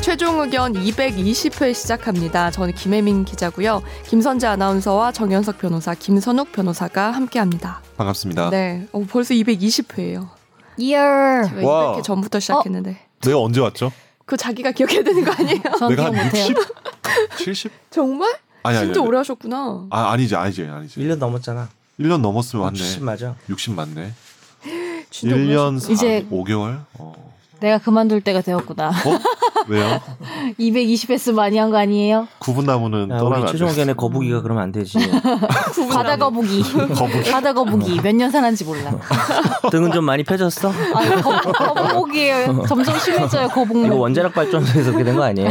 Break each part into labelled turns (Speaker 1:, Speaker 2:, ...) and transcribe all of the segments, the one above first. Speaker 1: 최종 의견 220회 시작합니다. 저는 김혜민 기자고요. 김선재 아나운서와 정현석 변호사, 김선욱 변호사가 함께합니다.
Speaker 2: 반갑습니다.
Speaker 1: 네, 어, 벌써 220회예요.
Speaker 3: 이얼.
Speaker 1: 제가
Speaker 2: 와우.
Speaker 1: 200회 전부터 시작했는데
Speaker 2: 내가 언제 왔죠?
Speaker 1: 어? 그거 자기가 기억해야 되는 거 아니에요?
Speaker 3: 전
Speaker 2: 내가
Speaker 3: 기억
Speaker 2: 한
Speaker 3: 못해요.
Speaker 2: 60? 70?
Speaker 1: 정말?
Speaker 2: 아니 아니.
Speaker 1: 진짜
Speaker 2: 아니.
Speaker 1: 오래 하셨구나.
Speaker 2: 아 아니지 아니지 아니지.
Speaker 4: 1년 넘었잖아.
Speaker 2: 1년 넘었으면 왔네. 음,
Speaker 4: 60
Speaker 2: 60,
Speaker 4: 맞아.
Speaker 2: 맞네.
Speaker 1: 진짜 오래
Speaker 2: 1년 4,
Speaker 3: 이제-
Speaker 2: 5개월? 어.
Speaker 3: 내가 그만둘 때가 되었구나.
Speaker 2: 어? 왜요?
Speaker 3: 220패스 많이 한 거 아니에요?
Speaker 2: 구분나무는
Speaker 4: 야,
Speaker 2: 떠나면
Speaker 4: 우리
Speaker 2: 안
Speaker 4: 최종
Speaker 2: 돼.
Speaker 4: 의견에 거북이가 그러면 안 되지.
Speaker 3: 바다 거북이. 바다 거북이. 몇 년 살았는지 몰라.
Speaker 4: 등은 좀 많이 펴졌어?
Speaker 3: 아, 거북, 거북이에요. 점점 심해져요,
Speaker 4: 이거
Speaker 3: 거북목.
Speaker 4: 원자력 발전소에서 그렇게 된 거 아니에요?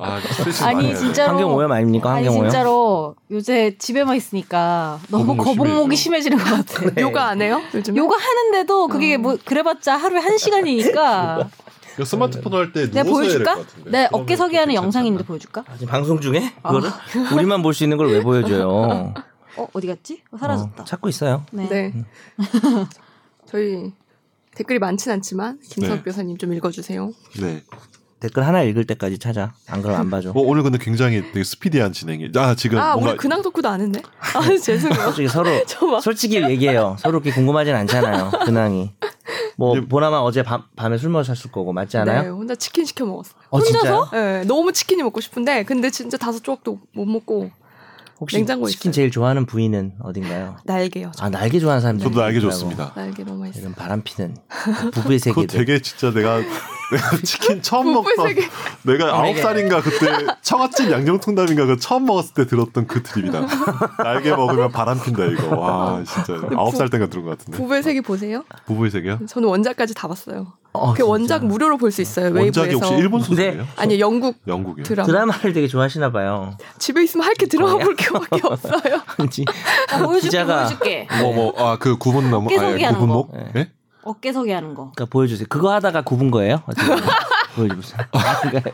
Speaker 2: 아, 스트레스 많이
Speaker 3: 아니,
Speaker 2: 해요.
Speaker 3: 진짜로.
Speaker 4: 환경 오염 아닙니까?
Speaker 3: 아니,
Speaker 4: 환경 오염.
Speaker 3: 진짜로. 요새 집에만 있으니까 너무
Speaker 2: 거북목
Speaker 3: 거북목이
Speaker 2: 심해지죠.
Speaker 3: 심해지는 것 같아.
Speaker 4: 네.
Speaker 1: 요가 안 음. 해요? 요즘
Speaker 3: 요가 하는데도 그게 뭐, 그래봤자 하루에 한 시간이니까.
Speaker 5: 이거 스마트폰 할 때
Speaker 3: 내가
Speaker 5: 누워서 해야 될
Speaker 3: 네, 보여줄까?
Speaker 5: 것 같은데.
Speaker 3: 내
Speaker 5: 그러면
Speaker 3: 어깨 서기 하는
Speaker 5: 괜찮지
Speaker 3: 영상이
Speaker 5: 않나?
Speaker 3: 있는데 보여줄까?
Speaker 4: 아니, 방송 중에? 그거를? 우리만 볼 수 있는 걸 왜 보여줘요?
Speaker 3: 어, 어디 갔지? 어,
Speaker 4: 어,
Speaker 3: 사라졌다.
Speaker 4: 찾고 있어요.
Speaker 3: 네.
Speaker 1: 네.
Speaker 2: 음.
Speaker 1: 저희 댓글이 많진 않지만 김선욱 변호사님 좀 읽어주세요.
Speaker 2: 네.
Speaker 4: 댓글 하나 읽을 때까지 찾아. 안 그러면 안 봐줘.
Speaker 2: 어, 오늘 근데 굉장히 되게 스피디한 진행이. 아, 지금
Speaker 1: 아
Speaker 2: 뭔가
Speaker 1: 오늘 근황 덕후도 안 했네. 아 죄송해요.
Speaker 4: 솔직히 서로
Speaker 1: 저만
Speaker 4: 솔직히 얘기해요. 서로 이렇게 궁금하진 않잖아요. 근황이. 뭐 보나마 어제 밤, 밤에 술 마셨을 거고 맞지
Speaker 1: 네,
Speaker 4: 않아요?
Speaker 1: 혼자 치킨 시켜 먹었어요.
Speaker 4: 어, 진짜요?
Speaker 1: 네, 너무 치킨이 먹고 싶은데 근데 진짜 다섯 조각도 못 먹고
Speaker 4: 혹시
Speaker 1: 냉장고에
Speaker 4: 치킨
Speaker 1: 있어요.
Speaker 4: 제일 좋아하는 부위는 어딘가요?
Speaker 1: 날개요. 저.
Speaker 4: 아 날개 좋아하는 사람들.
Speaker 2: 저도 알게
Speaker 4: 네, 뭐.
Speaker 2: 좋습니다.
Speaker 1: 날개 너무 맛있어. 요
Speaker 4: 이런 바람피는 부부의
Speaker 2: 그거
Speaker 4: 세계들.
Speaker 2: 되게 진짜 내가 내가 치킨 처음
Speaker 1: 부부의
Speaker 2: 먹던
Speaker 1: 세계.
Speaker 2: 내가 아홉
Speaker 4: 분에게.
Speaker 2: 살인가 그때 청아찜 양념통닭인가 그 처음 먹었을 때 들었던 그 드립이다. 날개 먹으면 바람 핀다 이거. 와 진짜 아홉 살 때가 들은 것 같은데.
Speaker 1: 부부의 세계 보세요.
Speaker 2: 부부의 세계요?
Speaker 1: 저는 원작까지 다 봤어요.
Speaker 4: 어,
Speaker 1: 그
Speaker 4: 진짜.
Speaker 1: 원작 무료로 볼 수 있어요.
Speaker 2: 원작이
Speaker 1: 웨이브에서.
Speaker 2: 혹시 일본
Speaker 4: 네.
Speaker 2: 소설이에요?
Speaker 1: 아니 영국
Speaker 2: 영국이요?
Speaker 1: 드라마.
Speaker 4: 드라마를 되게 좋아하시나 봐요.
Speaker 1: 집에 있으면 할 게 들어가 볼 게밖에 없어요.
Speaker 4: 그렇지.
Speaker 3: 나 보여줄게,
Speaker 4: 기자가-
Speaker 3: 보여줄게.
Speaker 2: 뭐뭐아그 구분 넘어
Speaker 3: 어깨 소개하는
Speaker 2: 구분목?
Speaker 4: 거.
Speaker 2: 예?
Speaker 3: 어깨 서기 하는 거.
Speaker 4: 그러니까 보여주세요. 그거 하다가 굽은 거예요? 어떻게 보면. 보여주세요. 아, 그러니까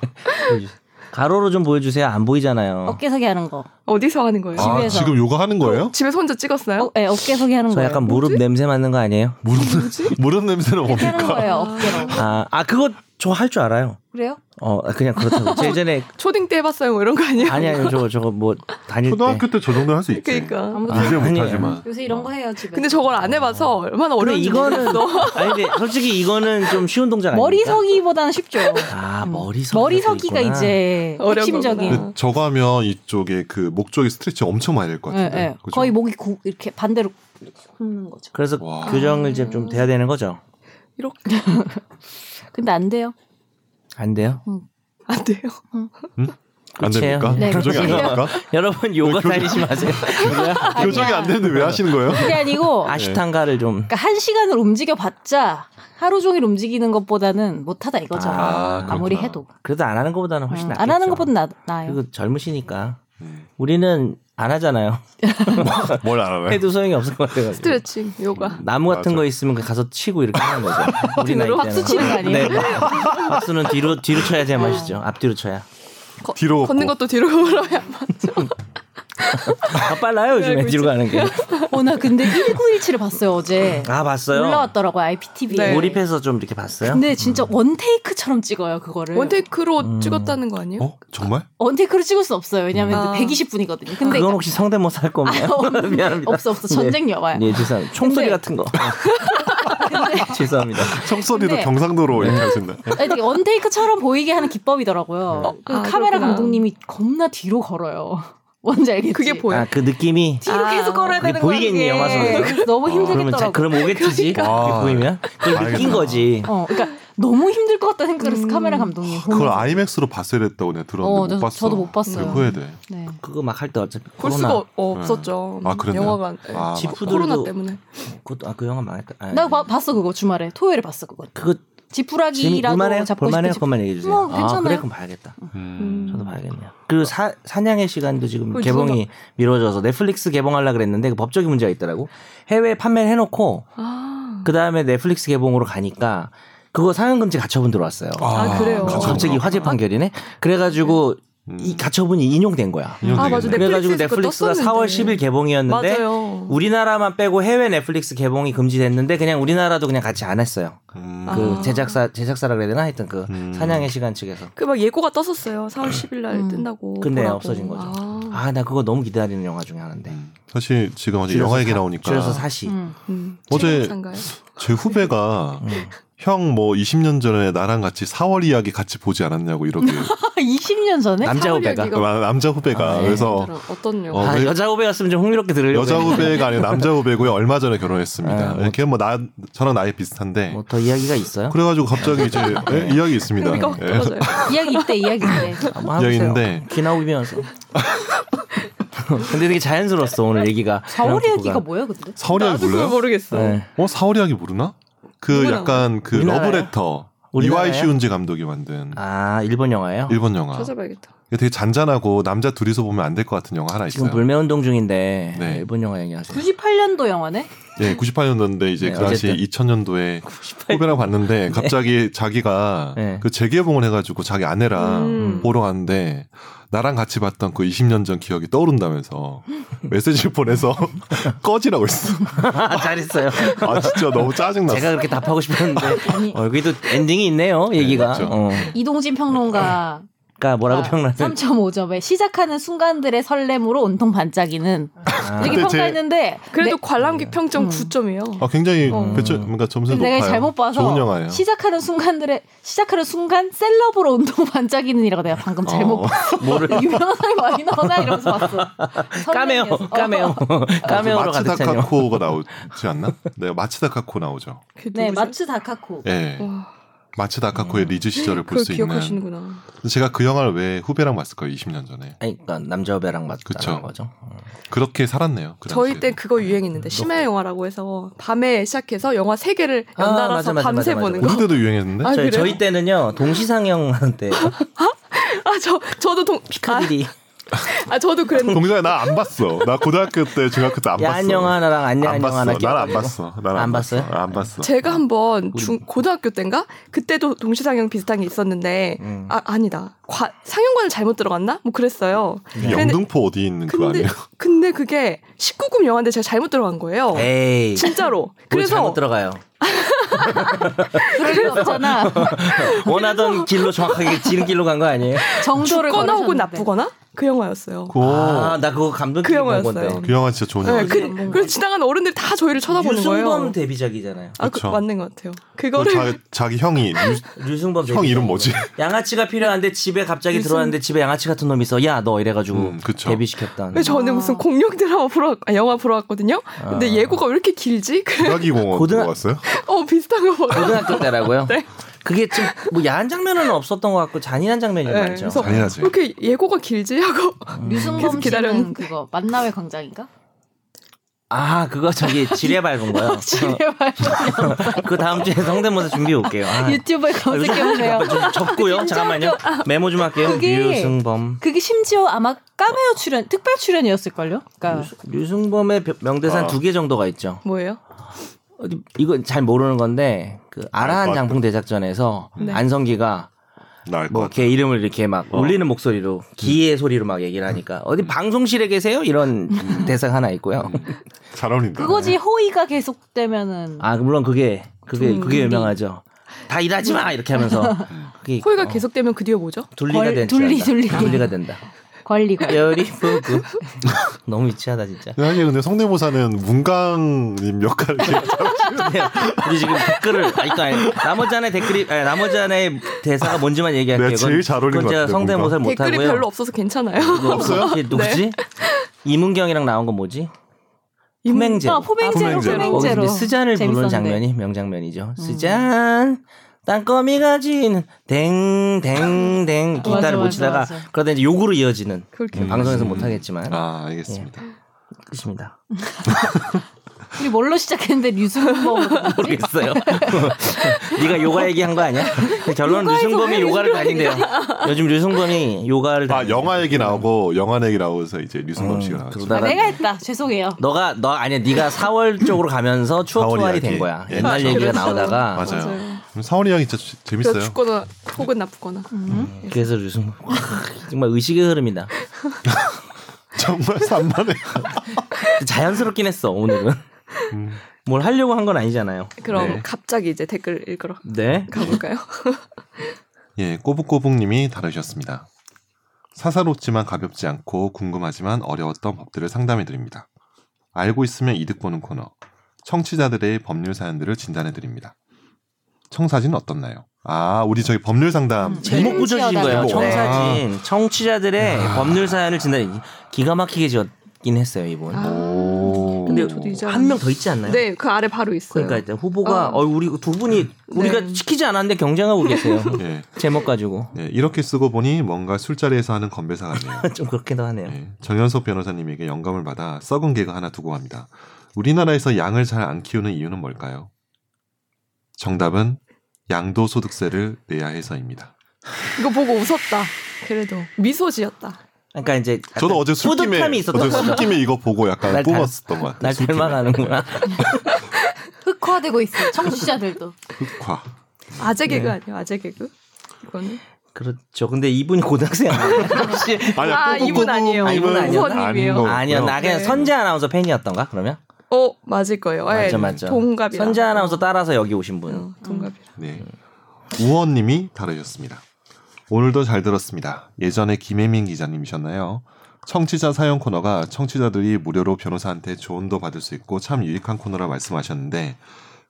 Speaker 4: 보여주세요. 가로로 좀 보여주세요. 안 보이잖아요.
Speaker 3: 어깨 서기 하는 거.
Speaker 1: 어디서 하는 거예요?
Speaker 2: 아
Speaker 3: 집에서.
Speaker 2: 지금 요거 하는 거예요?
Speaker 1: 집에서 혼자 찍었어요?
Speaker 3: 어, 네, 어깨 서기 하는
Speaker 4: 저
Speaker 3: 거예요.
Speaker 4: 약간 무릎 냄새 맡는 거 아니에요?
Speaker 2: 무릎 무릎 냄새는
Speaker 3: 하는
Speaker 2: 뭡니까?
Speaker 3: 거예요, 어깨로.
Speaker 4: 아, 아 그거 저 할 줄 알아요.
Speaker 3: 그래요?
Speaker 4: 어 그냥 그렇다고. 제 예전에
Speaker 1: 초딩 때 해봤어요, 뭐 이런 거 아니에요?
Speaker 4: 아니 아니 저거 저거 뭐 다닐 때.
Speaker 2: 초등학교 때 저 정도 는 할 수 있지.
Speaker 1: 그러니까.
Speaker 3: 아무튼
Speaker 2: 이제
Speaker 4: 아니에요.
Speaker 2: 못하지만.
Speaker 3: 요새 이런 거 해요, 집에.
Speaker 1: 근데 저걸 안 해봐서 얼마나
Speaker 4: 근데
Speaker 1: 어려운지
Speaker 4: 이거는
Speaker 1: 모르겠어.
Speaker 4: 아니 근데 솔직히 이거는 좀 쉬운 동작 아니에요?
Speaker 3: 머리 서기보다는 쉽죠.
Speaker 4: 아 머리 서기.
Speaker 3: 머리 서기가 이제
Speaker 1: 어려운
Speaker 3: 핵심적인.
Speaker 1: 거구나.
Speaker 2: 근데 저거 하면 이쪽에 그 목쪽에 스트레칭 엄청 많이 될 것
Speaker 3: 예,
Speaker 2: 같은데.
Speaker 3: 예.
Speaker 2: 그죠? 그렇죠.
Speaker 3: 거의 목이 구, 이렇게 반대로 굽는 거죠.
Speaker 4: 그래서
Speaker 2: 와.
Speaker 4: 교정을 이제 좀 돼야 되는 거죠.
Speaker 1: 이렇게
Speaker 3: 근데 안 돼요.
Speaker 4: 안 돼요?
Speaker 1: 안 돼요.
Speaker 2: 안
Speaker 4: 그치예요.
Speaker 2: 됩니까?
Speaker 3: 네,
Speaker 2: 교정이 안
Speaker 3: 그치예요.
Speaker 2: 됩니까? 어,
Speaker 4: 여러분 요가
Speaker 2: 교정-
Speaker 4: 다니지 마세요.
Speaker 2: 네. 교정이 안 되는데 왜 하시는 거예요?
Speaker 3: 그게 아니고
Speaker 4: 아시탄가를 좀.
Speaker 3: 그러니까 한 시간을 움직여봤자 하루 종일 움직이는 것보다는 못하다 이거죠.
Speaker 2: 아,
Speaker 3: 아, 무리
Speaker 2: 그렇구나.
Speaker 3: 해도.
Speaker 4: 그래도 안 하는 것보다는 훨씬
Speaker 3: 음,
Speaker 4: 낫겠죠.
Speaker 3: 안 하는 것보다 나, 나아요.
Speaker 4: 그리고 젊으시니까
Speaker 2: 음.
Speaker 4: 우리는 안 하잖아요.
Speaker 2: 뭘 알아요?
Speaker 4: 해도 소용이 없을 것 같아요.
Speaker 1: 스트레칭, 요가.
Speaker 4: 나무 같은
Speaker 2: 맞아.
Speaker 4: 거 있으면 그 가서 치고 이렇게 하는 거죠. 우리 나이 때는.
Speaker 3: 박수 어, 치는 거 아니에요? 어.
Speaker 4: 네. 박수는 뒤로 뒤로 쳐야 제맛이죠. 앞뒤로 쳐야.
Speaker 1: 거-
Speaker 2: 뒤로
Speaker 1: 걷는 것도 뒤로 걸어야
Speaker 4: 아, 빨라요
Speaker 3: 네,
Speaker 4: 요즘에
Speaker 3: 그렇죠.
Speaker 4: 뒤로 가는 게.
Speaker 3: 어, 나 근데 1917을 봤어요, 어제.
Speaker 4: 아 봤어요.
Speaker 3: 올라왔더라고요, IPTV에.
Speaker 1: 네.
Speaker 4: 몰입해서 좀 이렇게 봤어요. 음.
Speaker 3: 근데 진짜 원테이크처럼 찍어요, 그거를.
Speaker 1: 원테이크로 찍었다는 거 아니에요?
Speaker 2: 어? 정말?
Speaker 3: 원테이크로 찍을 수 없어요. 왜냐면
Speaker 1: 아.
Speaker 3: 120분이거든요. 근데
Speaker 4: 그건 혹시 성대모사 할
Speaker 3: 아,
Speaker 4: 건가요?
Speaker 3: 없-
Speaker 4: 미안합니다.
Speaker 3: 없어, 없어. 전쟁 영화야.
Speaker 4: 네, 네, 죄송합니다. 총소리
Speaker 3: 근데-
Speaker 4: 같은 거. 죄송합니다.
Speaker 2: 청소리도
Speaker 3: 근데-
Speaker 2: 경상도로
Speaker 4: 네.
Speaker 2: 이렇게 하신다.
Speaker 3: 아니, 되게 원테이크처럼 보이게 하는 기법이더라고요.
Speaker 4: 어.
Speaker 3: 그
Speaker 1: 아,
Speaker 3: 카메라
Speaker 1: 그렇구나.
Speaker 3: 감독님이 겁나 뒤로 걸어요. 뭔지 알겠지?
Speaker 1: 그게 보여.
Speaker 4: 아, 그 느낌이
Speaker 3: 뒤로
Speaker 1: 아,
Speaker 3: 계속 걸어야
Speaker 4: 그게
Speaker 3: 되는
Speaker 4: 보이겠니,
Speaker 3: 거야.
Speaker 4: 영화 속에서?
Speaker 3: 네,
Speaker 4: 어,
Speaker 3: 그래서 너무 힘들겠더라고. 그러니까.
Speaker 4: 그러면 자, 그럼 오겠지. 그게
Speaker 2: 와.
Speaker 4: 보이면 그걸 느낀
Speaker 2: 아. 알겠다.
Speaker 4: 거지.
Speaker 3: 어, 그러니까 너무 힘들 것 같다 생각을 했어.
Speaker 1: 음.
Speaker 3: 카메라 감독님.
Speaker 2: 그걸 아이맥스로 봤어야 됐다고 내가 들었는데
Speaker 3: 어,
Speaker 2: 못
Speaker 3: 저-
Speaker 2: 봤어.
Speaker 3: 저도 못 봤어요.
Speaker 2: 되게 후회돼.
Speaker 3: 네.
Speaker 4: 그거 막 할 때 어차피
Speaker 1: 볼
Speaker 4: 코로나.
Speaker 1: 수가 없- 없었죠.
Speaker 2: 네.
Speaker 1: 음,
Speaker 2: 아, 그랬나요?
Speaker 1: 영화관. 네.
Speaker 2: 아, 맞다.
Speaker 4: 지프-
Speaker 1: 코로나
Speaker 4: 후들도-
Speaker 1: 때문에.
Speaker 4: 그것도 아, 그 영화 망했다. 아,
Speaker 3: 나
Speaker 4: 네.
Speaker 3: 봐- 봤어 그거 주말에 토요일에 봤어 그거.
Speaker 4: 그거 재미
Speaker 3: 지푸라기라도
Speaker 4: 볼만해요?
Speaker 3: 잡고
Speaker 4: 볼만해요?
Speaker 3: 싶은
Speaker 4: 그것만 얘기해 주세요.
Speaker 3: 뭐, 괜찮아요.
Speaker 4: 아, 그래 그럼 봐야겠다.
Speaker 2: 음.
Speaker 4: 저도 봐야겠네요. 그리고 사, 사냥의 시간도 지금
Speaker 1: 그걸
Speaker 4: 개봉이 미뤄져서 넷플릭스 개봉하려 그랬는데 그 법적인 문제가 있더라고. 해외 판매를 해놓고
Speaker 1: 아,
Speaker 4: 그 다음에 넷플릭스 개봉으로 가니까 그거 상영금지 가처분 들어왔어요.
Speaker 1: 아, 그래요?
Speaker 2: 가처분 음.
Speaker 4: 갑자기
Speaker 2: 들어왔구나.
Speaker 4: 화재 판결이네. 그래가지고 이 가처분이 인용된
Speaker 2: 음.
Speaker 4: 거야.
Speaker 2: 그러니까
Speaker 1: 아, 맞아. 넷플릭스에서
Speaker 4: 네, 그래가지고
Speaker 1: 그거
Speaker 4: 넷플릭스가
Speaker 1: 떴었는데.
Speaker 4: 4월 10일 개봉이었는데
Speaker 1: 맞아요.
Speaker 4: 우리나라만 빼고 해외 넷플릭스 개봉이 금지됐는데 그냥 우리나라도 그냥 같이 안 했어요. 그
Speaker 1: 아.
Speaker 4: 제작사 제작사라 그래야 되나 하여튼 그
Speaker 2: 음.
Speaker 4: 사냥의 시간 측에서.
Speaker 1: 그 막 예고가 떴었어요. 4월 10일 날
Speaker 3: 음.
Speaker 1: 뜬다고.
Speaker 4: 근데
Speaker 1: 보라고.
Speaker 4: 없어진 거죠.
Speaker 1: 아.
Speaker 4: 아 나 그거 너무 기다리는 영화 중에 하나인데.
Speaker 2: 사실 지금 아직
Speaker 4: 네.
Speaker 2: 음.
Speaker 4: 줄여서
Speaker 2: 영화 얘기
Speaker 4: 사-
Speaker 2: 나오니까
Speaker 4: 줄여서 사시.
Speaker 3: 음.
Speaker 1: 음.
Speaker 2: 어제-
Speaker 1: 상가요?
Speaker 2: 제 후배가
Speaker 4: 음.
Speaker 2: 형 뭐 20년 전에 나랑 같이 4월 이야기 같이 보지 않았냐고 이렇게
Speaker 3: 20년 전에?
Speaker 4: 남자
Speaker 1: 사월
Speaker 4: 후배가.
Speaker 1: 이야기가
Speaker 2: 나- 남자 후배가
Speaker 4: 아, 네.
Speaker 2: 그래서
Speaker 1: 어떤 영화?
Speaker 2: 어,
Speaker 4: 아,
Speaker 2: 왜-
Speaker 4: 여자 후배였으면 좀 흥미롭게 들으려고
Speaker 2: 여자
Speaker 4: 했는데.
Speaker 2: 후배가 아니라 남자 후배고요 얼마 전에 결혼했습니다.
Speaker 4: 아, 뭐-
Speaker 2: 이렇게 뭐 나 저랑 나이 비슷한데
Speaker 4: 뭐 네. 더 이야기가 있어요?
Speaker 2: 그래가지고 갑자기 이제 예, 이야기 있습니다.
Speaker 1: 흥미가 확
Speaker 2: 예.
Speaker 1: 떨어져요.
Speaker 3: 이야기 이때 이야기 때.
Speaker 4: 한번 해보세요.
Speaker 2: 여인데.
Speaker 4: 귀 나오고 비면서. 근데 되게 자연스러웠어 오늘 얘기가.
Speaker 3: 사월
Speaker 4: 그냥
Speaker 3: 이야기가
Speaker 4: 듣고가.
Speaker 3: 뭐야 근데?
Speaker 2: 사월 이야기
Speaker 1: 나도 그걸
Speaker 2: 몰라요?
Speaker 1: 모르겠어.
Speaker 4: 네.
Speaker 2: 어 사월 이야기 모르나? 그
Speaker 1: 누구나
Speaker 2: 약간 그
Speaker 4: 우리나라야?
Speaker 2: 러브레터
Speaker 4: 우리나라야?
Speaker 2: 이와이 시운지 감독이 만든
Speaker 4: 아 일본 영화예요?
Speaker 2: 일본 영화.
Speaker 1: 찾아봐야겠다.
Speaker 2: 이게 되게 잔잔하고 남자 둘이서 보면 안 될 것 같은 영화 하나
Speaker 4: 지금
Speaker 2: 있어요.
Speaker 4: 불매 운동 중인데
Speaker 2: 네.
Speaker 4: 일본 영화 얘기하세요.
Speaker 3: 98년도 영화네?
Speaker 2: 예, 98년도인데 이제
Speaker 4: 음. 네,
Speaker 2: 그 당시
Speaker 4: 어쨌든.
Speaker 2: 2000년도에 후배랑 봤는데 갑자기 자기가
Speaker 4: 네.
Speaker 2: 그 재개봉을 해가지고 자기 아내랑
Speaker 1: 음.
Speaker 2: 보러 갔는데 나랑 같이 봤던 그 20년 전 기억이 떠오른다면서 메시지를 보내서 꺼지라고 했어.
Speaker 4: 아, 잘했어요.
Speaker 2: 아 진짜 너무 짜증났어.
Speaker 4: 제가 그렇게 답하고 싶었는데
Speaker 3: 아니
Speaker 4: 어, 여기도 엔딩이 있네요. 얘기가.
Speaker 2: 그렇죠.
Speaker 4: 어.
Speaker 3: 이동진 평론가
Speaker 4: 그러니까
Speaker 1: 아,
Speaker 4: 뭐라고 평론을
Speaker 3: 3.5점에 시작하는 순간들의 설렘으로 온통 반짝이는
Speaker 4: 아,
Speaker 2: 근데
Speaker 3: 이렇게
Speaker 2: 제-
Speaker 3: 평가했는데
Speaker 1: 그래도
Speaker 4: 네.
Speaker 1: 관람객
Speaker 2: 네.
Speaker 1: 평점
Speaker 3: 음.
Speaker 1: 9점이에요.
Speaker 2: 아, 굉장히
Speaker 1: 어.
Speaker 2: 배점, 그러니까 점수
Speaker 3: 근데
Speaker 2: 높아요.
Speaker 3: 내가 잘못 봐서
Speaker 2: 좋은 영화예요.
Speaker 3: 시작하는 순간들의 시작하는 순간 셀럽으로 온통 반짝이는이라고 내가 방금 잘못
Speaker 2: 어.
Speaker 3: 봤어.
Speaker 4: 뭐를
Speaker 3: 유명한 사람이 많이 나오나 이러면서 봤어. 어.
Speaker 4: 까메오
Speaker 1: 어,
Speaker 3: 설명에서.
Speaker 1: 아,
Speaker 4: 까메오
Speaker 1: 그
Speaker 4: 까메오로
Speaker 2: 마츠다
Speaker 4: 가득 찬요.
Speaker 2: 카코가 나오지 않나? 네, 마츠다 카코 나오죠.
Speaker 1: 그게
Speaker 3: 네,
Speaker 1: 누구죠?
Speaker 3: 마츠 다카코.
Speaker 2: 예,
Speaker 1: 와,
Speaker 2: 마츠다 카코의 리즈 시절을 볼
Speaker 1: 어. 그걸
Speaker 2: 수 있는.
Speaker 1: 기억하시는구나.
Speaker 2: 제가 그 영화를 왜 후배랑 봤을까요? 20년 전에.
Speaker 4: 아니, 그러니까 남자 후배랑 맞다는
Speaker 2: 그쵸.
Speaker 4: 거죠.
Speaker 2: 그렇게 살았네요. 그
Speaker 1: 저희
Speaker 2: 당시에도.
Speaker 1: 때 그거
Speaker 4: 네.
Speaker 1: 유행했는데 심야 영화라고 해서 밤에 시작해서 영화 세 개를
Speaker 4: 아,
Speaker 1: 연달아서
Speaker 4: 맞아, 맞아,
Speaker 1: 밤새
Speaker 4: 맞아, 맞아.
Speaker 1: 보는
Speaker 2: 우리
Speaker 1: 거.
Speaker 2: 때도 유행했는데.
Speaker 1: 아, 그래요?
Speaker 4: 저희, 저희 때는요 동시상영 하는데
Speaker 1: 아 저 저도 동 아,
Speaker 4: 피카디리
Speaker 1: 아, 저도 그랬는데
Speaker 2: 동생아 나 안 봤어. 나 고등학교 때 중학교 때 안 봤어.
Speaker 4: 야한 영화 하나랑 안녕
Speaker 2: 안
Speaker 4: 안녕
Speaker 2: 봤어.
Speaker 4: 하나
Speaker 2: 난 안
Speaker 4: 끼워가지고.
Speaker 2: 봤어. 난
Speaker 4: 안
Speaker 2: 안
Speaker 4: 봤어요?
Speaker 2: 봤어. 안 봤어.
Speaker 1: 제가 한번 중 고등학교 때인가 그때도 동시상영 비슷한 게 있었는데
Speaker 4: 음.
Speaker 1: 아 아니다 과- 상영관을 잘못 들어갔나 뭐 그랬어요.
Speaker 2: 이 영등포 어디 있는 그거
Speaker 1: 근데
Speaker 2: 아니에요?
Speaker 1: 근데 그게 19금 영화인데 제가 잘못 들어간 거예요.
Speaker 4: 에이
Speaker 1: 진짜로.
Speaker 4: 그래서
Speaker 1: 그래서
Speaker 4: 잘못 들어가요.
Speaker 3: 그럴 리 없잖아.
Speaker 4: 원하던 길로 정확하게 지름 길로 간 거 아니에요?
Speaker 3: 정도를
Speaker 1: 죽거나 혹은
Speaker 3: 걸으셨는데.
Speaker 1: 나쁘거나 그 영화였어요.
Speaker 2: 그,
Speaker 4: 아, 나 그거 감독
Speaker 1: 그 영화였어요.
Speaker 4: 건데.
Speaker 2: 그 영화 진짜 좋은
Speaker 1: 네,
Speaker 2: 영화. 요
Speaker 1: 그, 그래서 지나가는 어른들이 다 저희를 쳐다보는 거예요.
Speaker 4: 류승범 데뷔작이잖아요.
Speaker 1: 아, 그,
Speaker 2: 그쵸.
Speaker 1: 맞는 것 같아요. 그거를
Speaker 2: 자, 기 형이
Speaker 4: 아,
Speaker 2: 유-
Speaker 4: 류승범
Speaker 2: 형
Speaker 4: 데뷔작.
Speaker 2: 이름 뭐지?
Speaker 4: 양아치가 필요한데 집에 갑자기
Speaker 1: 류승-
Speaker 4: 들어왔는데 집에 양아치 같은 놈이 있어. 야 너 이래가지고
Speaker 2: 음, 그쵸.
Speaker 4: 데뷔시켰다.
Speaker 1: 그래서 저는 무슨 공룡 드라마 보러 왔- 아, 영화 보러 왔거든요.
Speaker 4: 아.
Speaker 1: 근데 예고가 왜 이렇게 길지? 그,
Speaker 2: 고라기 공원
Speaker 4: 고등-
Speaker 2: 들어갔어요?
Speaker 1: 어 비슷한 거 보러.
Speaker 4: 고등학교 때라고요?
Speaker 1: 네.
Speaker 4: 그게 좀 뭐 야한 장면은 없었던 것 같고 잔인한 장면이
Speaker 1: 네,
Speaker 4: 많죠.
Speaker 1: 그래서
Speaker 2: 당연하지.
Speaker 1: 이렇게 예고가 길지 하고 계속
Speaker 3: 음. 류승범 씨는
Speaker 1: 기다렸는데.
Speaker 3: 그거 만남의 광장인가?
Speaker 4: 어. 아 그거 저기 지뢰 밟은 거요.
Speaker 3: 제발
Speaker 4: 그 다음 주에 성대모사 준비해 올게요. 아,
Speaker 3: 유튜브에 검색해 보세요.
Speaker 4: 좀 접고요. 잠깐만요. 메모 좀 할게요.
Speaker 3: 그게-
Speaker 4: 류승범.
Speaker 3: 그게 심지어 아마 까메오 출연, 특별 출연이었을걸요? 그러니까
Speaker 4: 류승범의 벼- 명대사
Speaker 2: 아.
Speaker 4: 두 개 정도가 있죠.
Speaker 1: 뭐예요?
Speaker 4: 어디- 이건 잘 모르는 건데 그 아라한
Speaker 2: 맞다.
Speaker 4: 장풍 대작전에서
Speaker 1: 네.
Speaker 4: 안성기가
Speaker 2: 나알 것 어.
Speaker 4: 뭐
Speaker 2: 같아.
Speaker 4: 걔 이름을 이렇게 막 울리는 목소리로 기의 소리로 막 얘기를 하니까 어디
Speaker 2: 음.
Speaker 4: 방송실에 계세요? 이런 대사 가 하나 있고요.
Speaker 2: 잘 어울린다. 네.
Speaker 3: 그거지 호의가 계속되면은
Speaker 4: 아 물론 그게 그게
Speaker 1: 좀
Speaker 4: 그게 유명하죠. 다 일하지 마 이렇게 하면서 그게
Speaker 1: 호의가
Speaker 4: 어,
Speaker 1: 계속되면 그 뒤에 뭐죠?
Speaker 4: 둘리가
Speaker 3: 걸-
Speaker 4: 된다.
Speaker 3: 둘리, 둘리.
Speaker 4: 둘리가 된다.
Speaker 3: 권리 관
Speaker 4: 열이 뿜뿜. 너무 유치하다 진짜.
Speaker 2: 사실 근데 성대모사는 문강님 역할을 기억하고
Speaker 4: 네, 우리 지금 댓글을 아직도 아니 나머지 안에 댓글이 아니, 나머지 안에 대사가 뭔지만 얘기할게요.
Speaker 2: 내가 제일
Speaker 4: 그건-
Speaker 2: 잘 어울린
Speaker 4: 그건
Speaker 2: 것
Speaker 4: 제가
Speaker 2: 같은데,
Speaker 4: 성대모사를 못
Speaker 1: 댓글이
Speaker 4: 하고요. 음,
Speaker 1: 별로 없어서 네. 괜찮아요.
Speaker 4: 그거 없어요? 누구지? 이문경이랑 나온 건 뭐지? 품행제로.
Speaker 3: 아, 포맹제로,
Speaker 2: 포맹제로.
Speaker 4: 거기서
Speaker 3: 포맹제로.
Speaker 4: 이제 어, 스잔을 부르는
Speaker 3: 재밌었는데. 음.
Speaker 4: 장면이 명장면이죠. 스잔 땅거미가 진 댕댕댕
Speaker 3: 맞아, 맞아,
Speaker 4: 기타를 못 치다가
Speaker 3: 맞아.
Speaker 4: 그러다 이제 욕으로 이어지는
Speaker 1: 그걸 기억-
Speaker 2: 음.
Speaker 4: 방송에서 못 하겠지만
Speaker 2: 아, 알겠습니다.
Speaker 1: 예.
Speaker 4: 끝입니다.
Speaker 3: 우리 뭘로 시작했는데 뭐, 류승범
Speaker 4: 모르겠어요. 네가 요가 얘기한 거 아니야? 결론은 류승범이 요가를 다닌대요. 요즘 류승범이 요가를
Speaker 2: 아,
Speaker 4: 다닌대요.
Speaker 2: 영화 얘기 나오고 영화 얘기 나오면서 이제 류승범 씨가 나왔죠.
Speaker 4: 음, 그러다가
Speaker 3: 아, 내가 했다 죄송해요
Speaker 4: 너가 너 아니야 네가 4월 쪽으로 가면서 추억
Speaker 2: 4월
Speaker 4: 소환이
Speaker 2: 이야기.
Speaker 4: 된 거야.
Speaker 2: 예,
Speaker 4: 옛날
Speaker 2: 그렇죠.
Speaker 4: 얘기가
Speaker 1: 그렇죠.
Speaker 4: 나오다가
Speaker 2: 맞아요. 사원이 형이 진짜 재-
Speaker 1: 그래서
Speaker 2: 재밌어요.
Speaker 1: 죽거나 혹은 나쁘거나.
Speaker 3: 음.
Speaker 4: 그래서 요즘 정말 의식의 흐름이다.
Speaker 2: 정말 산만해.
Speaker 4: 자연스럽긴 했어 오늘은. 뭘 하려고 한 건 아니잖아요.
Speaker 1: 그럼
Speaker 4: 네.
Speaker 1: 갑자기 이제 댓글 읽으러
Speaker 4: 네.
Speaker 1: 가볼까요?
Speaker 2: 예, 꼬북꼬북님이 다루셨습니다. 사사롭지만 가볍지 않고 궁금하지만 어려웠던 법들을 상담해드립니다. 알고 있으면 이득 보는 코너. 청취자들의 법률 사연들을 진단해드립니다. 청사진 어떻나요? 아, 우리 저기 법률
Speaker 1: 음,
Speaker 2: 상담.
Speaker 1: 네.
Speaker 3: 제-
Speaker 4: 제목 구조지인 거예요.
Speaker 2: 제목.
Speaker 4: 청사진 청취자들의
Speaker 1: 아.
Speaker 4: 법률 사연을 진단 기가 막히게 지었긴 했어요 이분.
Speaker 1: 아,
Speaker 2: 오.
Speaker 1: 근데
Speaker 4: 근데
Speaker 1: 저도 이제
Speaker 4: 한 명 더 있지 않나요?
Speaker 1: 네, 그 아래 바로 있어요.
Speaker 4: 그러니까 일단 후보가
Speaker 1: 어.
Speaker 4: 어, 우리 두 분이 우리가
Speaker 1: 네.
Speaker 4: 시키지 않았는데 경쟁하고 계세요.
Speaker 2: 예,
Speaker 4: 제목 가지고
Speaker 2: 예, 이렇게 쓰고 보니 뭔가 술자리에서 하는 건배사 같네요.
Speaker 4: 좀 그렇게도 하네요.
Speaker 2: 예, 정현석 변호사님에게 영감을 받아 썩은 개그 하나 두고 갑니다. 우리나라에서 양을 잘 안 키우는 이유는 뭘까요? 정답은 양도소득세를 내야 해서입니다.
Speaker 1: 이거 보고 웃었다. 그래도 미소 지었다.
Speaker 4: 그러니까 이제
Speaker 2: 저도 어제 술김에
Speaker 4: 뿌듯함이 있었던
Speaker 2: 어제
Speaker 4: 거죠.
Speaker 2: 술김에 이거 보고
Speaker 4: 날
Speaker 2: 약간
Speaker 4: 닮-
Speaker 2: 뿜었었던 것 같아요.
Speaker 4: 날
Speaker 2: 술김에.
Speaker 4: 닮아가는구나.
Speaker 3: 흑화되고 있어요. 청취자들도.
Speaker 2: 흑화.
Speaker 1: 아재
Speaker 4: 네.
Speaker 1: 개그 아니에요? 아재 개그? 이거는
Speaker 4: 그렇죠. 근데 이분이 고등학생 아니에요? 혹시
Speaker 1: 아, 이분
Speaker 2: 뽀뽀뽀뽀
Speaker 1: 아니에요.
Speaker 4: 아, 이분 아니었나?
Speaker 1: 우선님이에요.
Speaker 2: 아닌 것
Speaker 4: 아니요,
Speaker 2: 같고요.
Speaker 4: 나 그냥
Speaker 1: 네.
Speaker 4: 선재 아나운서 팬이었던가 그러면?
Speaker 1: 어 맞을 거예요. 예,
Speaker 4: 맞죠, 맞죠.
Speaker 1: 동갑이라.
Speaker 4: 선재 아나운서 따라서 여기 오신 분.
Speaker 1: 어, 동갑이라.
Speaker 2: 네. 우원님이 다루셨습니다. 오늘도 잘 들었습니다. 예전에 김혜민 기자님이셨나요? 청취자 사연 코너가 청취자들이 무료로 변호사한테 조언도 받을 수 있고 참 유익한 코너라 말씀하셨는데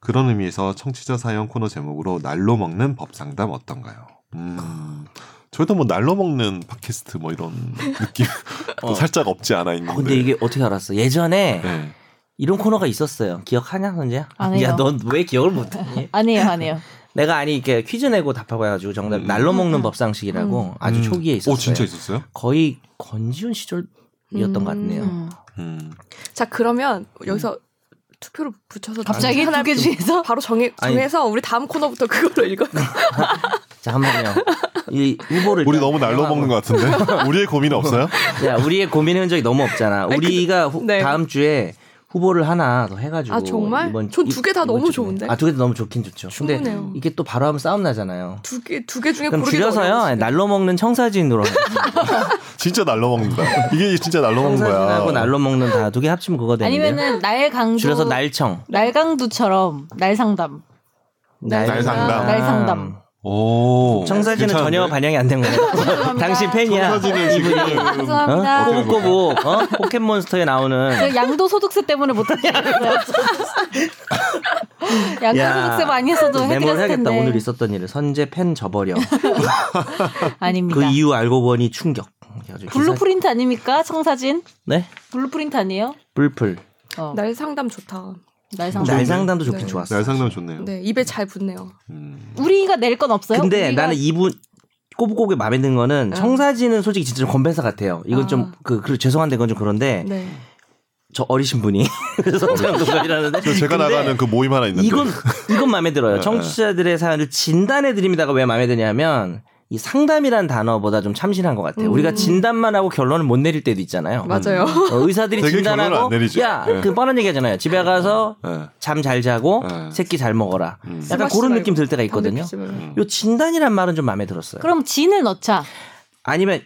Speaker 2: 그런 의미에서 청취자 사연 코너 제목으로 날로 먹는 법 상담 어떤가요? 음. 저희도 뭐 날로 먹는 팟캐스트 뭐 이런 느낌 도
Speaker 4: 어.
Speaker 2: 살짝 없지 않아 있는데.
Speaker 4: 어, 근데 이게 어떻게 알았어? 예전에
Speaker 2: 네.
Speaker 4: 이런 코너가 있었어요. 기억하냐, 선재야?
Speaker 3: 안 해요.
Speaker 4: 야, 넌 왜 기억을 못하니?
Speaker 3: 아니에요, 아니에요.
Speaker 4: 내가 아니 이렇게 퀴즈 내고 답하고 해가지고 정답
Speaker 2: 음.
Speaker 4: 날로 먹는 법상식이라고 아주
Speaker 2: 음.
Speaker 4: 초기에 있었어요.
Speaker 2: 오 진짜 있었어요?
Speaker 4: 거의 건지훈 시절이었던 것 같네요.
Speaker 3: 음.
Speaker 2: 음.
Speaker 1: 자 그러면 여기서 투표를 붙여서
Speaker 3: 갑자기 두 개 중에서
Speaker 1: 바로 정해
Speaker 4: 아니.
Speaker 1: 정해서 우리 다음 코너부터 그걸로 읽어.
Speaker 4: 자, 한 번요. 이 후보를
Speaker 2: 우리
Speaker 4: 일단
Speaker 2: 너무 날로
Speaker 4: 설명하고.
Speaker 2: 먹는 것 같은데 우리의 고민 없어요?
Speaker 4: 야, 우리의 고민의 흔적이 너무 없잖아. 우리가 후-
Speaker 1: 네.
Speaker 4: 다음 주에 후보를 하나 더 해가지고
Speaker 1: 아, 정말?
Speaker 4: 이번
Speaker 1: 전두개다
Speaker 4: 이번
Speaker 1: 너무
Speaker 4: 주에.
Speaker 1: 좋은데?
Speaker 4: 아 두 개 다 너무 좋긴 좋죠.
Speaker 1: 충분해요.
Speaker 4: 근데 이게 또 바로 하면 싸움 나잖아요.
Speaker 1: 두 개 두 개 중에
Speaker 4: 그럼
Speaker 1: 고르기
Speaker 4: 줄여서요 날로 먹는 청사진으로 하겠습니다.
Speaker 2: 진짜 날로 먹는다. 이게 진짜 날로 먹는
Speaker 4: 청사진하고
Speaker 2: 거야.
Speaker 4: 날로 먹는 다 두 개 합치면 그거 되는데
Speaker 3: 아니면은 뭐 날강두
Speaker 4: 네, 줄여서 날청 음.
Speaker 3: 날강두처럼 날상담.
Speaker 2: 날상담.
Speaker 3: 날상담.
Speaker 2: 오.
Speaker 4: 청사진은 전혀 반영이 안 된 거예요.
Speaker 3: 죄송합니다.
Speaker 4: 당신 팬이야.
Speaker 2: 청사진은 지금
Speaker 3: 죄송합니다.
Speaker 2: 어떻게 보면
Speaker 4: 꼬북꼬북 어? 포켓몬스터에 나오는
Speaker 3: 제가 양도소득세 때문에 못하겠어요. 양도소득세만 아니었어도
Speaker 4: 메모를
Speaker 3: 해드렸을 텐데.
Speaker 4: 해야겠다 오늘 있었던 일을 선제 팬 저버려
Speaker 3: 아닙니다.
Speaker 4: 그 이유 알고 보니 충격 그래가지고
Speaker 3: 블루
Speaker 4: 기사-
Speaker 3: 프린트 아닙니까? 청사진?
Speaker 4: 네
Speaker 3: 블루 프린트 아니에요?
Speaker 4: 불풀
Speaker 3: 어.
Speaker 1: 날 상담 좋다.
Speaker 3: 날상담.
Speaker 4: 날상담도 좋긴
Speaker 1: 네.
Speaker 4: 좋았어
Speaker 2: 날 상담 좋네요.
Speaker 1: 네 입에 잘 붙네요.
Speaker 2: 음.
Speaker 3: 우리가 낼 건 없어요?
Speaker 4: 근데
Speaker 3: 우리가
Speaker 4: 나는 이분 꼬북꼬북에 마음에 드는 거는 청사진은 솔직히 진짜 좀 건배사 같아요 이건
Speaker 1: 아.
Speaker 4: 좀그 그, 죄송한데 그건 좀 그런데
Speaker 1: 네.
Speaker 4: 저 어리신 분이 선장동이라는데
Speaker 2: 저 제가 나가는 그 모임 하나 있는데.
Speaker 4: 이건 이건 마음에 들어요.
Speaker 2: 네,
Speaker 4: 청취자들의 사연을 진단해 드립니다가 왜 마음에 드냐면 이 상담이란 단어보다 좀 참신한 것 같아요.
Speaker 1: 음.
Speaker 4: 우리가 진단만 하고 결론을 못 내릴 때도 있잖아요.
Speaker 1: 맞아요.
Speaker 4: 어, 의사들이
Speaker 2: 되게 결론을
Speaker 4: 진단하고
Speaker 2: 안 내리죠. 네.
Speaker 4: 야그 뻔한 얘기하잖아요. 집에 가서
Speaker 2: 네.
Speaker 4: 잠 잘 자고
Speaker 2: 네.
Speaker 4: 새끼 잘 먹어라.
Speaker 2: 음.
Speaker 4: 약간
Speaker 1: 술
Speaker 4: 그런
Speaker 1: 마시지
Speaker 4: 느낌 들 때가
Speaker 1: 말고 담배
Speaker 4: 있거든요.
Speaker 1: 피지 말고.
Speaker 2: 음.
Speaker 4: 요 진단이란 말은 좀 마음에 들었어요.
Speaker 3: 그럼 진을 넣자.
Speaker 4: 아니면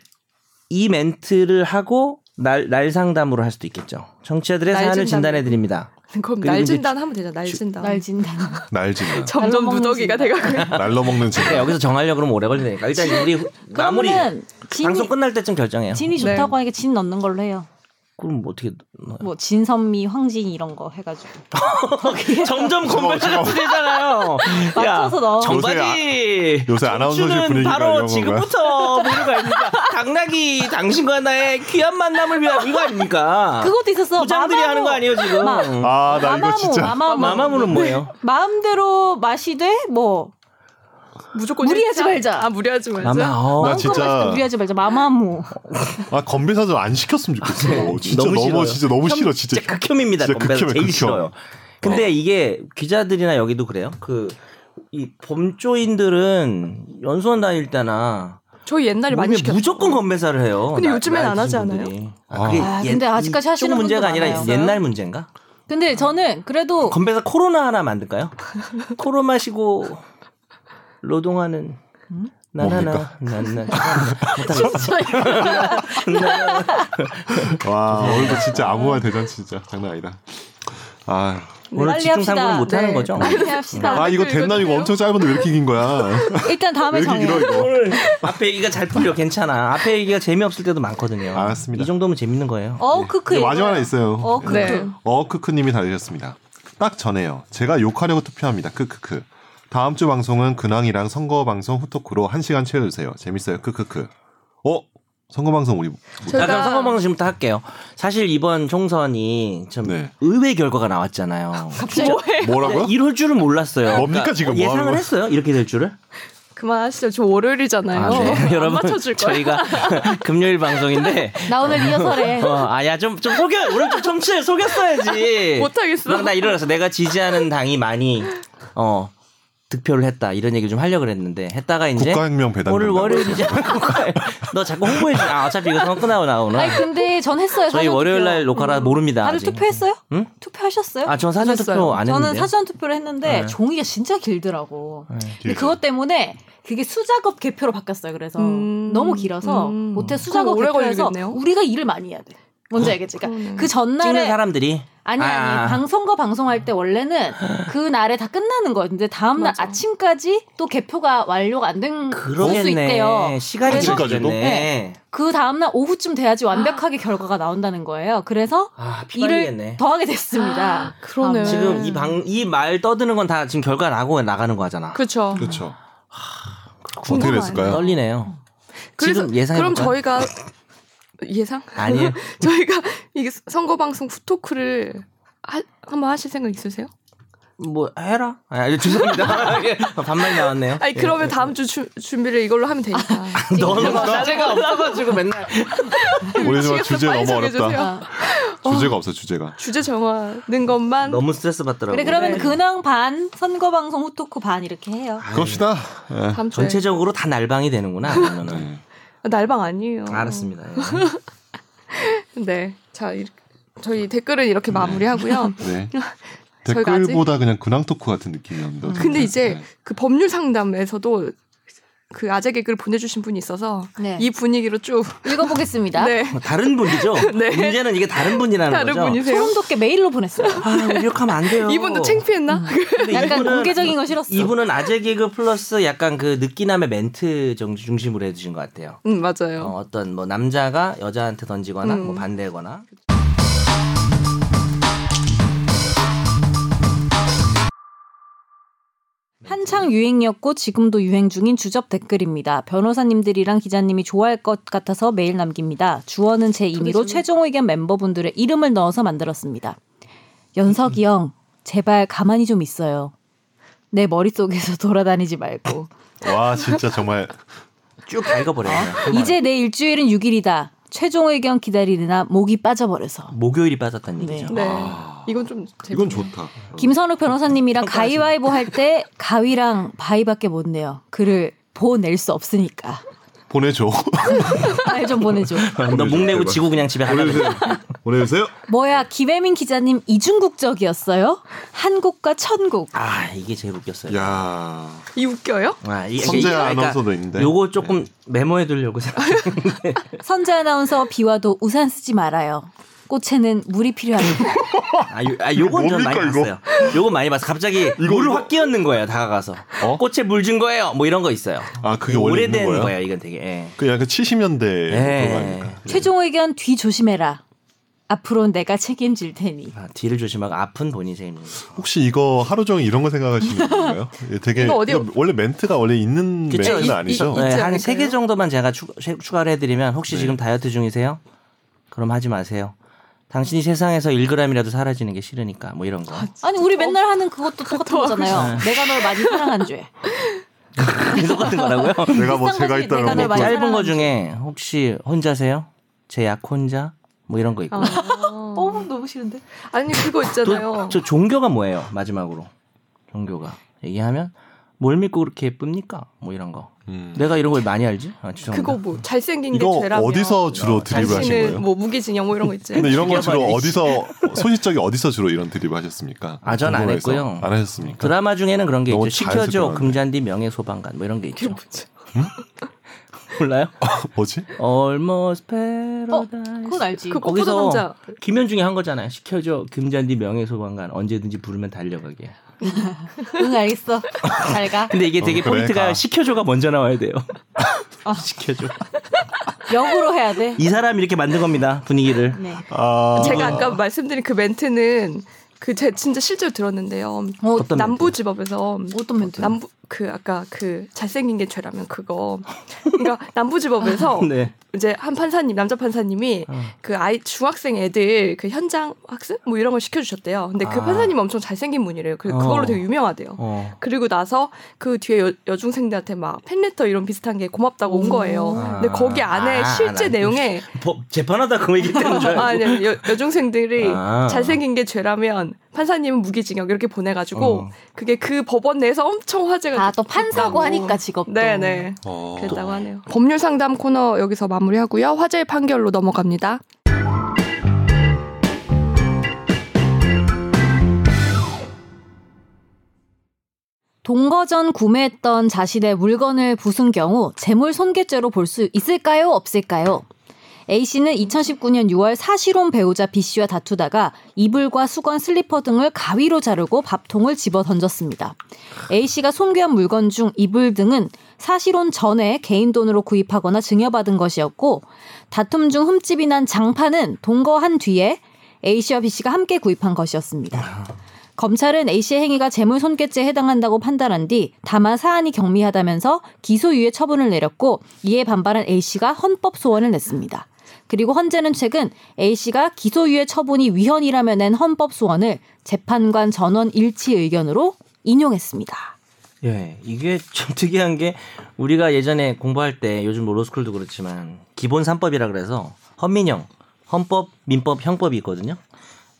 Speaker 4: 이 멘트를 하고 날, 날 상담으로 할 수도 있겠죠. 청취자들의
Speaker 1: 날
Speaker 4: 사연을
Speaker 1: 진단.
Speaker 4: 진단해 드립니다.
Speaker 1: 그럼
Speaker 4: 그리고
Speaker 1: 날
Speaker 4: 이제
Speaker 1: 진단 하면 되잖아. 날 진단.
Speaker 3: 날 진단.
Speaker 2: 날 지나.
Speaker 1: 점점
Speaker 3: 날로 먹는
Speaker 1: 누더기가
Speaker 3: 진단.
Speaker 1: 돼가고. 있-
Speaker 2: 날로 먹는
Speaker 4: 그러니까
Speaker 2: 지나.
Speaker 4: 여기서 정하려고 그러면 오래 걸리니까 일단 우리 후- 마무리
Speaker 3: 그러면은
Speaker 4: 방송
Speaker 3: 진이,
Speaker 4: 끝날 때쯤 결정해요.
Speaker 3: 진이
Speaker 1: 네.
Speaker 3: 좋다고 하니까 진 넣는 걸로 해요.
Speaker 4: 그럼 뭐 어떻게 넣어요?
Speaker 3: 뭐 진선미, 황진 이런 거 해가지고.
Speaker 4: 점점
Speaker 2: 잠깐만.
Speaker 4: 건배를 되잖아요.
Speaker 3: 맞춰서 넣어.
Speaker 4: 정바지.
Speaker 2: 요새 아- 요새 아나운서실
Speaker 4: 청춘은
Speaker 2: 분위기가
Speaker 4: 바로
Speaker 2: 이런 건가요?
Speaker 4: 지금부터 보류가 아닙니까? 당나귀 당신과 나의 귀한 만남을 위한 이거 아닙니까?
Speaker 3: 그것도 있었어.
Speaker 4: 부장들이
Speaker 3: 마마무.
Speaker 4: 하는 거 아니에요 지금?
Speaker 3: 마-
Speaker 2: 아, 나 이거
Speaker 3: 마마무,
Speaker 2: 진짜.
Speaker 3: 마마무.
Speaker 4: 마마무는 뭐예요?
Speaker 3: 마음대로 맛이 돼? 뭐.
Speaker 1: 무조건
Speaker 3: 무리하지
Speaker 1: 진짜?
Speaker 3: 말자.
Speaker 1: 아 무리하지 말자.
Speaker 4: 마마 어.
Speaker 2: 나
Speaker 3: 마음껏
Speaker 2: 진짜-
Speaker 3: 맛있게 우리하지 말자. 마마무.
Speaker 2: 아, 건배사 좀 안 시켰으면 좋겠어. 진짜
Speaker 4: 너무
Speaker 2: 네. 너무,
Speaker 4: 싫어요.
Speaker 2: 진짜 너무 싫어. 진짜.
Speaker 4: 진짜 극혐입니다.
Speaker 2: 진짜
Speaker 4: 건배사
Speaker 2: 극혐이에요,
Speaker 4: 제일
Speaker 2: 극혐.
Speaker 4: 싫어요. 근데 이게 기자들이나 여기도 그래요. 그 이 범조인들은 연수원 다닐 때나
Speaker 1: 저희 옛날에 많이
Speaker 4: 몸에
Speaker 1: 시켰.
Speaker 4: 무조건 건배사를 해요.
Speaker 1: 근데 요즘엔 안 하지
Speaker 4: 드신 분들이. 아,
Speaker 2: 아.
Speaker 4: 그게
Speaker 3: 아,
Speaker 4: 옛-
Speaker 3: 근데 아직까지
Speaker 4: 이쪽
Speaker 3: 하시는
Speaker 4: 문제가
Speaker 3: 분도
Speaker 4: 아니라
Speaker 3: 많아요.
Speaker 4: 옛날 문제인가?
Speaker 3: 근데 저는 그래도
Speaker 4: 건배사 코로나 하나 만들까요? 코로 마시고 노동하는
Speaker 3: 음?
Speaker 4: 나나나 나나
Speaker 2: 와 오늘도 진짜 아무 말 대잔 진짜 장난 아니다. 아,
Speaker 4: 오늘
Speaker 3: 빨리
Speaker 4: 집중 상고는
Speaker 3: 합시다.
Speaker 4: 못 하는
Speaker 1: 네.
Speaker 4: 거죠?
Speaker 3: 빨리 합시다.
Speaker 2: 아 이거
Speaker 1: 댓글
Speaker 2: 됐나 이거
Speaker 1: 읽어주세요.
Speaker 2: 엄청 짧은데 왜 이렇게 긴 거야?
Speaker 3: 일단
Speaker 2: 왜
Speaker 3: 다음에
Speaker 2: 이렇게
Speaker 3: 정해요.
Speaker 2: 길어 이거?
Speaker 4: 오늘 앞에 얘기가 잘 풀려 괜찮아. 앞에 얘기가 재미없을 때도 많거든요.
Speaker 2: 알았습니다.
Speaker 4: 이 정도면 재밌는 거예요.
Speaker 3: 어우 크크.
Speaker 2: 네, 마지막 하나 있어요.
Speaker 3: 그 어 크크.
Speaker 1: 네.
Speaker 2: 어크크님이 달리셨습니다. 딱 전에요. 제가 욕하려고 투표합니다. 크크크. 다음 주 방송은 근황이랑 선거 방송 후토크로 한 시간 채워주세요. 재밌어요. 크크크. 어? 선거 방송 우리
Speaker 4: 자, 그럼
Speaker 1: 제가-
Speaker 4: 선거방송 지금부터 할게요. 사실 이번 총선이 참
Speaker 2: 네.
Speaker 4: 의외 결과가 나왔잖아요. 네,
Speaker 2: 뭐라고요?
Speaker 4: 이럴 줄은 몰랐어요. 그러니까
Speaker 5: 뭡니까, 지금 뭐 하는
Speaker 4: 예상을
Speaker 5: 거야?
Speaker 4: 했어요? 이렇게 될 줄을? 네.
Speaker 1: 그만하시죠. 저 월요일이잖아요. 안
Speaker 4: 여러분
Speaker 1: 맞춰줄 거예요.
Speaker 4: 저희가 금요일 방송인데
Speaker 3: 나 오늘 리허설해.
Speaker 4: 어, 아야 좀 좀 속여 우리 좀 청취해 속였어야지.
Speaker 1: 못하겠어.
Speaker 4: 막 나 일어나서 내가 지지하는 당이 많이 어 득표를 했다 이런 얘기를 좀 하려 그랬는데 했다가 이제
Speaker 2: 국가혁명 배당.
Speaker 4: 오늘
Speaker 2: 된다고.
Speaker 4: 월요일이지 않고 너 자꾸 홍보해 줘. 아 어차피 이거 선거 끝나고 나오나.
Speaker 3: 아니 근데 전 했어요.
Speaker 4: 저희
Speaker 3: 사전
Speaker 4: 월요일
Speaker 3: 투표.
Speaker 4: 날 녹화라 모릅니다.
Speaker 3: 다들
Speaker 4: 아직.
Speaker 3: 투표했어요?
Speaker 4: 응?
Speaker 3: 투표하셨어요?
Speaker 4: 아, 전 사전 투표
Speaker 1: 했어요.
Speaker 4: 안 했는데.
Speaker 3: 저는 사전 투표를 했는데
Speaker 4: 네.
Speaker 3: 종이가 진짜 길더라고. 근데
Speaker 5: 길죠.
Speaker 3: 그것 때문에 그게 수작업 개표로 바뀌었어요. 그래서
Speaker 1: 음.
Speaker 3: 너무 길어서
Speaker 1: 음.
Speaker 3: 못해 수작업
Speaker 1: 그럼 오래
Speaker 3: 개표해서
Speaker 1: 걸리겠네요. 음.
Speaker 3: 우리가 일을 많이 해야 돼. 뭔지 알겠지? 그러니까
Speaker 1: 그러네.
Speaker 3: 그
Speaker 4: 찍는
Speaker 3: 전날에 음,
Speaker 4: 사람들이
Speaker 3: 아니 아니
Speaker 4: 아.
Speaker 3: 방송과 방송할 때 원래는 그 날에 다 끝나는 거였는데 다음 날
Speaker 1: 맞아.
Speaker 3: 아침까지 또 개표가 완료가 안된수 있대요.
Speaker 4: 그러겠네. 시간이
Speaker 3: 그래서-
Speaker 5: 아직까지도?
Speaker 4: 걸리겠네.
Speaker 3: 그 다음 날 오후쯤 돼야지
Speaker 1: 아.
Speaker 3: 완벽하게 결과가 나온다는 거예요. 그래서
Speaker 4: 아,
Speaker 3: 일을
Speaker 4: 피곤했네.
Speaker 3: 더하게
Speaker 1: 아,
Speaker 3: 됐습니다.
Speaker 1: 그러네.
Speaker 4: 지금 이 방 이 말 떠드는 건 다 지금 결과 나고 나가는 거잖아.
Speaker 1: 그렇죠.
Speaker 2: 그렇죠.
Speaker 1: 궁금하네.
Speaker 2: 어떻게 됐을까요?
Speaker 4: 떨리네요.
Speaker 1: 그래서
Speaker 4: 지금 예상해
Speaker 1: 그럼 저희가
Speaker 4: 볼까요?
Speaker 1: 예상?
Speaker 4: 아니에요.
Speaker 1: 저희가 이게 선거 방송 후토크를 하- 한번 하실 생각 있으세요?
Speaker 4: 뭐 해라. 아, 예, 죄송합니다. 예, 반말 나왔네요.
Speaker 1: 아니 그러면 다음 주 주- 준비를 이걸로 하면 되니까.
Speaker 4: 아, 너무 자제가 없어가지고 맨날
Speaker 2: 우리 지금 주제
Speaker 1: 빨리
Speaker 2: 너무 어렵다.
Speaker 1: 정해주세요.
Speaker 3: 아.
Speaker 2: 주제가 없어 주제가.
Speaker 1: 주제 정하는 것만
Speaker 4: 너무 스트레스 받더라고요.
Speaker 3: 그래 그러면
Speaker 1: 네.
Speaker 3: 근황 반 선거 방송 후토크 반 이렇게 해요.
Speaker 2: 그럽시다. 예.
Speaker 1: 다음 주에
Speaker 4: 네. 전체적으로 다 날방이 되는구나. 그러면은.
Speaker 2: 네.
Speaker 1: 날방 아니에요.
Speaker 4: 알았습니다. 예.
Speaker 1: 네. 자, 이- 저희 댓글은 이렇게 마무리하고요.
Speaker 2: 네.
Speaker 1: 저희가 아직-
Speaker 2: 댓글보다 그냥 근황 토크 같은 느낌이었는데. 어떻게
Speaker 1: 근데
Speaker 2: 보면.
Speaker 1: 이제
Speaker 2: 네.
Speaker 1: 그 법률 상담에서도 그 아재 개그를 보내주신 분이 있어서
Speaker 3: 네.
Speaker 1: 이 분위기로 쭉
Speaker 3: 읽어보겠습니다.
Speaker 1: 네.
Speaker 4: 뭐 다른 분이죠.
Speaker 1: 네.
Speaker 4: 문제는 이게 다른 분이라는
Speaker 1: 다른
Speaker 4: 거죠.
Speaker 1: 분이세요?
Speaker 3: 소름 돋게 메일로 보냈어요.
Speaker 4: 아, 이렇게하면 안 돼요.
Speaker 1: 이분도 창피했나?
Speaker 4: 근데
Speaker 3: 약간
Speaker 4: 이분은-
Speaker 3: 공개적인 거 싫었어.
Speaker 4: 이분은 아재 개그 플러스 약간 그 느끼남의 멘트 정- 중심으로 해주신 것 같아요.
Speaker 1: 응 맞아요.
Speaker 4: 어, 떤뭐 남자가 여자한테 던지거나
Speaker 1: 음.
Speaker 4: 뭐 반대거나
Speaker 3: 한창 유행이었고 지금도 유행 중인 주접 댓글입니다. 변호사님들이랑 기자님이 좋아할 것 같아서 메일 남깁니다. 주어는 제 임의로
Speaker 1: 도대체 왜-
Speaker 3: 최종 의견 멤버분들의 이름을 넣어서 만들었습니다. 연석이 형, 제발 가만히 좀 있어요. 내 머릿속에서 돌아다니지 말고.
Speaker 2: 네. 와 진짜 정말
Speaker 4: 쭉 읽어버려요. 그러니까
Speaker 3: 이제 내 일주일은 6일이다. 최종 의견 기다리느라 목이 빠져버려서.
Speaker 4: 목요일이 빠졌다는
Speaker 3: 네.
Speaker 4: 얘기죠.
Speaker 1: 네. 이건 좀
Speaker 2: 아. 이건
Speaker 1: 재밌네요.
Speaker 2: 좋다.
Speaker 3: 김선욱 변호사님이랑 가위바위보 할 때 가위랑 바위밖에 못 내요. 글을 보낼 수 없으니까.
Speaker 2: 보내줘.
Speaker 3: 말 좀 보내줘.
Speaker 4: 아, 너 목 내고 지고 그냥 집에 가라.
Speaker 2: 보내주세요. 네. 보내주세요.
Speaker 3: 뭐야 김혜민 기자님 이중국적이었어요? 한국과 천국.
Speaker 4: 아 이게 제일 웃겼어요.
Speaker 2: 야.
Speaker 1: 이 웃겨요?
Speaker 4: 아, 이-
Speaker 2: 선재
Speaker 4: 그러니까
Speaker 2: 아나운서도 있는데.
Speaker 4: 요거 조금 메모해두려고 생각했는데
Speaker 3: 선재 아나운서 비와도 우산 쓰지 말아요. 꽃에는 물이 필요합니다.
Speaker 4: 아, 요, 아 요건 전 많이
Speaker 2: 뭡니까, 이거?
Speaker 4: 봤어요. 요건 많이 봤어. 요 갑자기 물을 확 끼얹는 거예요. 다가가서 꽃에 물 준 거예요. 뭐 이런 거 있어요.
Speaker 2: 어? 아 그게 원래
Speaker 4: 오래된
Speaker 2: 있는 거예요?
Speaker 4: 거예요. 이건 되게. 예.
Speaker 2: 그 약간 70년대
Speaker 4: 예.
Speaker 2: 그거 아닙니까?
Speaker 3: 최종 의견 뒤 조심해라. 앞으로 내가 책임질 테니.
Speaker 4: 아, 뒤를 조심하고 아픈 본인 생입니다.
Speaker 2: 혹시 이거 하루 종일 이런 거 생각하시는 건가요? 예, 되게
Speaker 1: 이거 어디요?
Speaker 2: 이거 원래 멘트가 원래 있는
Speaker 4: 그쵸,
Speaker 2: 멘트는
Speaker 4: 이-
Speaker 2: 아니죠?
Speaker 1: 있지 이- 않을까요?
Speaker 4: 예, 한세 개 정도만 제가 추, 가를 해드리면 혹시
Speaker 2: 네.
Speaker 4: 지금 다이어트 중이세요? 그럼 하지 마세요. 당신이 세상에서 1g이라도 사라지는 게 싫으니까 뭐 이런 거.
Speaker 3: 아니 우리 맨날 하는 어? 그것도 똑같은 거잖아요. 내가 널 많이 사랑한 죄.
Speaker 4: 똑같은 거라고요?
Speaker 2: 내가 뭐
Speaker 3: 비싼
Speaker 2: 제가
Speaker 3: 거지,
Speaker 2: 있다는
Speaker 3: 내가 널
Speaker 2: 거.
Speaker 3: 많이
Speaker 4: 짧은 거
Speaker 3: 사랑하는
Speaker 4: 중에 혹시 혼자세요? 제 약 혼자? 뭐 이런 거 있고.
Speaker 1: 어,
Speaker 3: 어 너무 싫은데.
Speaker 1: 아니 그거
Speaker 4: 또,
Speaker 1: 있잖아요.
Speaker 4: 저 종교가 뭐예요? 마지막으로 종교가 얘기하면 뭘 믿고 그렇게 예쁩니까? 뭐 이런 거.
Speaker 2: 음.
Speaker 4: 내가 이런 걸 많이 알지? 아, 죄송합니다.
Speaker 1: 그거 뭐 잘생긴 게
Speaker 2: 이거
Speaker 1: 죄라면
Speaker 2: 어디서 주로 드립을 하신 거예요?
Speaker 1: 당신은 뭐 무기징역 뭐 이런 거 있지.
Speaker 2: 근데 이런 걸 주로
Speaker 4: 죽여봐,
Speaker 2: 어디서 소시적이 어디서 주로 이런 드립을 하셨습니까?
Speaker 4: 아, 전안
Speaker 2: 궁금해서.
Speaker 4: 했고요.
Speaker 2: 안 하셨습니까?
Speaker 4: 드라마 중에는 그런 게
Speaker 2: 너무
Speaker 4: 있죠. 시켜줘
Speaker 2: 자연스러운데.
Speaker 4: 금잔디 명예 소방관 뭐 이런 게
Speaker 1: 그게
Speaker 4: 있죠.
Speaker 1: 뭐지?
Speaker 4: 몰라요?
Speaker 2: 뭐지?
Speaker 4: Almost Paradise.
Speaker 3: 어, 그건 알지.
Speaker 1: 그 꽃보다
Speaker 4: 거기서
Speaker 1: 남자.
Speaker 4: 김현중이 한 거잖아요. 시켜줘 금잔디 명예 소방관 언제든지 부르면 달려가게.
Speaker 3: 응 알겠어. 잘 가.
Speaker 4: 근데 이게 되게
Speaker 2: 어, 그래,
Speaker 4: 포인트가
Speaker 2: 가.
Speaker 4: 시켜줘가 먼저 나와야 돼요. 시켜줘.
Speaker 3: 역으로 해야 돼.
Speaker 4: 이 사람이 이렇게 만든 겁니다 분위기를.
Speaker 3: 네.
Speaker 2: 아,
Speaker 1: 제가 아까 말씀드린 그 멘트는 그 제 진짜 실제로 들었는데요. 음,
Speaker 3: 어,
Speaker 4: 어떤
Speaker 1: 남부지법에서 음,
Speaker 3: 뭐 어떤 멘트?
Speaker 1: 남부 그 아까 그 잘생긴 게 죄라면 그거. 그러니까 남부지법에서
Speaker 4: 네.
Speaker 1: 이제 한 판사님 남자 판사님이
Speaker 4: 어.
Speaker 1: 그 아이 중학생 애들 그 현장 학습 뭐 이런 걸 시켜주셨대요. 근데 그
Speaker 4: 아.
Speaker 1: 판사님 엄청 잘생긴 분이래요. 그
Speaker 4: 어.
Speaker 1: 그걸로 되게 유명하대요.
Speaker 4: 어.
Speaker 1: 그리고 나서 그 뒤에 여, 여중생들한테 막 팬레터 이런 비슷한 게 고맙다고 온
Speaker 3: 오.
Speaker 1: 거예요. 근데
Speaker 4: 아.
Speaker 1: 거기 안에
Speaker 4: 아,
Speaker 1: 실제
Speaker 4: 나-
Speaker 1: 내용에
Speaker 4: 법 재판하다 그 얘기 때문에
Speaker 1: 아, 니 여, 여중생들이
Speaker 4: 아.
Speaker 1: 잘생긴 게 죄라면 판사님은 무기징역 이렇게 보내가지고
Speaker 4: 어.
Speaker 1: 그게 그 법원 내에서 엄청 화제가
Speaker 3: 아 또 판사고
Speaker 1: 됐다고.
Speaker 3: 하니까 직업도.
Speaker 1: 네네
Speaker 2: 어,
Speaker 1: 그랬다고 하네요. 법률 상담 코너 여기서 마무리하고요. 화제의 판결로 넘어갑니다.
Speaker 3: 동거 전 구매했던 자신의 물건을 부순 경우 재물 손괴죄로 볼 수 있을까요? 없을까요? A 씨는 2019년 6월 사실혼 배우자 B 씨와 다투다가 이불과 수건, 슬리퍼 등을 가위로 자르고 밥통을 집어 던졌습니다. A 씨가 손괴한 물건 중 이불 등은 사실혼 전에 개인 돈으로 구입하거나 증여받은 것이었고 다툼 중 흠집이 난 장판은 동거한 뒤에 A 씨와 B 씨가 함께 구입한 것이었습니다. 검찰은 A씨의 행위가 재물손괴죄에 해당한다고 판단한 뒤 다만 사안이 경미하다면서 기소유예 처분을 내렸고 이에 반발한 A씨가 헌법 소원을 냈습니다. 그리고 헌재는 최근 A씨가 기소유예 처분이 위헌이라며 낸 헌법 소원을 재판관 전원 일치 의견으로 인용했습니다.
Speaker 4: 예, 이게 참 특이한 게 우리가 예전에 공부할 때 요즘 뭐 로스쿨도 그렇지만 기본 3법이라 그래서 헌민형, 헌법, 민법, 형법이 있거든요.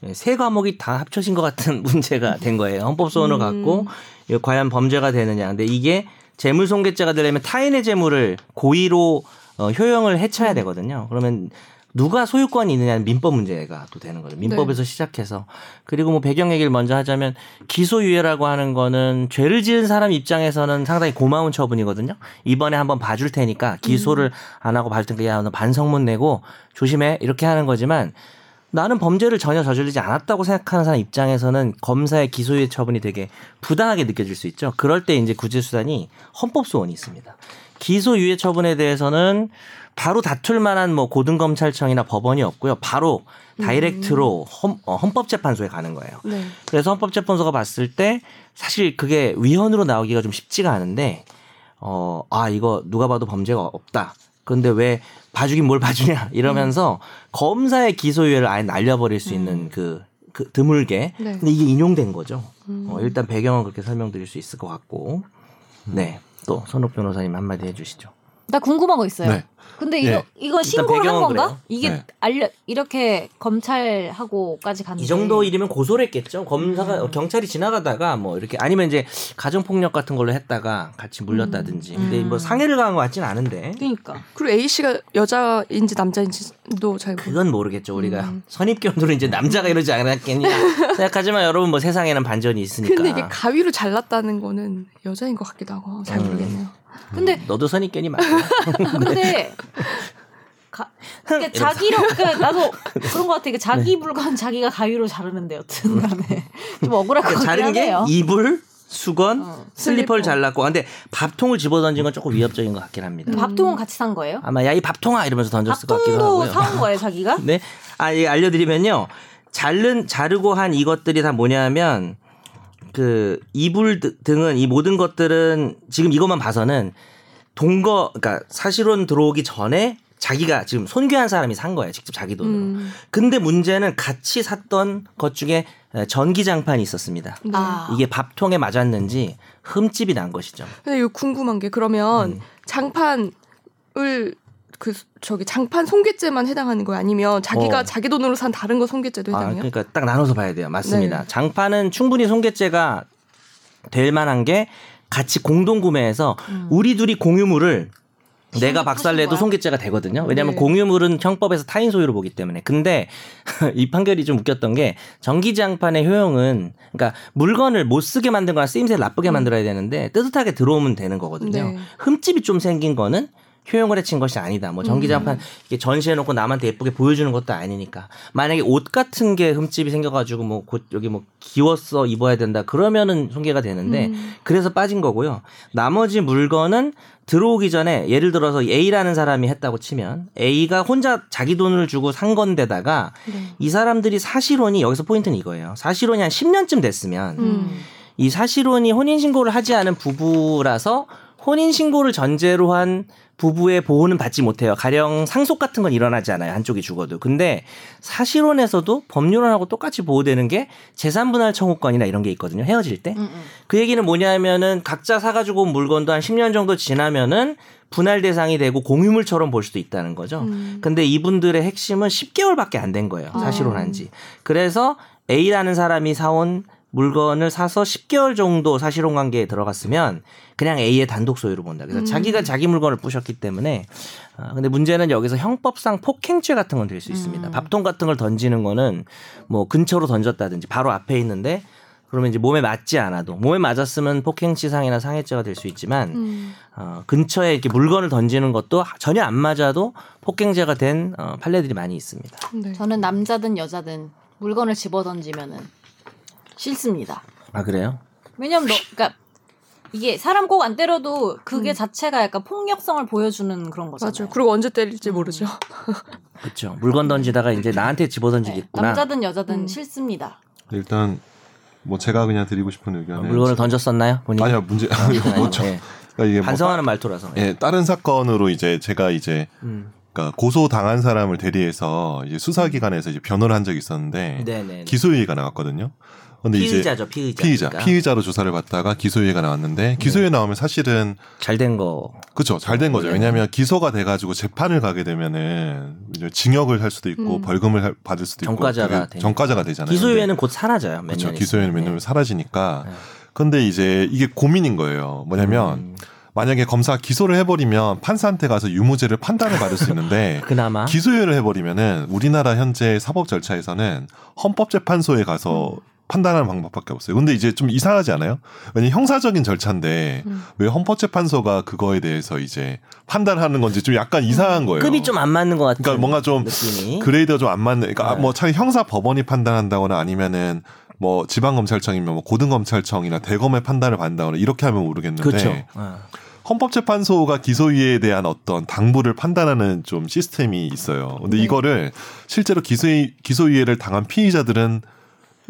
Speaker 4: 예, 세 과목이 다 합쳐진 것 같은 문제가 된 거예요. 헌법 소원을 갖고 이거 과연 범죄가 되느냐. 근데 이게 재물손괴죄가 되려면 타인의 재물을 고의로 어, 효용을 해쳐야 되거든요. 그러면 누가 소유권이 있느냐는 민법 문제가 또 되는 거죠. 민법에서 음. 시작해서 그리고 뭐 배경 얘기를 먼저 하자면 기소유예라고 하는 거는 죄를 지은 사람 입장에서는 상당히 고마운 처분이거든요. 이번에 한번 봐줄 테니까 기소를 안 하고 봐줄 테니까 야너 반성문 내고 조심해 이렇게 하는 거지만 나는 범죄를 전혀 저지르지 않았다고 생각하는 사람 입장에서는 검사의 기소유예 처분이 되게 부당하게 느껴질 수 있죠. 그럴 때 이제 구제수단이 헌법소원이 있습니다. 기소유예 처분에 대해서는 바로 다툴 만한 뭐 고등검찰청이나 법원이 없고요. 바로 다이렉트로 헌, 어, 헌법재판소에 가는 거예요.
Speaker 1: 네.
Speaker 4: 그래서 헌법재판소가 봤을 때 사실 그게 위헌으로 나오기가 좀 쉽지가 않은데 어, 아, 이거 누가 봐도 범죄가 없다. 근데 왜 봐주긴 뭘 봐주냐 이러면서 검사의 기소유예를 아예 날려버릴 수 있는 그, 그 드물게.
Speaker 1: 네.
Speaker 4: 근데 이게 인용된 거죠. 어, 일단 배경은 그렇게 설명드릴 수 있을 것 같고. 네. 또 선욱 변호사님 한마디 해주시죠.
Speaker 3: 나 궁금한 거 있어요.
Speaker 2: 네.
Speaker 3: 근데 이거,
Speaker 2: 예.
Speaker 3: 이거 신고를 한
Speaker 4: 배경은
Speaker 3: 건가?
Speaker 4: 그래요.
Speaker 3: 이게
Speaker 2: 네.
Speaker 3: 알려 이렇게 검찰하고까지
Speaker 1: 음.
Speaker 3: 갔는데
Speaker 4: 이 정도 일이면 고소를 했겠죠. 검사가 경찰이 지나가다가 뭐 이렇게 아니면 이제 가정 폭력 같은 걸로 했다가 같이
Speaker 1: 음.
Speaker 4: 물렸다든지. 근데 뭐 상해를 당한 것 같진 않은데.
Speaker 3: 그러니까
Speaker 1: 그리고 A 씨가 여자인지 남자인지도 잘 모르.
Speaker 4: 그건 모르겠죠. 우리가
Speaker 1: 음.
Speaker 4: 선입견으로 이제 남자가 이러지 않았겠냐 생각하지만 여러분 뭐 세상에는 반전이 있으니까.
Speaker 1: 근데 이게 가위로 잘랐다는 거는 여자인 것 같기도 하고 잘
Speaker 4: 음.
Speaker 1: 모르겠네요.
Speaker 3: 근데
Speaker 4: 너도 선입견이 많아. 그러니까 네.
Speaker 3: 근데 가, 그러니까 자기로 그러니까 나도
Speaker 4: 네.
Speaker 3: 그런 것 같아. 그 자기 물건 자기가 가위로 자르는데 여튼 간에 좀 억울할 것 같긴
Speaker 4: 그러니까 자른 게
Speaker 3: 하네요.
Speaker 4: 이불, 수건,
Speaker 3: 어.
Speaker 4: 슬리퍼를
Speaker 1: 아, 슬리퍼.
Speaker 4: 잘랐고. 근데 밥통을 집어던진 건 조금 위협적인 것 같긴 합니다.
Speaker 3: 밥통은 같이 산 거예요?
Speaker 4: 아마 야 이 밥통아 이러면서 던졌을 것 같기도
Speaker 3: 음. 밥통도
Speaker 4: 하고요.
Speaker 3: 사온 거예요 자기가?
Speaker 4: 네. 아, 예, 알려드리면요. 자른, 자르고 한 이것들이 다 뭐냐면, 그, 이불 드- 등은, 이 모든 것들은, 지금 이것만 봐서는, 동거, 그러니까 사실혼 들어오기 전에 자기가 지금 손괴한 사람이 산 거예요. 직접 자기 돈으로.
Speaker 1: 음.
Speaker 4: 근데 문제는 같이 샀던 것 중에 전기장판이 있었습니다.
Speaker 1: 네.
Speaker 3: 아.
Speaker 4: 이게 밥통에 맞았는지 흠집이 난 것이죠.
Speaker 1: 네. 근데 이거 궁금한 게 그러면
Speaker 4: 음.
Speaker 1: 장판을 그 저기 장판 손괴죄만 해당하는 거예요? 아니면 자기가
Speaker 4: 어.
Speaker 1: 자기 돈으로 산 다른 거 손괴죄도
Speaker 4: 아,
Speaker 1: 해당해요?
Speaker 4: 그러니까 딱 나눠서 봐야 돼요. 맞습니다.
Speaker 1: 네.
Speaker 4: 장판은 충분히 손괴죄가 될 만한 게 같이 공동 구매해서
Speaker 1: 음.
Speaker 4: 우리 둘이 공유물을 내가 박살내도
Speaker 1: 거야?
Speaker 4: 손괴죄가 되거든요. 왜냐하면
Speaker 1: 네.
Speaker 4: 공유물은 형법에서 타인 소유로 보기 때문에. 근데 이 판결이 좀 웃겼던 게 전기장판의 효용은 그러니까 물건을 못 쓰게 만든거나 쓰임새를 나쁘게 만들어야 되는데 뜨뜻하게 들어오면 되는 거거든요.
Speaker 1: 음. 네.
Speaker 4: 흠집이 좀 생긴 거는 효용을 해친 것이 아니다. 뭐 전기장판 이렇게 전시해놓고 남한테 예쁘게 보여주는 것도 아니니까. 만약에 옷 같은 게 흠집이 생겨가지고 뭐 곧 여기 뭐 기워서 입어야 된다. 그러면은 손괴가 되는데 그래서 빠진 거고요. 나머지 물건은 들어오기 전에 예를 들어서 A라는 사람이 했다고 치면 A가 혼자 자기 돈을 주고 산 건데다가 이 사람들이 사실혼이 여기서 포인트는 이거예요. 사실혼이 한 10년쯤 됐으면
Speaker 1: 음.
Speaker 4: 이 사실혼이 혼인신고를 하지 않은 부부라서 혼인신고를 전제로 한 부부의 보호는 받지 못해요. 가령 상속 같은 건 일어나지 않아요. 한쪽이 죽어도. 근데 사실혼에서도 법률혼하고 똑같이 보호되는 게 재산분할 청구권이나 이런 게 있거든요. 헤어질 때. 그 얘기는 뭐냐면은 각자 사가지고 온 물건도 한 10년 정도 지나면은 분할 대상이 되고 공유물처럼 볼 수도 있다는 거죠. 근데 이분들의 핵심은 10개월밖에 안 된 거예요. 사실혼 한지. 그래서 A라는 사람이 사온 물건을 사서 10개월 정도 사실혼 관계에 들어갔으면 그냥 A의 단독 소유로 본다. 그래서 자기가 자기 물건을 부셨기 때문에 아, 근데 문제는 여기서 형법상 폭행죄 같은 건 될 수 있습니다. 밥통 같은 걸 던지는 거는 뭐 근처로 던졌다든지 바로 앞에 있는데 그러면 이제 몸에 맞지 않아도 몸에 맞았으면 폭행치상이나 상해죄가 될 수 있지만
Speaker 3: 음.
Speaker 1: 음.
Speaker 4: 어, 근처에 이렇게 물건을 던지는 것도 전혀 안 맞아도 폭행죄가 된 어, 판례들이 많이 있습니다.
Speaker 1: 네.
Speaker 3: 저는 남자든 여자든 물건을 집어 던지면은 싫습니다.
Speaker 4: 아 그래요?
Speaker 3: 왜냐면 너, 그러니까 이게 사람 꼭 안 때려도 그게 자체가 약간 폭력성을 보여주는 그런 거잖아요.
Speaker 1: 맞아요. 그리고 언제 때릴지
Speaker 3: 음.
Speaker 1: 모르죠.
Speaker 4: 그렇죠. 물건 던지다가 이제 나한테
Speaker 3: 네,
Speaker 4: 집어던지겠구나.
Speaker 3: 남자든 여자든
Speaker 1: 음.
Speaker 3: 싫습니다.
Speaker 2: 일단 뭐 제가 그냥 드리고 싶은
Speaker 4: 어,
Speaker 2: 의견은
Speaker 4: 물건을 던졌었나요? 본인
Speaker 2: 그렇죠. 아니야 문제 뭐죠?
Speaker 4: 네.
Speaker 2: 그러니까 이게 뭐
Speaker 4: 반성하는 말투라서.
Speaker 2: 예, 다른 사건으로 이제 제가 이제
Speaker 4: 음.
Speaker 2: 그러니까 고소 당한 사람을 대리해서 이제 수사기관에서 이제 변호를 한 적이 있었는데
Speaker 4: 네네.
Speaker 2: 기소유예가 나왔거든요. 근데 이제
Speaker 4: 피의자죠. 피의자.
Speaker 2: 피의자
Speaker 4: 그러니까.
Speaker 2: 피의자로 조사를 받다가 기소유예가 나왔는데 기소유예 나오면 사실은
Speaker 4: 잘된 거.
Speaker 2: 그렇죠 잘 된 거죠.
Speaker 4: 네.
Speaker 2: 왜냐하면 기소가 돼가지고 재판을 가게 되면은 이제 징역을 할 수도 있고 벌금을 할- 받을 수도 있고
Speaker 4: 음. 전과자가
Speaker 2: 그게
Speaker 4: 되니까.
Speaker 2: 전과자가 되잖아요.
Speaker 4: 기소유예는 곧 사라져요. 몇
Speaker 2: 그렇죠
Speaker 4: 년
Speaker 2: 기소유예는
Speaker 4: 있으면.
Speaker 2: 왜냐면 사라지니까.
Speaker 4: 네.
Speaker 2: 근데 이제 이게 고민인 거예요. 뭐냐면
Speaker 4: 음.
Speaker 2: 만약에 검사가 기소를 해버리면 판사한테 가서 유무죄를 판단을 받을 수 있는데
Speaker 4: 네. 그나마
Speaker 2: 기소유예를 해버리면은 우리나라 현재 사법 절차에서는 헌법재판소에
Speaker 4: 음.
Speaker 2: 가서 판단하는 방법밖에 없어요. 근데 이제 좀 이상하지 않아요? 왜냐면 형사적인 절차인데
Speaker 4: 음.
Speaker 2: 왜 헌법재판소가 그거에 대해서 이제 판단하는 건지 좀 약간 이상한 거예요.
Speaker 4: 음. 급이 좀 안 맞는 것 같은.
Speaker 2: 그러니까 뭔가 좀
Speaker 4: 느낌이.
Speaker 2: 그레이드가 좀 안 맞는 그러니까 아,
Speaker 4: 네.
Speaker 2: 뭐 차라리 형사 법원이 판단한다거나 아니면은 뭐 지방검찰청이면 뭐 고등검찰청이나 대검의 판단을 받는다거나 이렇게 하면 모르겠는데
Speaker 4: 그렇죠. 어.
Speaker 2: 헌법재판소가 기소유예에 대한 어떤 당부를 판단하는 좀 시스템이 있어요. 근데
Speaker 4: 네.
Speaker 2: 이거를 실제로 기소유, 기소유예를 당한 피의자들은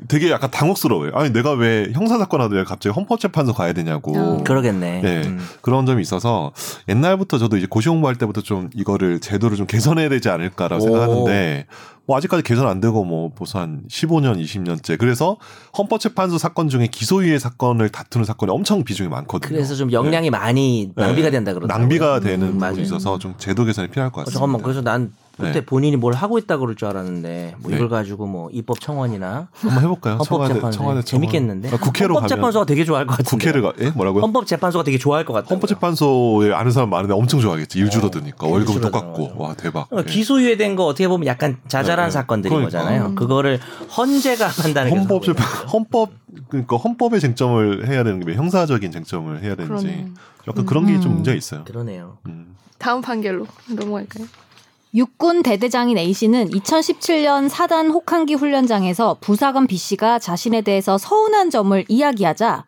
Speaker 2: 되게 약간 당혹스러워요. 아니 내가 왜 형사사건 하더니 갑자기 헌법재판소 가야 되냐고.
Speaker 1: 어.
Speaker 4: 그러겠네.
Speaker 2: 예,
Speaker 4: 음.
Speaker 2: 그런 점이 있어서 옛날부터 저도 이제 고시공부할 때부터 좀 이거를 제도를 좀 개선해야 되지 않을까라고
Speaker 4: 오.
Speaker 2: 생각하는데 뭐 아직까지 개선 안 되고 뭐 벌써 한 15년, 20년째 그래서 헌법재판소 사건 중에 기소유예 사건을 다투는 사건이 엄청 비중이 많거든요.
Speaker 4: 그래서 좀 영향이 많이
Speaker 2: 네.
Speaker 4: 낭비가 된다 그러더라고요.
Speaker 2: 낭비가 되는
Speaker 4: 음,
Speaker 2: 부분이
Speaker 4: 맞아요.
Speaker 2: 있어서 좀 제도 개선이 필요할 것
Speaker 4: 어,
Speaker 2: 같습니다.
Speaker 4: 잠깐만 그래서 난 그때
Speaker 2: 네.
Speaker 4: 본인이 뭘 하고 있다 그럴 줄 알았는데 뭐
Speaker 2: 네.
Speaker 4: 이걸 가지고 뭐 입법 청원이나
Speaker 2: 한번 해볼까요? 청와대,
Speaker 4: 헌법재판소
Speaker 2: 청와대 청원.
Speaker 4: 재밌겠는데
Speaker 2: 아, 국회로 가면
Speaker 4: 헌법재판소가 되게 좋아할 것 같은데
Speaker 2: 국회를 가? 예, 뭐라고요?
Speaker 4: 헌법재판소가 되게 좋아할 것 같아요.
Speaker 2: 헌법재판소에 아는 사람 많은데 엄청 좋아하겠지. 일 줄어드니까
Speaker 4: 어,
Speaker 2: 월급
Speaker 4: 일
Speaker 2: 똑같고
Speaker 4: 줄어들어가지고.
Speaker 2: 와 대박.
Speaker 4: 그러니까
Speaker 2: 예.
Speaker 4: 기소유예된 거 어떻게 보면 약간 자잘한
Speaker 2: 네, 네.
Speaker 4: 사건들인
Speaker 2: 그러니까.
Speaker 4: 거잖아요. 그거를 헌재가 판단을 계속 하고
Speaker 2: 헌법재
Speaker 4: 있는
Speaker 2: 헌법 그러니까 헌법의 쟁점을 해야 되는 게 왜 형사적인 쟁점을 해야 되는지
Speaker 1: 그러네요.
Speaker 2: 약간 그런 게 좀 문제가 있어요.
Speaker 4: 그러네요.
Speaker 2: 음.
Speaker 1: 다음 판결로 넘어갈까요?
Speaker 3: 육군 대대장인 A 씨는 2017년 사단 혹한기 훈련장에서 부사관 B 씨가 자신에 대해서 서운한 점을 이야기하자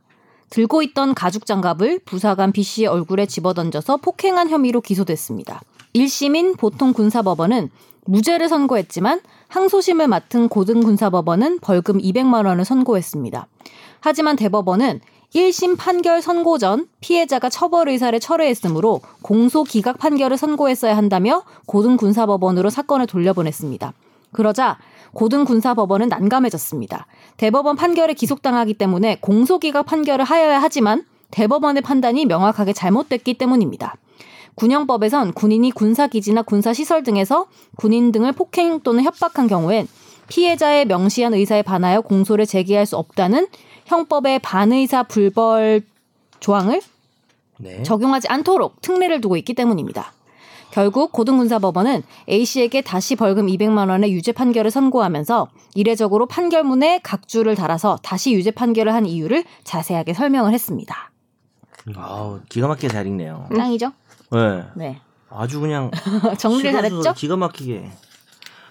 Speaker 3: 들고 있던 가죽 장갑을 부사관 B 씨의 얼굴에 집어던져서 폭행한 혐의로 기소됐습니다. 1심인 보통 군사법원은 무죄를 선고했지만 항소심을 맡은 고등군사법원은 벌금 200만 원을 선고했습니다. 하지만 대법원은 1심 판결 선고 전 피해자가 처벌 의사를 철회했으므로 공소 기각 판결을 선고했어야 한다며 고등군사법원으로 사건을 돌려보냈습니다. 그러자 고등군사법원은 난감해졌습니다. 대법원 판결에 기속당하기 때문에 공소 기각 판결을 하여야 하지만 대법원의 판단이 명확하게 잘못됐기 때문입니다. 군형법에선 군인이 군사기지나 군사시설 등에서 군인 등을 폭행 또는 협박한 경우엔 피해자의 명시한 의사에 반하여 공소를 제기할 수 없다는 형법의 반의사 불벌 조항을
Speaker 4: 네.
Speaker 3: 적용하지 않도록 특례를 두고 있기 때문입니다. 결국 고등군사법원은 A씨에게 다시 벌금 200만 원의 유죄 판결을 선고하면서 이례적으로 판결문에 각주를 달아서 다시 유죄 판결을 한 이유를 자세하게 설명을 했습니다.
Speaker 4: 아우 기가 막히게 잘 읽네요.
Speaker 3: 땅이죠?
Speaker 4: 네.
Speaker 3: 네.
Speaker 4: 아주 그냥
Speaker 3: 정리를
Speaker 4: 씹어줘서
Speaker 3: 잘했죠?
Speaker 4: 기가 막히게.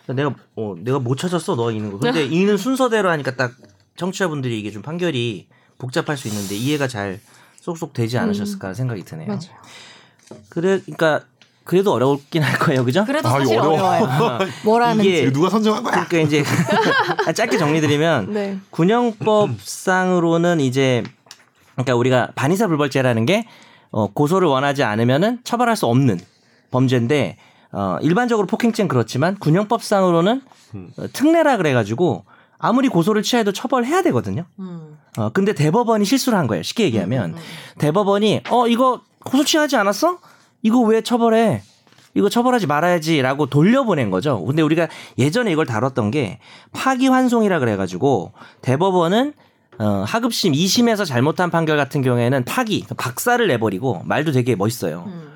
Speaker 4: 내가 어, 내가 못 찾았어 너 읽는 거. 근데 읽는 순서대로 하니까 딱 청취자분들이 이게 좀 판결이 복잡할 수 있는데 이해가 잘 쏙쏙 되지
Speaker 3: 음.
Speaker 4: 않으셨을까 하는 생각이 드네요.
Speaker 1: 맞아요.
Speaker 4: 그래, 그러니까 그래도 어렵긴 할 거예요, 그죠?
Speaker 3: 그래도
Speaker 2: 아,
Speaker 3: 사실
Speaker 2: 이거 어려워.
Speaker 3: 어려워요. 뭐라는지.
Speaker 4: 이게
Speaker 2: 이거 누가 선정한 거야?
Speaker 4: 그러니까 이제 아, 짧게 정리드리면
Speaker 1: 네.
Speaker 4: 군형법상으로는 이제 그러니까 우리가 반의사 불벌죄라는 게 어, 고소를 원하지 않으면은 처벌할 수 없는 범죄인데 어, 일반적으로 폭행죄는 그렇지만 군형법상으로는 어, 특례라 그래가지고 아무리 고소를 취해도 처벌해야 되거든요.
Speaker 3: 음.
Speaker 4: 어, 근데 대법원이 실수를 한 거예요. 쉽게 얘기하면 대법원이 어 이거 고소 취하지 않았어? 이거 왜 처벌해? 이거 처벌하지 말아야지라고 돌려보낸 거죠. 근데 우리가 예전에 이걸 다뤘던 게 파기환송이라 그래가지고 대법원은 어, 하급심 2심에서 잘못한 판결 같은 경우에는 파기 박살을 내버리고 말도 되게 멋있어요.
Speaker 3: 음.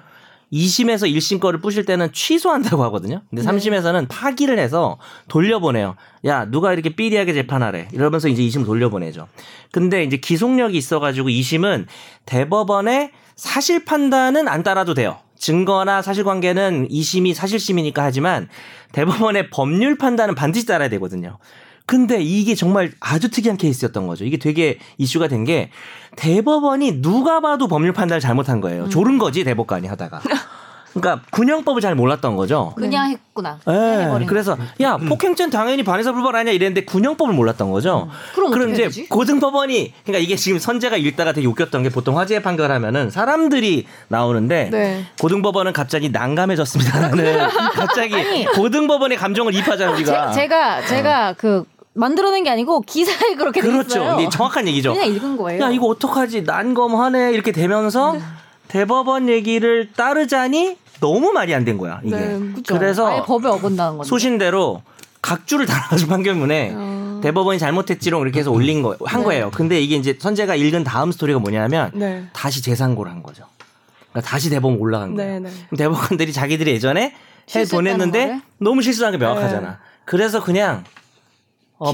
Speaker 4: 2심에서 1심 거를 부실 때는 취소한다고 하거든요. 근데 3심에서는 파기를 해서 돌려보내요. 야, 누가 이렇게 삐리하게 재판하래. 이러면서 이제 2심 돌려보내죠. 근데 이제 기속력이 있어가지고 2심은 대법원의 사실 판단은 안 따라도 돼요. 증거나 사실관계는 2심이 사실심이니까 하지만 대법원의 법률 판단은 반드시 따라야 되거든요. 근데 이게 정말 아주 특이한 케이스였던 거죠. 이게 되게 이슈가 된 게 대법원이 누가 봐도 법률 판단을 잘못한 거예요.
Speaker 3: 음.
Speaker 4: 조른 거지 대법관이 하다가. 그러니까 군형법을 잘 몰랐던 거죠.
Speaker 3: 그냥 했구나.
Speaker 4: 예,
Speaker 3: 그냥 음. 해버린 음.
Speaker 4: 네. 그래서 야 폭행죄는 당연히 반의사 불벌 아니야 이랬는데 군형법을 몰랐던
Speaker 3: 음.
Speaker 4: 거죠.
Speaker 3: 그럼 어떻게
Speaker 4: 이제
Speaker 3: 해야 되지?
Speaker 4: 고등법원이 그러니까 이게 지금 선재가 읽다가 되게 웃겼던 게 보통 화재 판결하면은 사람들이 나오는데
Speaker 1: 네.
Speaker 4: 고등법원은 갑자기 난감해졌습니다. 나는 갑자기 고등법원의 감정을 입하자 우리가. 어.
Speaker 3: 제, 제가 제가 그 만들어낸 게 아니고 기사에 그렇게 돼
Speaker 4: 그렇죠.
Speaker 3: 있어요.
Speaker 4: 이게 정확한 얘기죠.
Speaker 3: 그냥 읽은 거예요.
Speaker 4: 야 이거 어떡하지 난검하네 이렇게 되면서 대법원 얘기를 따르자니 너무 말이 안 된 거야 이게
Speaker 1: 네,
Speaker 3: 그죠? 그렇죠. 아예
Speaker 4: 그래서
Speaker 3: 법에 어긋나는 건데.
Speaker 4: 소신대로 각주를 달아가지고 판결문에
Speaker 1: 어.
Speaker 4: 대법원이 잘못했지롱 이렇게 해서 올린 거
Speaker 3: 네.
Speaker 4: 한 거예요 근데 이게 이제 선재가 읽은 다음 스토리가 뭐냐면
Speaker 1: 네.
Speaker 4: 다시 재상고를 한 거죠 그러니까 다시 대법원 올라간 거예요
Speaker 1: 네, 네.
Speaker 4: 그럼 대법관들이 자기들이 예전에 해
Speaker 3: 실수했다는
Speaker 4: 보냈는데
Speaker 3: 거를? 네.
Speaker 4: 너무 실수한 게 명확하잖아 그래서 그냥 어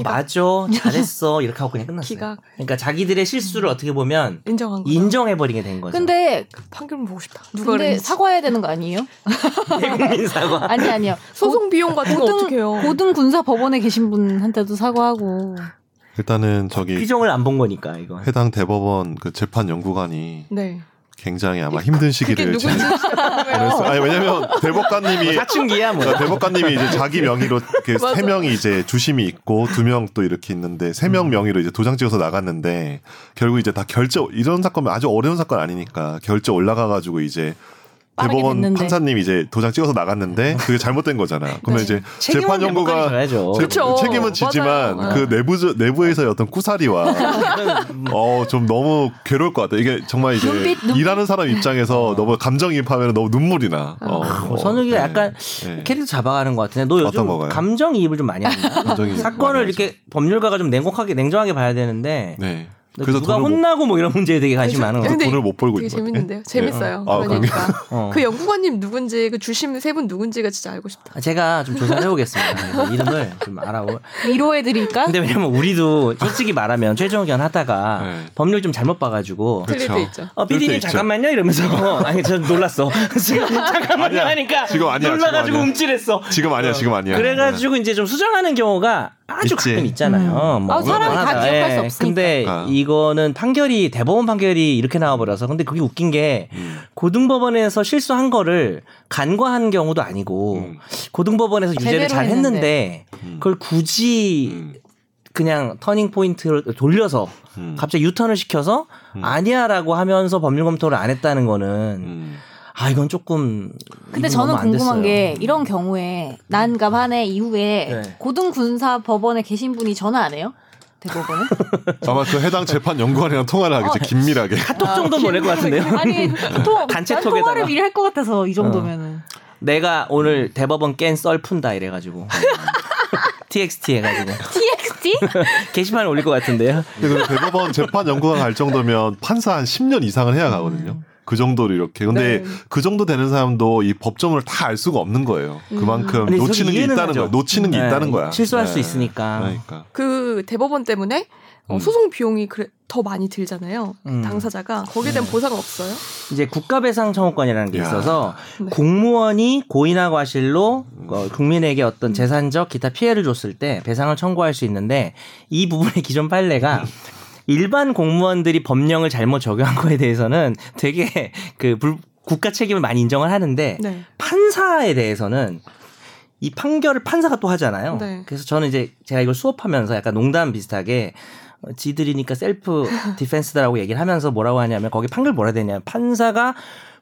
Speaker 4: 맞아 잘했어 이렇게 하고 그냥 끝났어요
Speaker 1: 기각.
Speaker 4: 그러니까 자기들의 실수를 어떻게 보면
Speaker 1: 인정한 거.
Speaker 4: 인정해버리게 된 거죠.
Speaker 3: 근데
Speaker 1: 판결문 보고 싶다. 누가
Speaker 3: 근데
Speaker 1: 그랬는지.
Speaker 3: 사과해야 되는 거 아니에요?
Speaker 4: 대국민 사과.
Speaker 3: 아니 아니요.
Speaker 1: 소송 비용 같은 거 어떻게 해요?
Speaker 3: 고등 군사 법원에 계신 분한테도 사과하고
Speaker 2: 일단은 저기
Speaker 4: 규정을 안 본 거니까 이거.
Speaker 2: 해당 대법원 그 재판 연구관이
Speaker 1: 네.
Speaker 2: 굉장히 아마 힘든
Speaker 1: 그게
Speaker 2: 시기를
Speaker 1: 누군지
Speaker 2: 지금
Speaker 1: 궁금해요.
Speaker 2: 보냈어요. 아니 왜냐면 대법관님이
Speaker 4: 사춘기야 뭐.
Speaker 2: 그러니까 대법관님이 이제 자기 명의로 이렇게 세 명이 이제 주심이 있고 두 명 또 이렇게 있는데 세
Speaker 3: 음.
Speaker 2: 명 명의로 이제 도장 찍어서 나갔는데 결국 이제 다 결제 이런 사건은 아주 어려운 사건 아니니까 결제 올라가가지고 이제
Speaker 3: 빠르게
Speaker 2: 대법원
Speaker 3: 됐는데. 네.
Speaker 2: 판사님 이제 도장 찍어서 나가는데 그게 잘못된 거잖아. 그러면 이제 재판 연구가
Speaker 4: 져야죠.
Speaker 2: 제-
Speaker 1: 그쵸.
Speaker 2: 책임은 지지만
Speaker 1: 맞아요.
Speaker 3: 네.
Speaker 2: 그 내부 내부에서의 어떤 쿠사리와 어 좀 너무 괴로울 것 같아. 이게 정말 이제
Speaker 3: 눈빛, 눈빛.
Speaker 2: 일하는 사람 입장에서 너무 감정이입하면 너무 눈물이 나. 어,
Speaker 3: 아.
Speaker 4: 어, 선욱이가
Speaker 2: 네.
Speaker 4: 약간
Speaker 2: 네.
Speaker 4: 캐릭터 잡아가는 것 같은데 너
Speaker 2: 어떤
Speaker 4: 요즘
Speaker 2: 거가요? 네.
Speaker 4: 감정 이입을 좀 많이 한다.
Speaker 2: 감정이
Speaker 4: 사건을
Speaker 2: 많이
Speaker 4: 이렇게 법률가가 좀 냉혹하게 냉정하게 봐야 되는데
Speaker 2: 네.
Speaker 4: 너 누가
Speaker 2: 돈을 못-
Speaker 4: 혼나고 뭐 이런 문제에 되게 관심 이 많은 거
Speaker 2: 그래서
Speaker 4: 같아.
Speaker 1: 근데
Speaker 2: 돈을 못 벌고
Speaker 1: 되게
Speaker 2: 있는 거지.
Speaker 1: 재밌는데요. 재밌어요.
Speaker 2: 아,
Speaker 1: 그러니까
Speaker 4: 어.
Speaker 1: 그 연구관님 누군지 그 주심 세 분 누군지가 진짜 알고 싶다.
Speaker 4: 아, 제가 좀 조사를 해보겠습니다. 그래서 이름을 좀 알아보.
Speaker 3: 위로해 드릴까?
Speaker 4: 근데 왜냐면 우리도 솔직히 말하면 최종 의견 하다가
Speaker 2: 네.
Speaker 4: 법률 좀 잘못 봐가지고
Speaker 1: 틀릴 때 있죠.
Speaker 4: 어,
Speaker 2: 그럴 때
Speaker 4: PD님
Speaker 2: 있죠.
Speaker 4: 잠깐만요 이러면서 어, 아니 전 놀랐어 지금 잠깐만요
Speaker 2: 아니야.
Speaker 4: 하니까
Speaker 2: 지금 아니야, 지금
Speaker 4: 놀라가지고
Speaker 2: 아니야.
Speaker 4: 움찔했어
Speaker 2: 지금 아니야, 지금 아니야.
Speaker 4: 그래가지고 이제 좀 수정하는 경우가 아주
Speaker 2: 예. 있지.
Speaker 4: 가끔 있잖아요 뭐
Speaker 3: 아, 사람이 다
Speaker 4: 하다.
Speaker 3: 기억할 수
Speaker 4: 예.
Speaker 3: 없으니까.
Speaker 4: 근데
Speaker 2: 아.
Speaker 4: 이거는 판결이 대법원 판결이 이렇게 나와버려서 근데 그게 웃긴 게
Speaker 2: 음.
Speaker 4: 고등법원에서 실수한 거를 간과한 경우도 아니고
Speaker 2: 음.
Speaker 4: 고등법원에서
Speaker 3: 제대로
Speaker 4: 유죄를 잘 했는데,
Speaker 2: 음.
Speaker 4: 그걸 굳이
Speaker 2: 음.
Speaker 4: 그냥 터닝 포인트를 돌려서
Speaker 2: 음.
Speaker 4: 갑자기 유턴을 시켜서 아니야라고 하면서 법률 검토를 안 했다는 거는
Speaker 2: 음.
Speaker 4: 아 이건 조금
Speaker 3: 근데
Speaker 4: 이건
Speaker 3: 저는
Speaker 4: 너무 안
Speaker 3: 궁금한
Speaker 4: 됐어요.
Speaker 3: 게 이런 경우에 난감 한해 이후에
Speaker 4: 네.
Speaker 3: 고등 군사 법원에 계신 분이 전화 안 해요? 대법원에?
Speaker 2: 아마 그 해당 재판 연구원이랑 통화를 하겠지 긴밀하게.
Speaker 4: 카톡 정도 보낼 것 같은데요.
Speaker 3: 아, 아니 통
Speaker 4: 단체
Speaker 3: 난
Speaker 4: 톡에다가. 어.
Speaker 3: 통화를 미리 할 것 같아서 이 정도면은
Speaker 4: 내가 오늘 대법원 깬 썰 푼다 이래가지고 TXT 해가지고
Speaker 3: 뭐지?
Speaker 4: 게시판에 올릴 것 같은데요.
Speaker 2: 근데 그럼 대법원 재판 연구가 갈 정도면 판사 한 10년 이상을 해야 가거든요. 그 정도로 이렇게. 근데
Speaker 1: 네.
Speaker 2: 그 정도 되는 사람도 이 법정을 다 알 수가 없는 거예요. 그만큼
Speaker 4: 근데
Speaker 2: 놓치는 게
Speaker 4: 이해는
Speaker 2: 있다는
Speaker 4: 하죠.
Speaker 2: 거야. 놓치는 게
Speaker 4: 네,
Speaker 2: 있다는 거야.
Speaker 4: 실수할 수
Speaker 2: 네.
Speaker 4: 있으니까.
Speaker 2: 그러니까.
Speaker 1: 그 대법원 때문에 어,
Speaker 2: 음.
Speaker 1: 소송 비용이 그래- 더 많이 들잖아요. 그
Speaker 4: 음.
Speaker 1: 당사자가 거기에 대한 보상 없어요?
Speaker 4: 이제 국가배상청구권이라는 게
Speaker 2: 야.
Speaker 4: 있어서
Speaker 1: 네.
Speaker 4: 공무원이 고의나 과실로 어, 국민에게 어떤 재산적 기타 피해를 줬을 때 배상을 청구할 수 있는데 이 부분의 기존 판례가 일반 공무원들이 법령을 잘못 적용한 거에 대해서는 되게 그 불- 국가 책임을 많이 인정을 하는데
Speaker 1: 네.
Speaker 4: 판사에 대해서는 이 판결을 판사가 또 하잖아요.
Speaker 1: 네.
Speaker 4: 그래서 저는 이제 제가 이걸 수업하면서 약간 농담 비슷하게 어, 지들이니까 셀프 디펜스다라고 얘기를 하면서 뭐라고 하냐면 거기 판결 뭐라 되냐 판사가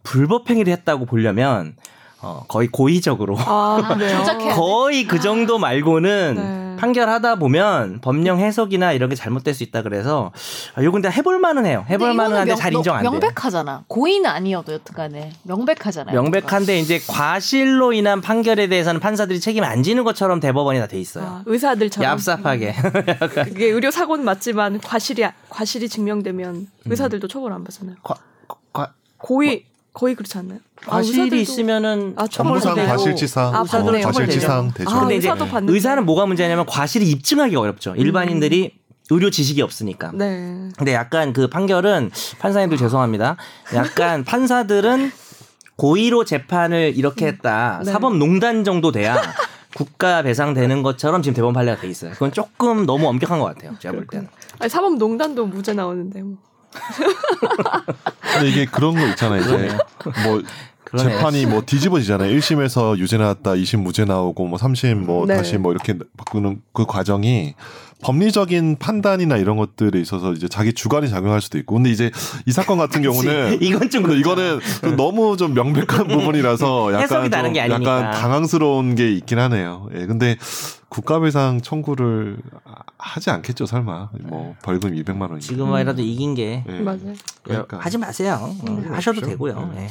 Speaker 4: 불법행위를 했다고 보려면 어, 거의 고의적으로
Speaker 1: 아, 그래요?
Speaker 3: 조작해야
Speaker 4: 거의 그 정도 말고는
Speaker 1: 네.
Speaker 4: 판결하다 보면 법령 해석이나 이런 게 잘못될 수 있다 그래서 아, 요 근데 해볼 만은 해요. 해볼 만은 한데 잘 인정 안 돼요.
Speaker 3: 명백하잖아. 고의는 아니어도 여튼간에 명백하잖아요.
Speaker 4: 명백한데 이제 과실로 인한 판결에 대해서는 판사들이 책임 안 지는 것처럼 대법원이 다 돼 있어요.
Speaker 1: 아, 의사들처럼
Speaker 4: 얍삽하게.
Speaker 1: 그게 의료 사고는 맞지만 과실이 과실이 증명되면 의사들도 처벌 안 받잖아요.
Speaker 4: 과- 과-
Speaker 1: 거의 거의 그렇지 않나요? 아, 의사들도-
Speaker 4: 과실이 있으면은
Speaker 1: 아,
Speaker 4: 처벌
Speaker 1: 전부상
Speaker 2: 전부상
Speaker 1: 되고.
Speaker 2: 과실치상,
Speaker 1: 아,
Speaker 2: 어,
Speaker 1: 법정에
Speaker 2: 과실치상 되죠.
Speaker 1: 아,
Speaker 4: 근데 이제
Speaker 1: 의사도 받는
Speaker 4: 의사는 뭐가 문제냐면 과실이 입증하기 가 어렵죠. 일반인들이 의료 지식이 없으니까.
Speaker 1: 네. 아.
Speaker 4: 근데 약간 그 판결은 판사님들 죄송합니다. 약간 판사들은 고의로 재판을 이렇게 했다.
Speaker 1: 네.
Speaker 4: 사법농단 정도 돼야 국가 배상되는 것처럼 지금 대법원 판례가 돼 있어요. 그건 조금 너무 엄격한 것 같아요. 제가 볼
Speaker 2: 그러니까
Speaker 4: 때는.
Speaker 1: 아니, 사법농단도 무죄 나오는데 뭐.
Speaker 2: 근데 이게 그런 거 있잖아요. 이제 뭐
Speaker 4: 그러네요.
Speaker 2: 재판이 뭐 뒤집어지잖아요. 1심에서 유죄 나왔다, 2심 무죄 나오고 뭐 3심 뭐
Speaker 1: 네.
Speaker 2: 다시 뭐 이렇게 바꾸는 그 과정이 법리적인 판단이나 이런 것들에 있어서 이제 자기 주관이 작용할 수도 있고. 근데 이제 이 사건 같은 경우는
Speaker 4: 이건 좀 그렇죠.
Speaker 2: 근데 이거는 좀 너무 좀 명백한 부분이라서 약간
Speaker 4: 해석이 다른
Speaker 2: 좀
Speaker 4: 게 아니니까.
Speaker 2: 약간 당황스러운 게 있긴 하네요. 예, 근데 국가배상 청구를 하지 않겠죠, 설마. 뭐 벌금 200만 원.
Speaker 4: 지금이라도 이긴 게
Speaker 2: 예.
Speaker 1: 맞아요.
Speaker 2: 그러니까.
Speaker 4: 하지 마세요. 어, 하셔도 되고요.
Speaker 2: 네.
Speaker 4: 예.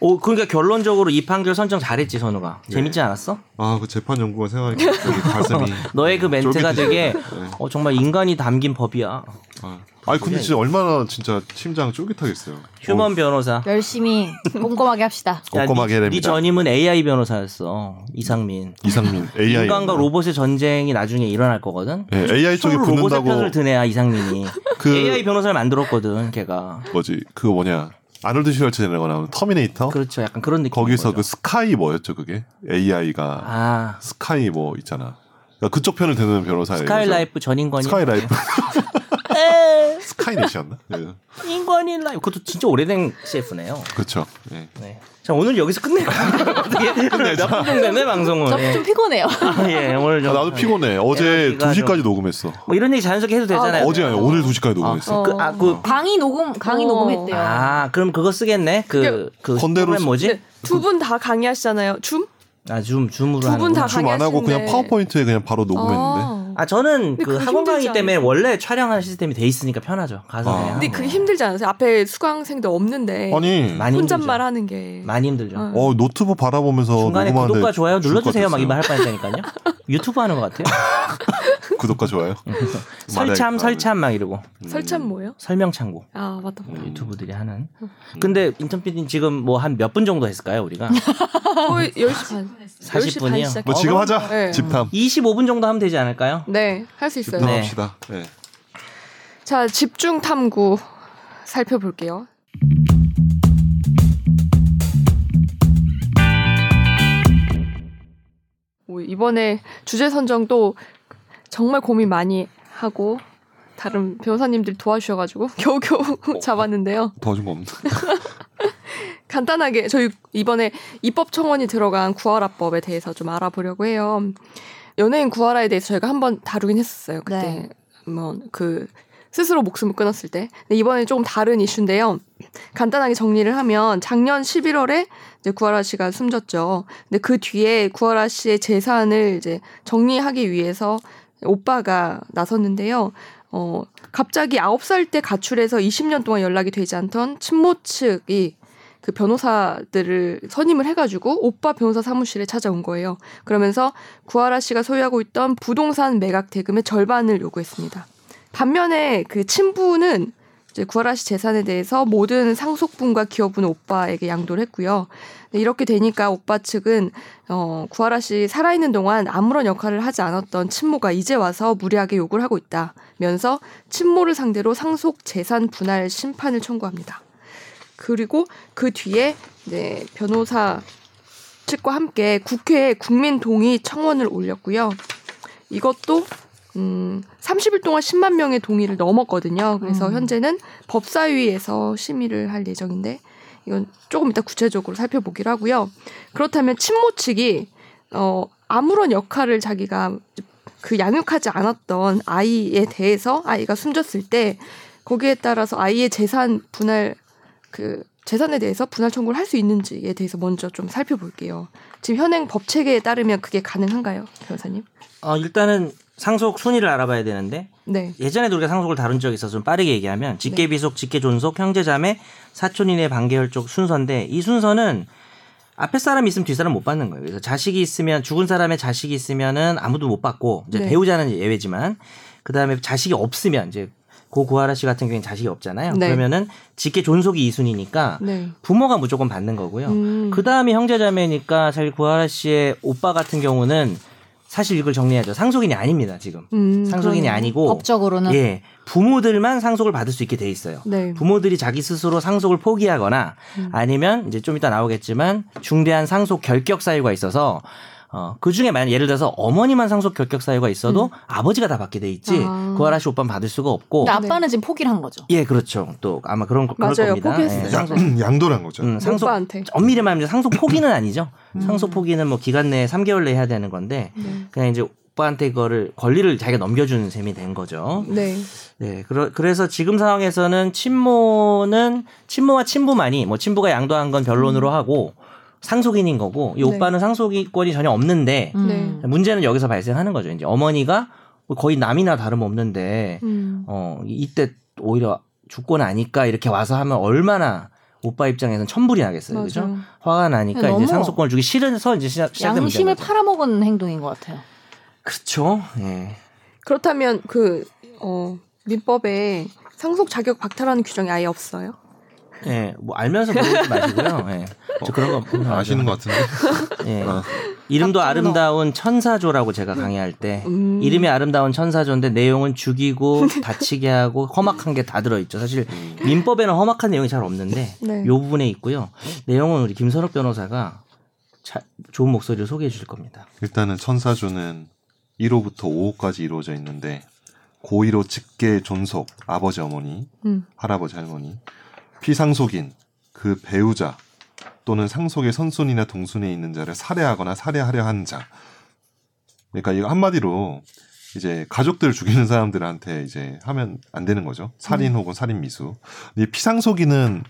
Speaker 4: 오, 그러니까 결론적으로 이 판결 선정 잘했지 선우가
Speaker 2: 네.
Speaker 4: 재밌지 않았어?
Speaker 2: 아, 그 재판 연구원 생각하니까 되게 가슴이.
Speaker 4: 너의 그 멘트가
Speaker 2: 쫄깃해지네.
Speaker 4: 되게
Speaker 2: 음, 네.
Speaker 4: 어, 정말 인간이 담긴 법이야.
Speaker 2: 아, 아니, 근데 진짜 얼마나 진짜 심장 쫄깃하겠어요.
Speaker 4: 휴먼 변호사.
Speaker 3: 열심히 꼼꼼하게 합시다.
Speaker 2: 뭐, 꼼꼼하게 해야
Speaker 4: 야, 네, 네
Speaker 2: 됩니다. 음,
Speaker 4: 전임은 AI 변호사였어 이상민.
Speaker 2: 이상민 AI.
Speaker 4: 인간과 로봇의 전쟁이 나중에 일어날 거거든.
Speaker 2: 예, AI 쪽이
Speaker 4: 서로 로봇의
Speaker 2: 붙는다고
Speaker 4: 편을 드네야 이상민이.
Speaker 2: 그-
Speaker 4: AI 변호사를 만들었거든 걔가.
Speaker 2: 뭐지? 그거 뭐냐? 아놀드 슈왈츠제네거 나오는 터미네이터.
Speaker 4: 그렇죠. 약간 그런 느낌.
Speaker 2: 거기서 그 스카이 뭐였죠 그게 AI가
Speaker 4: 아
Speaker 2: 스카이 뭐 있잖아 그러니까 그쪽 편을 드는 변호사예요
Speaker 4: 스카이라이프 전인권이.
Speaker 2: 스카이 라이프 스카이넷이었나 예,
Speaker 4: 인권인 라이프 그것도 진짜 오래된 CF네요.
Speaker 2: 그렇죠 예.
Speaker 4: 네. 자 오늘 여기서 끝낼까요? 몇분 정도네 방송을.
Speaker 3: 좀, 좀 피곤해요.
Speaker 4: 아, 예 오늘
Speaker 2: 아,
Speaker 4: 좀.
Speaker 2: 나도 피곤해 어제
Speaker 4: 에너지가
Speaker 2: 2시까지 녹음했어
Speaker 4: 뭐 이런 얘기 자연스럽게 해도 되잖아요.
Speaker 2: 어제 아니 오늘 2시까지 녹음했어
Speaker 1: 어.
Speaker 4: 그, 아, 그,
Speaker 3: 강의 녹음 강의
Speaker 1: 어.
Speaker 3: 녹음했대요.
Speaker 4: 아 그럼 그거 쓰겠네. 그, 그
Speaker 2: 건대로
Speaker 4: 프로그램 뭐지?
Speaker 1: 근데 네, 두 분 다 강의하시잖아요. 줌?
Speaker 4: 아 줌, 줌으로
Speaker 1: 두
Speaker 4: 하는.
Speaker 1: 분 다
Speaker 2: 줌 안 하고 그냥
Speaker 1: 강의하시는데.
Speaker 2: 파워포인트에 그냥 바로 녹음했는데
Speaker 1: 아.
Speaker 4: 아 저는
Speaker 1: 근데
Speaker 4: 그
Speaker 1: 그거
Speaker 4: 학원
Speaker 1: 힘들지
Speaker 4: 강의 때문에 원래 촬영하는 시스템이 돼 있으니까 편하죠. 가서
Speaker 2: 아.
Speaker 4: 해요.
Speaker 1: 근데 그게 힘들지 않으세요? 앞에 수강생도 없는데
Speaker 2: 아니
Speaker 4: 많이
Speaker 1: 혼잣말
Speaker 4: 힘들죠.
Speaker 1: 하는 게
Speaker 4: 많이 힘들죠.
Speaker 1: 어.
Speaker 2: 어 노트북 바라보면서
Speaker 4: 중간에
Speaker 2: 녹음하는데
Speaker 4: 구독과 좋아요
Speaker 2: 죽을
Speaker 4: 눌러주세요
Speaker 2: 것 같았어요.
Speaker 4: 막 이말 할 뻔했다니까요. 유튜브 하는 것 같아요.
Speaker 2: 구독과 좋아요
Speaker 4: 음. 설참
Speaker 2: 말해야겠다.
Speaker 4: 설참 막 이러고
Speaker 1: 설참 뭐예요?
Speaker 4: 설명 창고
Speaker 1: 아 맞다.
Speaker 2: 음.
Speaker 4: 뭐 유튜브들이 하는. 음. 근데 인턴 PD 는 지금 뭐 한 몇 분 정도 했을까요 우리가?
Speaker 1: 거의 10시 반.
Speaker 4: 40
Speaker 1: 10시 반
Speaker 4: 분이요?
Speaker 1: 시작.
Speaker 2: 뭐 지금 하자
Speaker 1: 네.
Speaker 2: 집탐
Speaker 4: 25분 정도 하면 되지 않을까요?
Speaker 1: 네, 할 수 있어요.
Speaker 4: 네.
Speaker 2: 집탐합시다 예.
Speaker 1: 자, 집중 탐구 살펴볼게요. 오, 이번에 주제 선정도 정말 고민 많이 하고 다른 변호사님들 도와주셔가지고 겨우겨우 잡았는데요.
Speaker 2: 도와준 거 없나
Speaker 1: 간단하게 저희 이번에 입법 청원이 들어간 구하라법에 대해서 좀 알아보려고 해요. 연예인 구하라에 대해서 저희가 한번 다루긴 했었어요. 그때
Speaker 3: 네.
Speaker 1: 뭐 그 스스로 목숨을 끊었을 때. 근데 이번에 조금 다른 이슈인데요. 간단하게 정리를 하면 작년 11월에 이제 구하라 씨가 숨졌죠. 근데 그 뒤에 구하라 씨의 재산을 이제 정리하기 위해서 오빠가 나섰는데요. 어, 갑자기 9살 때 가출해서 20년 동안 연락이 되지 않던 친모 측이 그 변호사들을 선임을 해가지고 오빠 변호사 사무실에 찾아온 거예요. 그러면서 구하라 씨가 소유하고 있던 부동산 매각 대금의 절반을 요구했습니다. 반면에 그 친부는 이제 구하라 씨 재산에 대해서 모든 상속분과 기여분 오빠에게 양도를 했고요. 근데 이렇게 되니까 오빠 측은 어, 구하라 씨 살아있는 동안 아무런 역할을 하지 않았던 친모가 이제 와서 무리하게 요구를 하고 있다면서 친모를 상대로 상속 재산 분할 심판을 청구합니다. 그리고 그 뒤에 이제 변호사 측과 함께 국회에 국민 동의 청원을 올렸고요. 이것도 음, 30일 동안 10만 명의 동의를 넘었거든요. 그래서
Speaker 3: 음.
Speaker 1: 현재는 법사위에서 심의를 할 예정인데 이건 조금 이따 구체적으로 살펴보기로 하고요. 그렇다면 친모 측이 어, 아무런 역할을 자기가 그 양육하지 않았던 아이에 대해서 아이가 숨졌을 때 거기에 따라서 아이의 재산 분할 그 재산에 대해서 분할 청구를 할 수 있는지에 대해서 먼저 좀 살펴볼게요. 지금 현행 법 체계에 따르면 그게 가능한가요, 변호사님?
Speaker 4: 어, 일단은 상속 순위를 알아봐야 되는데
Speaker 1: 네.
Speaker 4: 예전에도 우리가 상속을 다룬 적이 있어서 좀 빠르게 얘기하면 직계비속, 직계존속, 형제자매, 사촌이네 반계혈족 순서인데 이 순서는 앞에 사람이 있으면 뒷사람 못 받는 거예요. 그래서 자식이 있으면 죽은 사람의 자식이 있으면은 아무도 못 받고 이제
Speaker 1: 네.
Speaker 4: 배우자는 예외지만 그다음에 자식이 없으면 이제 고 구하라 씨 같은 경우에는 자식이 없잖아요.
Speaker 1: 네.
Speaker 4: 그러면은 직계 존속이 이순위니까
Speaker 1: 네.
Speaker 4: 부모가 무조건 받는 거고요.
Speaker 1: 음.
Speaker 4: 그 다음에 형제자매니까 사실 구하라 씨의 오빠 같은 경우는 사실 이걸 정리하죠. 상속인이 아닙니다, 지금.
Speaker 1: 음,
Speaker 4: 상속인이
Speaker 1: 그러네요.
Speaker 4: 아니고
Speaker 3: 법적으로는
Speaker 4: 예. 부모들만 상속을 받을 수 있게 돼 있어요.
Speaker 1: 네. 음.
Speaker 4: 부모들이 자기 스스로 상속을 포기하거나 아니면 이제 좀 이따 나오겠지만 중대한 상속 결격 사유가 있어서 어, 그 중에 만약 예를 들어서 어머니만 상속 결격 사유가 있어도 아버지가 다 받게 돼 있지
Speaker 1: 음. 아.
Speaker 4: 구하라 씨 오빠는 받을 수가 없고
Speaker 3: 근데 아빠는 지금 포기를 한 거죠.
Speaker 4: 예 그렇죠 또 아마 그런 거 그럴
Speaker 1: 맞아요.
Speaker 4: 겁니다
Speaker 1: 포기했어요.
Speaker 4: 예, 상속
Speaker 2: 양, 양도란 거죠.
Speaker 4: 음, 상속
Speaker 1: 오빠한테.
Speaker 4: 엄밀히 말하면 상속 포기는 아니죠 상속 포기는 뭐 기간 내에 3개월 내에 해야 되는 건데
Speaker 1: 음. 네.
Speaker 4: 그냥 이제 오빠한테 그거를 권리를 자기가 넘겨주는 셈이 된 거죠.
Speaker 1: 네.
Speaker 4: 네, 그러, 그래서 지금 상황에서는 친모는 친모와 친부만이 뭐 친부가 양도한 건 변론으로 하고 상속인인 거고 이
Speaker 1: 음. 네.
Speaker 4: 오빠는 상속인권이 전혀 없는데
Speaker 3: 음.
Speaker 1: 네.
Speaker 4: 문제는 여기서 발생하는 거죠. 이제 어머니가 거의 남이나 다름없는데
Speaker 1: 음.
Speaker 4: 어 이- 이때 오히려 죽고 나니까 이렇게 와서 하면 얼마나 오빠 입장에서는 천불이 나겠어요, 그죠?
Speaker 1: 맞아요.
Speaker 4: 화가 나니까
Speaker 3: 네, 너무
Speaker 4: 이제 상속권을 주기 싫어서 이제 시작 시작된 문제인
Speaker 3: 양심을
Speaker 4: 거죠.
Speaker 3: 팔아먹은 행동인 것 같아요.
Speaker 4: 그렇죠. 예.
Speaker 1: 그렇다면 그 어, 민법에 상속 자격 박탈하는 규정이 아예 없어요?
Speaker 4: 예, 뭐 알면서 모르지 마시고요. 예. 저 그런 거
Speaker 2: 아시는 것 같은데.
Speaker 4: 예.
Speaker 2: 아.
Speaker 4: 이름도
Speaker 3: 깜짝 놀라.
Speaker 4: 아름다운 천사조라고 제가 강의할 때
Speaker 1: 음.
Speaker 4: 이름이 아름다운 천사조인데 내용은 죽이고
Speaker 3: 네.
Speaker 4: 다치게 하고 험악한 게 다 들어있죠. 사실
Speaker 2: 음.
Speaker 4: 민법에는 험악한 내용이 잘 없는데
Speaker 1: 네.
Speaker 4: 요 부분에 있고요. 내용은 우리 김선욱 변호사가 자- 좋은 목소리로 소개해 주실 겁니다.
Speaker 2: 일단은 천사조는 1호부터 5호까지 이루어져 있는데 고1호 직계 존속 아버지 어머니
Speaker 1: 음.
Speaker 2: 할아버지 할머니 피상속인 그 배우자 또는 상속의 선손이나 동순에 있는 자를 살해하거나 살해하려 한 자. 그러니까 이거 한마디로 이제 가족들 죽이는 사람들한테 이제 하면 안 되는 거죠.
Speaker 4: 음.
Speaker 2: 살인 혹은 살인 미수. 이 피상속인은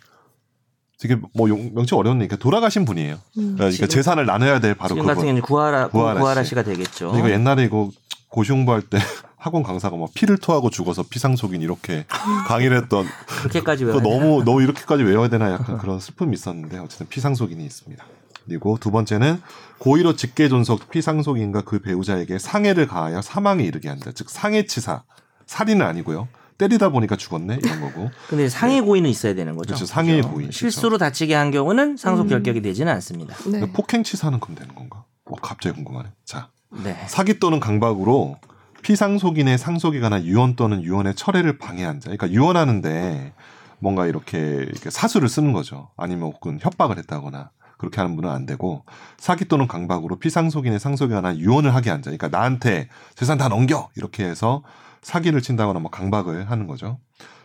Speaker 2: 되게 뭐 용- 명칭 어려운데 그러니까 돌아가신 분이에요.
Speaker 1: 음.
Speaker 2: 그러니까
Speaker 4: 음, 지금-
Speaker 2: 재산을 나눠야 될 바로
Speaker 4: 지금
Speaker 2: 그분.
Speaker 4: 같은 경우는 구하라, 구-
Speaker 2: 구하라
Speaker 4: 구하라,
Speaker 2: 씨.
Speaker 4: 씨가 되겠죠.
Speaker 2: 근데 이거 옛날에 이거 고시 공부할 때 학원 강사가 막 피를 토하고 죽어서 피상속인 이렇게 강의를 했던
Speaker 4: 그렇게까지
Speaker 2: 그거
Speaker 4: 외워.
Speaker 2: 너무 너무 이렇게까지 외워야 되나 약간 그런 슬픔이 있었는데 어쨌든 피상속인이 있습니다. 그리고 두 번째는 고의로 직계존속 피상속인과 그 배우자에게 상해를 가하여 사망에 이르게 한다. 즉 상해치사 살인은 아니고요. 때리다 보니까 죽었네 이런 거고
Speaker 4: 근데 상해 고의는 있어야 되는 거죠.
Speaker 2: 네. 그렇죠. 상해
Speaker 4: 그죠?
Speaker 2: 고의.
Speaker 4: 실수로 다치게 한 경우는 상속
Speaker 1: 음.
Speaker 4: 결격이 되지는 않습니다.
Speaker 1: 네.
Speaker 2: 폭행치사는 그럼 되는 건가? 어, 갑자기 궁금하네. 자
Speaker 4: 네.
Speaker 2: 사기 또는 강박으로 피상속인의 상속에 관한 유언 또는 유언의 철회를 방해한 자. 그러니까 유언하는데 뭔가 이렇게 이렇게 사수를 쓰는 거죠. 아니면 혹은 협박을 했다거나 그렇게 하는 분은 안 되고 사기 또는 강박으로 피상속인의 상속에 관한 유언을 하게 한 자. 그러니까 나한테 재산 다 넘겨 이렇게 해서 사기를 친다거나 뭐 강박을 하는 거죠.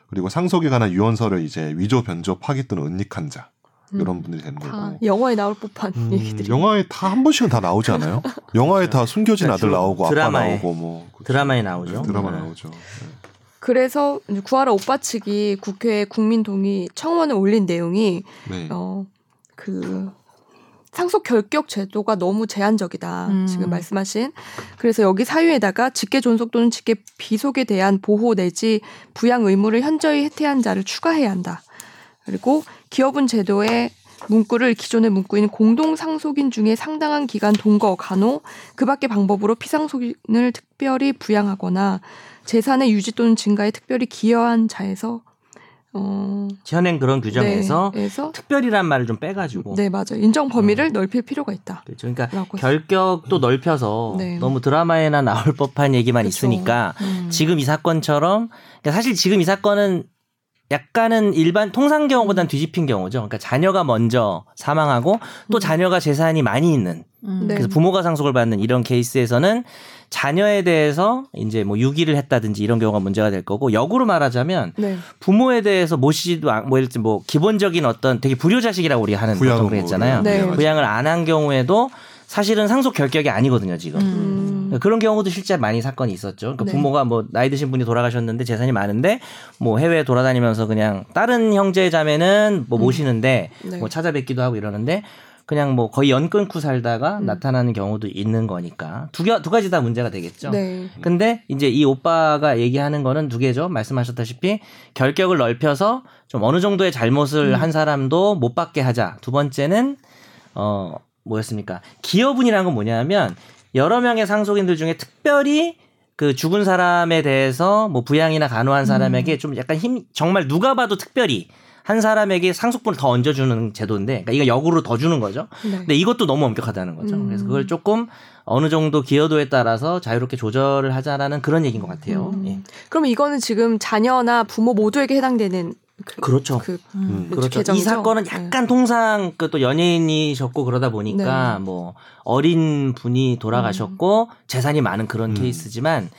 Speaker 2: 그리고 상속에 관한 유언서를 이제 위조, 변조, 파기 또는 은닉한 자. 이런 분들이 되는
Speaker 1: 다
Speaker 2: 거고.
Speaker 1: 영화에 나올 법한
Speaker 2: 음,
Speaker 1: 얘기들이.
Speaker 2: 영화에 다 한 번씩은 다 나오지 않아요? 영화에 다 숨겨진
Speaker 4: 그러니까
Speaker 2: 아들
Speaker 4: 주로
Speaker 2: 나오고 아빠
Speaker 4: 드라마에.
Speaker 2: 나오고 뭐 그렇죠.
Speaker 4: 드라마에 나오죠.
Speaker 2: 네, 드라마
Speaker 4: 네.
Speaker 2: 나오죠.
Speaker 1: 그래서 이제 구하라 오빠 측이 국회에 국민 동의 청원을 올린 내용이
Speaker 2: 네.
Speaker 1: 어 그 상속 결격 제도가 너무 제한적이다.
Speaker 3: 음.
Speaker 1: 지금 말씀하신. 그래서 여기 사유에다가 직계 존속 또는 직계 비속에 대한 보호 내지 부양 의무를 현저히 해태한 자를 추가해야 한다. 그리고 기업은 제도에 문구를 기존의 문구인 공동상속인 중에 상당한 기간 동거, 간호, 그 밖의 방법으로 피상속인을 특별히 부양하거나 재산의 유지 또는 증가에 특별히 기여한 자에서 어,
Speaker 4: 현행 그런 규정에서
Speaker 1: 네, 에서
Speaker 4: 특별이란 말을 좀 빼가지고
Speaker 1: 네 맞아요. 인정 범위를 넓힐 필요가 있다.
Speaker 4: 그렇죠. 그러니까
Speaker 1: 라고
Speaker 4: 결격도 넓혀서
Speaker 1: 음. 네.
Speaker 4: 너무 드라마에나 나올 법한 얘기만
Speaker 1: 그쵸.
Speaker 4: 있으니까
Speaker 1: 음.
Speaker 3: 음.
Speaker 4: 지금 이 사건처럼 그러니까 사실 지금 이 사건은 약간은 일반 통상 경우보단 뒤집힌 경우죠. 그러니까 자녀가 먼저 사망하고
Speaker 1: 음.
Speaker 4: 또 자녀가 재산이 많이 있는
Speaker 3: 음.
Speaker 1: 네.
Speaker 4: 그래서 부모가 상속을 받는 이런 케이스에서는 자녀에 대해서 이제 뭐 유기를 했다든지 이런 경우가 문제가 될 거고 역으로 말하자면
Speaker 1: 네.
Speaker 4: 부모에 대해서 모시지도 않- 뭐 예를 들면 뭐 기본적인 어떤 되게 불효자식이라고 우리가 하는
Speaker 2: 부양 뭐
Speaker 4: 보통 그랬잖아요.
Speaker 1: 네.
Speaker 4: 부양을 안 한 경우에도 사실은 상속 결격이 아니거든요 지금
Speaker 1: 음.
Speaker 4: 그런 경우도 실제 많이 사건이 있었죠 그러니까
Speaker 1: 네.
Speaker 4: 부모가 뭐 나이 드신 분이 돌아가셨는데 재산이 많은데 뭐 해외 돌아다니면서 그냥 다른 형제 자매는 뭐 모시는데
Speaker 1: 음. 네.
Speaker 4: 뭐 찾아뵙기도 하고 이러는데 그냥 뭐 거의 연 끊고 살다가
Speaker 1: 음.
Speaker 4: 나타나는 경우도 있는 거니까 두, 개- 두 가지 다 문제가 되겠죠
Speaker 1: 네.
Speaker 4: 근데 이제 이 오빠가 얘기하는 거는 두 개죠. 말씀하셨다시피 결격을 넓혀서 좀 어느 정도의 잘못을 한 사람도 못 받게 하자. 두 번째는 어 뭐였습니까? 기여분이라는 건 뭐냐면 여러 명의 상속인들 중에 특별히 그 죽은 사람에 대해서 뭐 부양이나 간호한 사람에게 좀 약간 힘 정말 누가 봐도 특별히 한 사람에게 상속분을 더 얹어주는 제도인데 그러니까 이거 역으로 더 주는 거죠.
Speaker 1: 네.
Speaker 4: 근데 이것도 너무 엄격하다는 거죠.
Speaker 1: 음.
Speaker 4: 그래서 그걸 조금 어느 정도 기여도에 따라서 자유롭게 조절을 하자라는 그런 얘기인 것 같아요.
Speaker 1: 음.
Speaker 4: 예.
Speaker 1: 그럼 이거는 지금 자녀나 부모 모두에게 해당되는 그,
Speaker 4: 그렇죠.
Speaker 1: 그
Speaker 3: 음.
Speaker 1: 그
Speaker 4: 그렇죠. 이
Speaker 1: 계정이죠?
Speaker 4: 사건은
Speaker 1: 네.
Speaker 4: 약간 통상 그 또 연예인이 적고 그러다 보니까
Speaker 1: 네.
Speaker 4: 뭐 어린 분이 돌아가셨고
Speaker 1: 음.
Speaker 4: 재산이 많은 그런
Speaker 2: 음.
Speaker 4: 케이스지만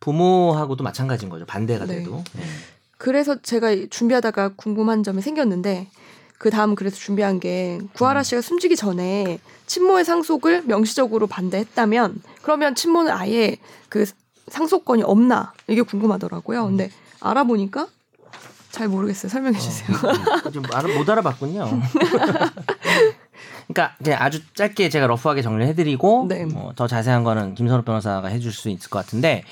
Speaker 4: 부모하고도 마찬가지인 거죠. 반대가
Speaker 1: 네.
Speaker 4: 돼도. 예.
Speaker 1: 그래서 제가 이- 준비하다가 궁금한 점이 생겼는데 그 다음 그래서 준비한 게
Speaker 4: 음.
Speaker 1: 구하라 씨가 숨지기 전에 친모의 상속을 명시적으로 반대했다면 그러면 친모는 아예 그 상속권이 없나 이게 궁금하더라고요.
Speaker 4: 음.
Speaker 1: 근데 알아보니까 잘 모르겠어요. 설명해 주세요.
Speaker 4: 어, 좀 알아, 못 알아봤군요. 그러니까 그냥 아주 짧게 제가 러프하게 정리해드리고
Speaker 1: 네.
Speaker 4: 뭐더 자세한 거는 김선호 변호사가 해줄 수 있을 것 같은데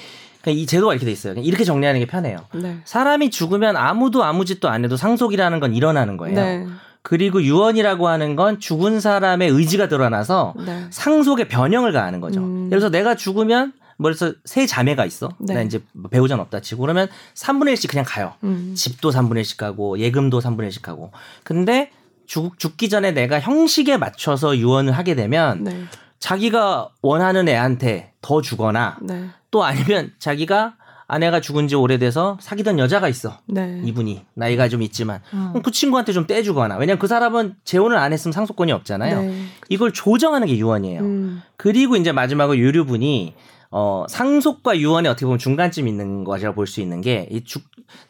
Speaker 4: 그냥 이 제도가 이렇게 돼 있어요. 그냥 이렇게 정리하는 게 편해요.
Speaker 1: 네.
Speaker 4: 사람이 죽으면 아무도 아무 짓도 안 해도 상속이라는 건 일어나는 거예요.
Speaker 1: 네.
Speaker 4: 그리고 유언이라고 하는 건 죽은 사람의 의지가 드러나서
Speaker 1: 네.
Speaker 4: 상속의 변형을 가하는 거죠.
Speaker 1: 음.
Speaker 4: 예를 들어서 내가 죽으면 뭐 그래서 세 자매가 있어.
Speaker 1: 네.
Speaker 4: 나 이제 뭐 배우자는 없다 치고 그러면 3분의 1씩 그냥 가요.
Speaker 1: 음.
Speaker 4: 집도 3분의 1씩 하고 예금도 3분의 1씩 하고 근데 죽, 죽기 전에 내가 형식에 맞춰서 유언을 하게 되면
Speaker 1: 네.
Speaker 4: 자기가 원하는 애한테 더 주거나
Speaker 1: 네.
Speaker 4: 또 아니면 자기가 아내가 죽은 지 오래돼서 사귀던 여자가 있어
Speaker 1: 네.
Speaker 4: 이분이 나이가 좀 있지만
Speaker 3: 음.
Speaker 4: 그럼 그 친구한테 좀 떼주거나 왜냐면 그 사람은 재혼을 안 했으면 상속권이 없잖아요
Speaker 1: 네.
Speaker 4: 네. 이걸 조정하는 게 유언이에요
Speaker 1: 음.
Speaker 4: 그리고 이제 마지막으로 유류분이 어, 상속과 유언이 어떻게 보면 중간쯤 있는 것이라고 볼 수 있는 게, 이 주,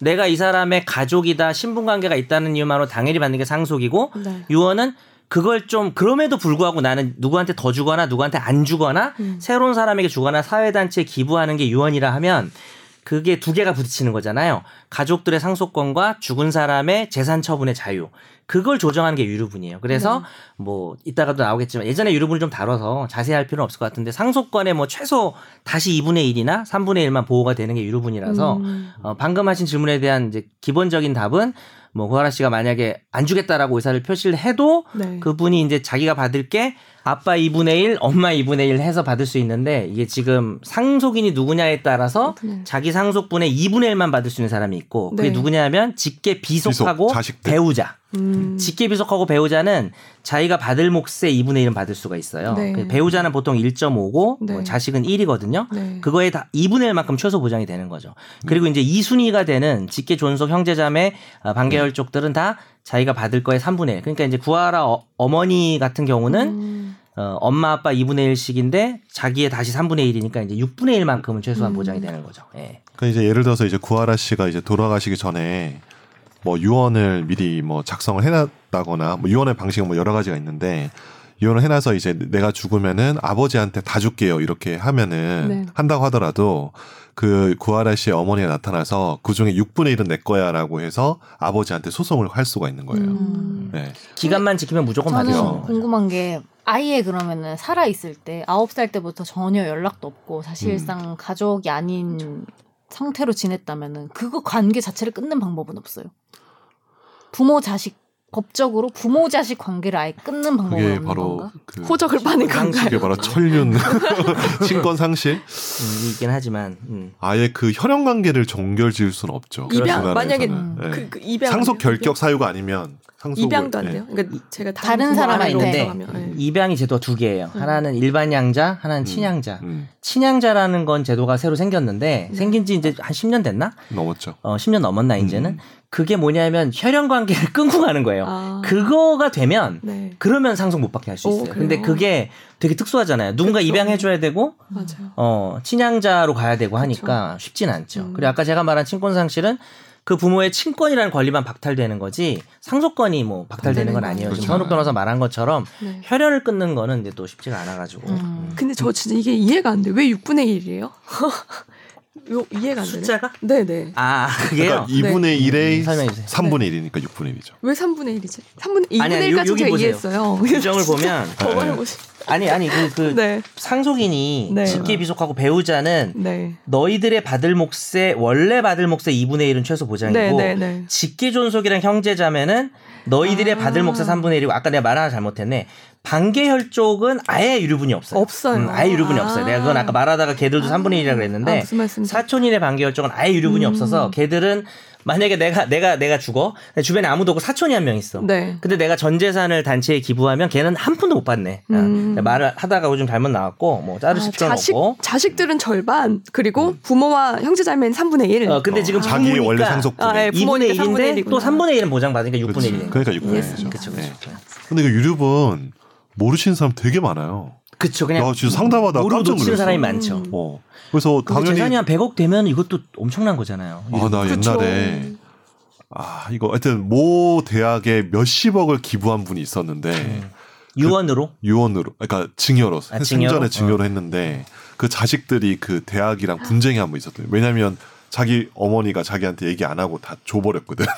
Speaker 4: 내가 이 사람의 가족이다, 신분관계가 있다는 이유만으로 당연히 받는 게 상속이고,
Speaker 1: 네.
Speaker 4: 유언은 그걸 좀, 그럼에도 불구하고 나는 누구한테 더 주거나 누구한테 안 주거나,
Speaker 1: 음.
Speaker 4: 새로운 사람에게 주거나 사회단체에 기부하는 게 유언이라 하면, 그게 두 개가 부딪히는 거잖아요. 가족들의 상속권과 죽은 사람의 재산 처분의 자유. 그걸 조정하는 게 유류분이에요. 그래서
Speaker 1: 네.
Speaker 4: 뭐 이따가도 나오겠지만 예전에 유류분을 좀 다뤄서 자세히 할 필요는 없을 것 같은데 상속권에 뭐 최소 다시 2분의 1이나 3분의 1만 보호가 되는 게 유류분이라서
Speaker 1: 음.
Speaker 4: 어, 방금 하신 질문에 대한 이제 기본적인 답은 뭐 고하라 씨가 만약에 안 주겠다라고 의사를 표시를 해도
Speaker 1: 네.
Speaker 4: 그분이 이제 자기가 받을 게 아빠 2분의 1, 엄마 2분의 1 해서 받을 수 있는데 이게 지금 상속인이 누구냐에 따라서
Speaker 1: 네.
Speaker 4: 자기 상속분의 2분의 1만 받을 수 있는 사람이 있고 그게
Speaker 1: 네.
Speaker 4: 누구냐면 직계 비속하고
Speaker 2: 비속, 자식들.
Speaker 4: 배우자.
Speaker 1: 음.
Speaker 4: 직계 비속하고 배우자는 자기가 받을 몫의 2분의 1은 받을 수가 있어요.
Speaker 1: 네.
Speaker 4: 그 배우자는 보통 1.5고 뭐
Speaker 1: 네.
Speaker 4: 자식은 1이거든요.
Speaker 1: 네.
Speaker 4: 그거에 다 2분의 1만큼 최소 보장이 되는 거죠. 그리고 이제 2순위가 되는 직계 존속 형제자매 아, 반계혈족들은 다 자기가 받을 거에 3분의 1. 그러니까 이제 구하라 어, 어머니 같은 경우는
Speaker 1: 음.
Speaker 4: 어, 엄마 아빠 2분의 1씩인데 자기의 다시 3분의 1이니까 이제 6분의 1만큼은 최소한
Speaker 1: 음.
Speaker 4: 보장이 되는 거죠. 예.
Speaker 2: 그러니까 이제 예를 들어서 이제 구하라 씨가 이제 돌아가시기 전에 뭐 유언을 미리 뭐 작성을 해놨다거나 뭐 유언의 방식은 뭐 여러 가지가 있는데 유언을 해놔서 이제 내가 죽으면은 아버지한테 다 줄게요 이렇게 하면은
Speaker 1: 네.
Speaker 2: 한다고 하더라도 그 구하라 씨의 어머니가 나타나서 그 중에 6분의 1은 내 거야라고 해서 아버지한테 소송을 할 수가 있는 거예요.
Speaker 3: 음.
Speaker 2: 네.
Speaker 4: 기간만 지키면 무조건 받을 수 있는
Speaker 3: 저는
Speaker 4: 거죠.
Speaker 3: 궁금한 게 아예 그러면은 살아 있을 때 아홉 살 때부터 전혀 연락도 없고
Speaker 4: 음.
Speaker 3: 사실상 가족이 아닌 상태로 지냈다면은 그거 관계 자체를 끊는 방법은 없어요. 부모 자식 법적으로 부모 자식 관계를 아예 끊는 방법이
Speaker 2: 그게
Speaker 1: 뭐
Speaker 3: 없는
Speaker 2: 바로
Speaker 3: 건가?
Speaker 2: 그
Speaker 1: 호적을 파는 건가요?
Speaker 2: 그게 바로 천륜 친권 상실.
Speaker 4: 음, 있긴 하지만 음.
Speaker 2: 아예 그 혈연 관계를 종결 지을 수는 없죠.
Speaker 1: 입양,
Speaker 2: 그
Speaker 1: 만약에
Speaker 2: 나라에서는. 예.
Speaker 1: 그, 그 입양
Speaker 2: 상속
Speaker 1: 안 돼요?
Speaker 2: 결격 네. 사유가 아니면 상속 뭐,
Speaker 1: 입양도 안 돼요. 그러니까 제가
Speaker 3: 다른
Speaker 1: 부모
Speaker 3: 사람
Speaker 1: 아래로
Speaker 3: 아이인데.
Speaker 1: 들어가면, 예.
Speaker 4: 네. 입양이 제도가 두 개예요.
Speaker 1: 음.
Speaker 4: 하나는 일반 양자, 하나는
Speaker 2: 음.
Speaker 4: 친양자.
Speaker 2: 음,
Speaker 4: 친양자라는 건 제도가 새로 생겼는데 생긴 지 이제 한 10년 됐나?
Speaker 2: 넘었죠.
Speaker 4: 어, 10년 넘었나 이제는.
Speaker 2: 음.
Speaker 4: 그게 뭐냐면 혈연 관계를 끊고 가는 거예요.
Speaker 1: 아.
Speaker 4: 그거가 되면
Speaker 1: 네
Speaker 4: 그러면 상속 못 받게 할 수
Speaker 1: 오,
Speaker 4: 있어요.
Speaker 1: 그래요?
Speaker 4: 근데 그게 되게 특수하잖아요. 누군가
Speaker 1: 그쵸.
Speaker 4: 입양해 줘야 되고
Speaker 1: 맞아요.
Speaker 4: 어, 친양자로 가야 되고 하니까 쉽진 않죠.
Speaker 1: 음.
Speaker 4: 그리고 아까 제가 말한 친권 상실은 그 부모의 친권이라는 권리만 박탈되는 거지 상속권이 뭐 박탈되는 건
Speaker 1: 박탈되는
Speaker 4: 아니에요.
Speaker 2: 거죠.
Speaker 4: 지금 선욱 변호사 말한 것처럼
Speaker 1: 네.
Speaker 4: 혈연을 끊는 거는 이제 또 쉽지가 않아가지고
Speaker 3: 음.
Speaker 1: 근데 저 진짜 이게 이해가 안 돼. 요왜 6분의 1이에요? 요 이해가 안 되네.
Speaker 4: 숫자가
Speaker 1: 네네.
Speaker 4: 아 그게요.
Speaker 2: 그러니까 2분의
Speaker 4: 음,
Speaker 2: 1의
Speaker 4: 설명해주세요. 네.
Speaker 2: 3분의 1이니까 6분의 1이죠.
Speaker 1: 왜 3분의 1이지? 3분의
Speaker 4: 아니, 아니,
Speaker 1: 2분의 1까지
Speaker 4: 여기
Speaker 1: 제가
Speaker 4: 보세요.
Speaker 1: 이해했어요.
Speaker 4: 규정을 보면 네.
Speaker 1: 법안을 보시.
Speaker 4: 아니 아니 그, 그
Speaker 1: 어. 네.
Speaker 4: 상속인이
Speaker 1: 네.
Speaker 4: 직계 비속하고 배우자는
Speaker 1: 네.
Speaker 4: 너희들의 받을 몫의 원래 받을 몫의 2분의 1은 최소 보장이고
Speaker 1: 네, 네, 네.
Speaker 4: 직계 존속이랑 형제자매는 너희들의
Speaker 1: 아.
Speaker 4: 받을 몫의 3분의 1이고 아까 내가 말 하나 잘못했네. 반계 혈족은 아예 유류분이 없어요.
Speaker 1: 없어요.
Speaker 4: 음, 아예 유류분이
Speaker 1: 아.
Speaker 4: 없어요. 내가 그건 아까 말하다가 걔들도 3분의 1이라
Speaker 1: 아,
Speaker 4: 그랬는데
Speaker 1: 무슨 말씀이세요? 음.
Speaker 4: 사촌인의 반계 혈족은 아예 유류분이 없어서 걔들은 만약에 내가 내가 내가 죽어 근데 주변에 아무도 없고 사촌이 한 명 있어.
Speaker 1: 네.
Speaker 4: 근데 내가 전 재산을 단체에 기부하면 걔는 한 푼도 못 받네. 아,
Speaker 1: 음.
Speaker 4: 말을 하다가 좀 잘못 나왔고 뭐 자를
Speaker 1: 아,
Speaker 4: 필요는
Speaker 1: 자식
Speaker 4: 없고. 음.
Speaker 1: 자식들은 절반 그리고 부모와 형제자매는 3분의 1.
Speaker 4: 어, 근데 지금
Speaker 2: 아. 자기
Speaker 4: 부모니까
Speaker 2: 원래 상속분.
Speaker 1: 아, 예. 네. 부모니까
Speaker 4: 2분의
Speaker 1: 3분의
Speaker 4: 1인데
Speaker 1: 1이구나.
Speaker 4: 또 3분의 1은 보장받으니까 6분의 예.
Speaker 2: 그치.
Speaker 4: 1인 거죠.
Speaker 2: 그러니까 6분의
Speaker 1: 이해했습니다.
Speaker 2: 1이죠.
Speaker 4: 그쵸,
Speaker 2: 네.
Speaker 4: 그쵸.
Speaker 2: 근데 그 유류분 모르시는 사람 되게 많아요.
Speaker 4: 그쵸, 그냥.
Speaker 2: 나 진짜 상담하다가
Speaker 4: 모르고
Speaker 2: 깜짝
Speaker 4: 놓치는
Speaker 2: 놀랐어.
Speaker 4: 사람이 많죠.
Speaker 1: 음.
Speaker 2: 어. 그래서
Speaker 4: 근데
Speaker 2: 당연히
Speaker 4: 재산이 한 100억 되면 이것도 엄청난 거잖아요.
Speaker 2: 아, 나
Speaker 1: 그쵸.
Speaker 2: 옛날에 아, 이거 하여튼 모 대학에 몇십억을 기부한 분이 있었는데
Speaker 4: 음.
Speaker 2: 그
Speaker 4: 유언으로.
Speaker 2: 유언으로 그러니까 증여로
Speaker 4: 아, 증여로?
Speaker 2: 생전에
Speaker 1: 어.
Speaker 2: 증여로 했는데 그 자식들이 그 대학이랑 분쟁이 한 번 있었대요. 왜냐면 자기 어머니가 자기한테 얘기 안 하고 다 줘버렸거든.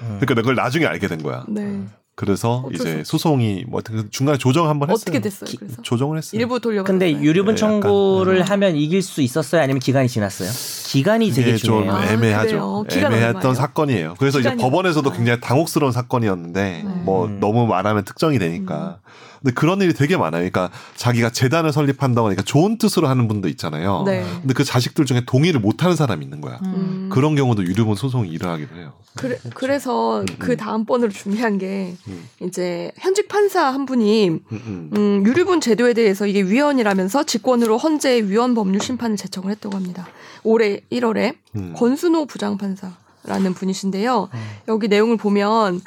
Speaker 2: 그러니까 내가 그걸 나중에 알게 된 거야.
Speaker 4: 아,
Speaker 1: 네.
Speaker 2: 그래서
Speaker 1: 음. 어쩔 수
Speaker 2: 이제
Speaker 1: 없-
Speaker 2: 소송이 뭐 하여튼 중간에 조정 한번 했어요.
Speaker 1: 어떻게 됐어요, 그래서?
Speaker 2: 조정을 했어요.
Speaker 1: 일부 돌려받았어요.
Speaker 4: 근데 유류분
Speaker 2: 네, 약간,
Speaker 4: 청구를 하면 이길 수 있었어요? 아니면 기간이 지났어요? 기간이 되게
Speaker 2: 이게 네, 좀
Speaker 4: 중요해요.
Speaker 1: 아, 그래요?
Speaker 2: 애매하죠.
Speaker 1: 기간 얼마예요?
Speaker 2: 애매했던 사건이에요. 그래서 이제
Speaker 1: 기간이
Speaker 2: 법원에서도
Speaker 1: 얼마예요?
Speaker 2: 굉장히 당혹스러운 사건이었는데
Speaker 1: 네. 음.
Speaker 2: 뭐
Speaker 4: 음.
Speaker 2: 너무 말하면 특정이 되니까. 근데 그런 일이 되게 많아요. 그러니까 자기가 재단을 설립한다고 하니까 좋은 뜻으로 하는 분도 있잖아요.
Speaker 1: 네.
Speaker 2: 근데 그 자식들 중에 동의를 못하는 사람이 있는 거야.
Speaker 3: 음.
Speaker 1: 음.
Speaker 2: 그런 경우도 유류분 소송이 일어나기도 해요.
Speaker 1: 그래,
Speaker 2: 그렇죠.
Speaker 1: 그래서 그 다음번으로 준비한 게
Speaker 2: 음.
Speaker 1: 이제 현직 판사 한 분이
Speaker 2: 음, 음.
Speaker 1: 음, 유류분 제도에 대해서 이게 위헌이라면서 직권으로 헌재 위헌 법률 심판을 제청을 했다고 합니다. 올해 1월에
Speaker 2: 음.
Speaker 1: 권순호 부장판사라는 분이신데요. 여기 내용을 보면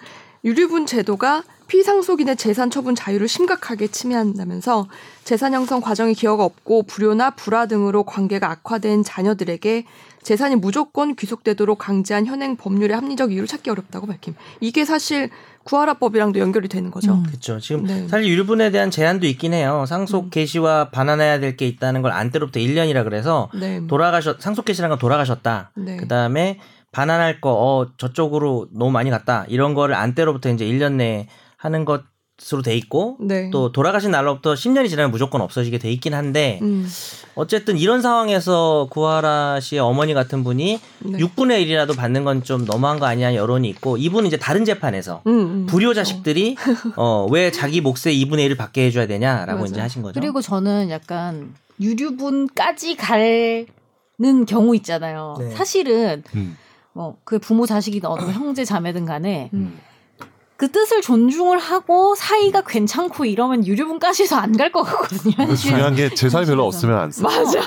Speaker 1: 유류분 제도가 피상속인의 재산 처분 자유를 심각하게 침해한다면서 재산 형성 과정에 기여가 없고 불효나 불화 등으로 관계가 악화된 자녀들에게 재산이 무조건 귀속되도록 강제한 현행 법률의 합리적 이유를 찾기 어렵다고 밝힘. 이게 사실 구하라법이랑도 연결이 되는 거죠.
Speaker 3: 음.
Speaker 4: 그렇죠. 지금
Speaker 1: 네. 음.
Speaker 4: 사실 유류분에 대한 제한도 있긴 해요. 상속 개시와 반환해야 될 게 있다는 걸 안 때로부터 1년이라 그래서
Speaker 1: 네.
Speaker 4: 돌아가셨 상속 개시라는 건 돌아가셨다.
Speaker 1: 네.
Speaker 4: 그다음에 반환할 거 어 저쪽으로 너무 많이 갔다. 이런 거를 안 때로부터 이제 1년 내에 하는 것으로 돼 있고
Speaker 1: 네.
Speaker 4: 또 돌아가신 날로부터 10년이 지나면 무조건 없어지게 돼 있긴 한데
Speaker 1: 음.
Speaker 4: 어쨌든 이런 상황에서 구하라 씨의 어머니 같은 분이
Speaker 1: 네.
Speaker 4: 6분의 1이라도 받는 건 좀 너무한 거 아니냐 여론이 있고 이분은 이제 다른 재판에서
Speaker 1: 음, 음.
Speaker 4: 불효 자식들이 어, 왜 자기 몫의 2분의 1을 받게 해줘야 되냐라고
Speaker 1: 맞아요.
Speaker 4: 이제 하신 거죠.
Speaker 3: 그리고 저는 약간 유류분까지 가는 경우 있잖아요.
Speaker 4: 네.
Speaker 3: 사실은
Speaker 2: 음.
Speaker 3: 뭐 그 부모 자식이든 어떤 형제 자매든 간에
Speaker 1: 음.
Speaker 3: 그 뜻을 존중을 하고
Speaker 4: 음.
Speaker 3: 사이가 괜찮고 이러면 유류분까지도 안 갈 것 같거든요.
Speaker 4: 아,
Speaker 2: 중요한 게 재산이 별로 없으면 안 써.
Speaker 1: 맞아.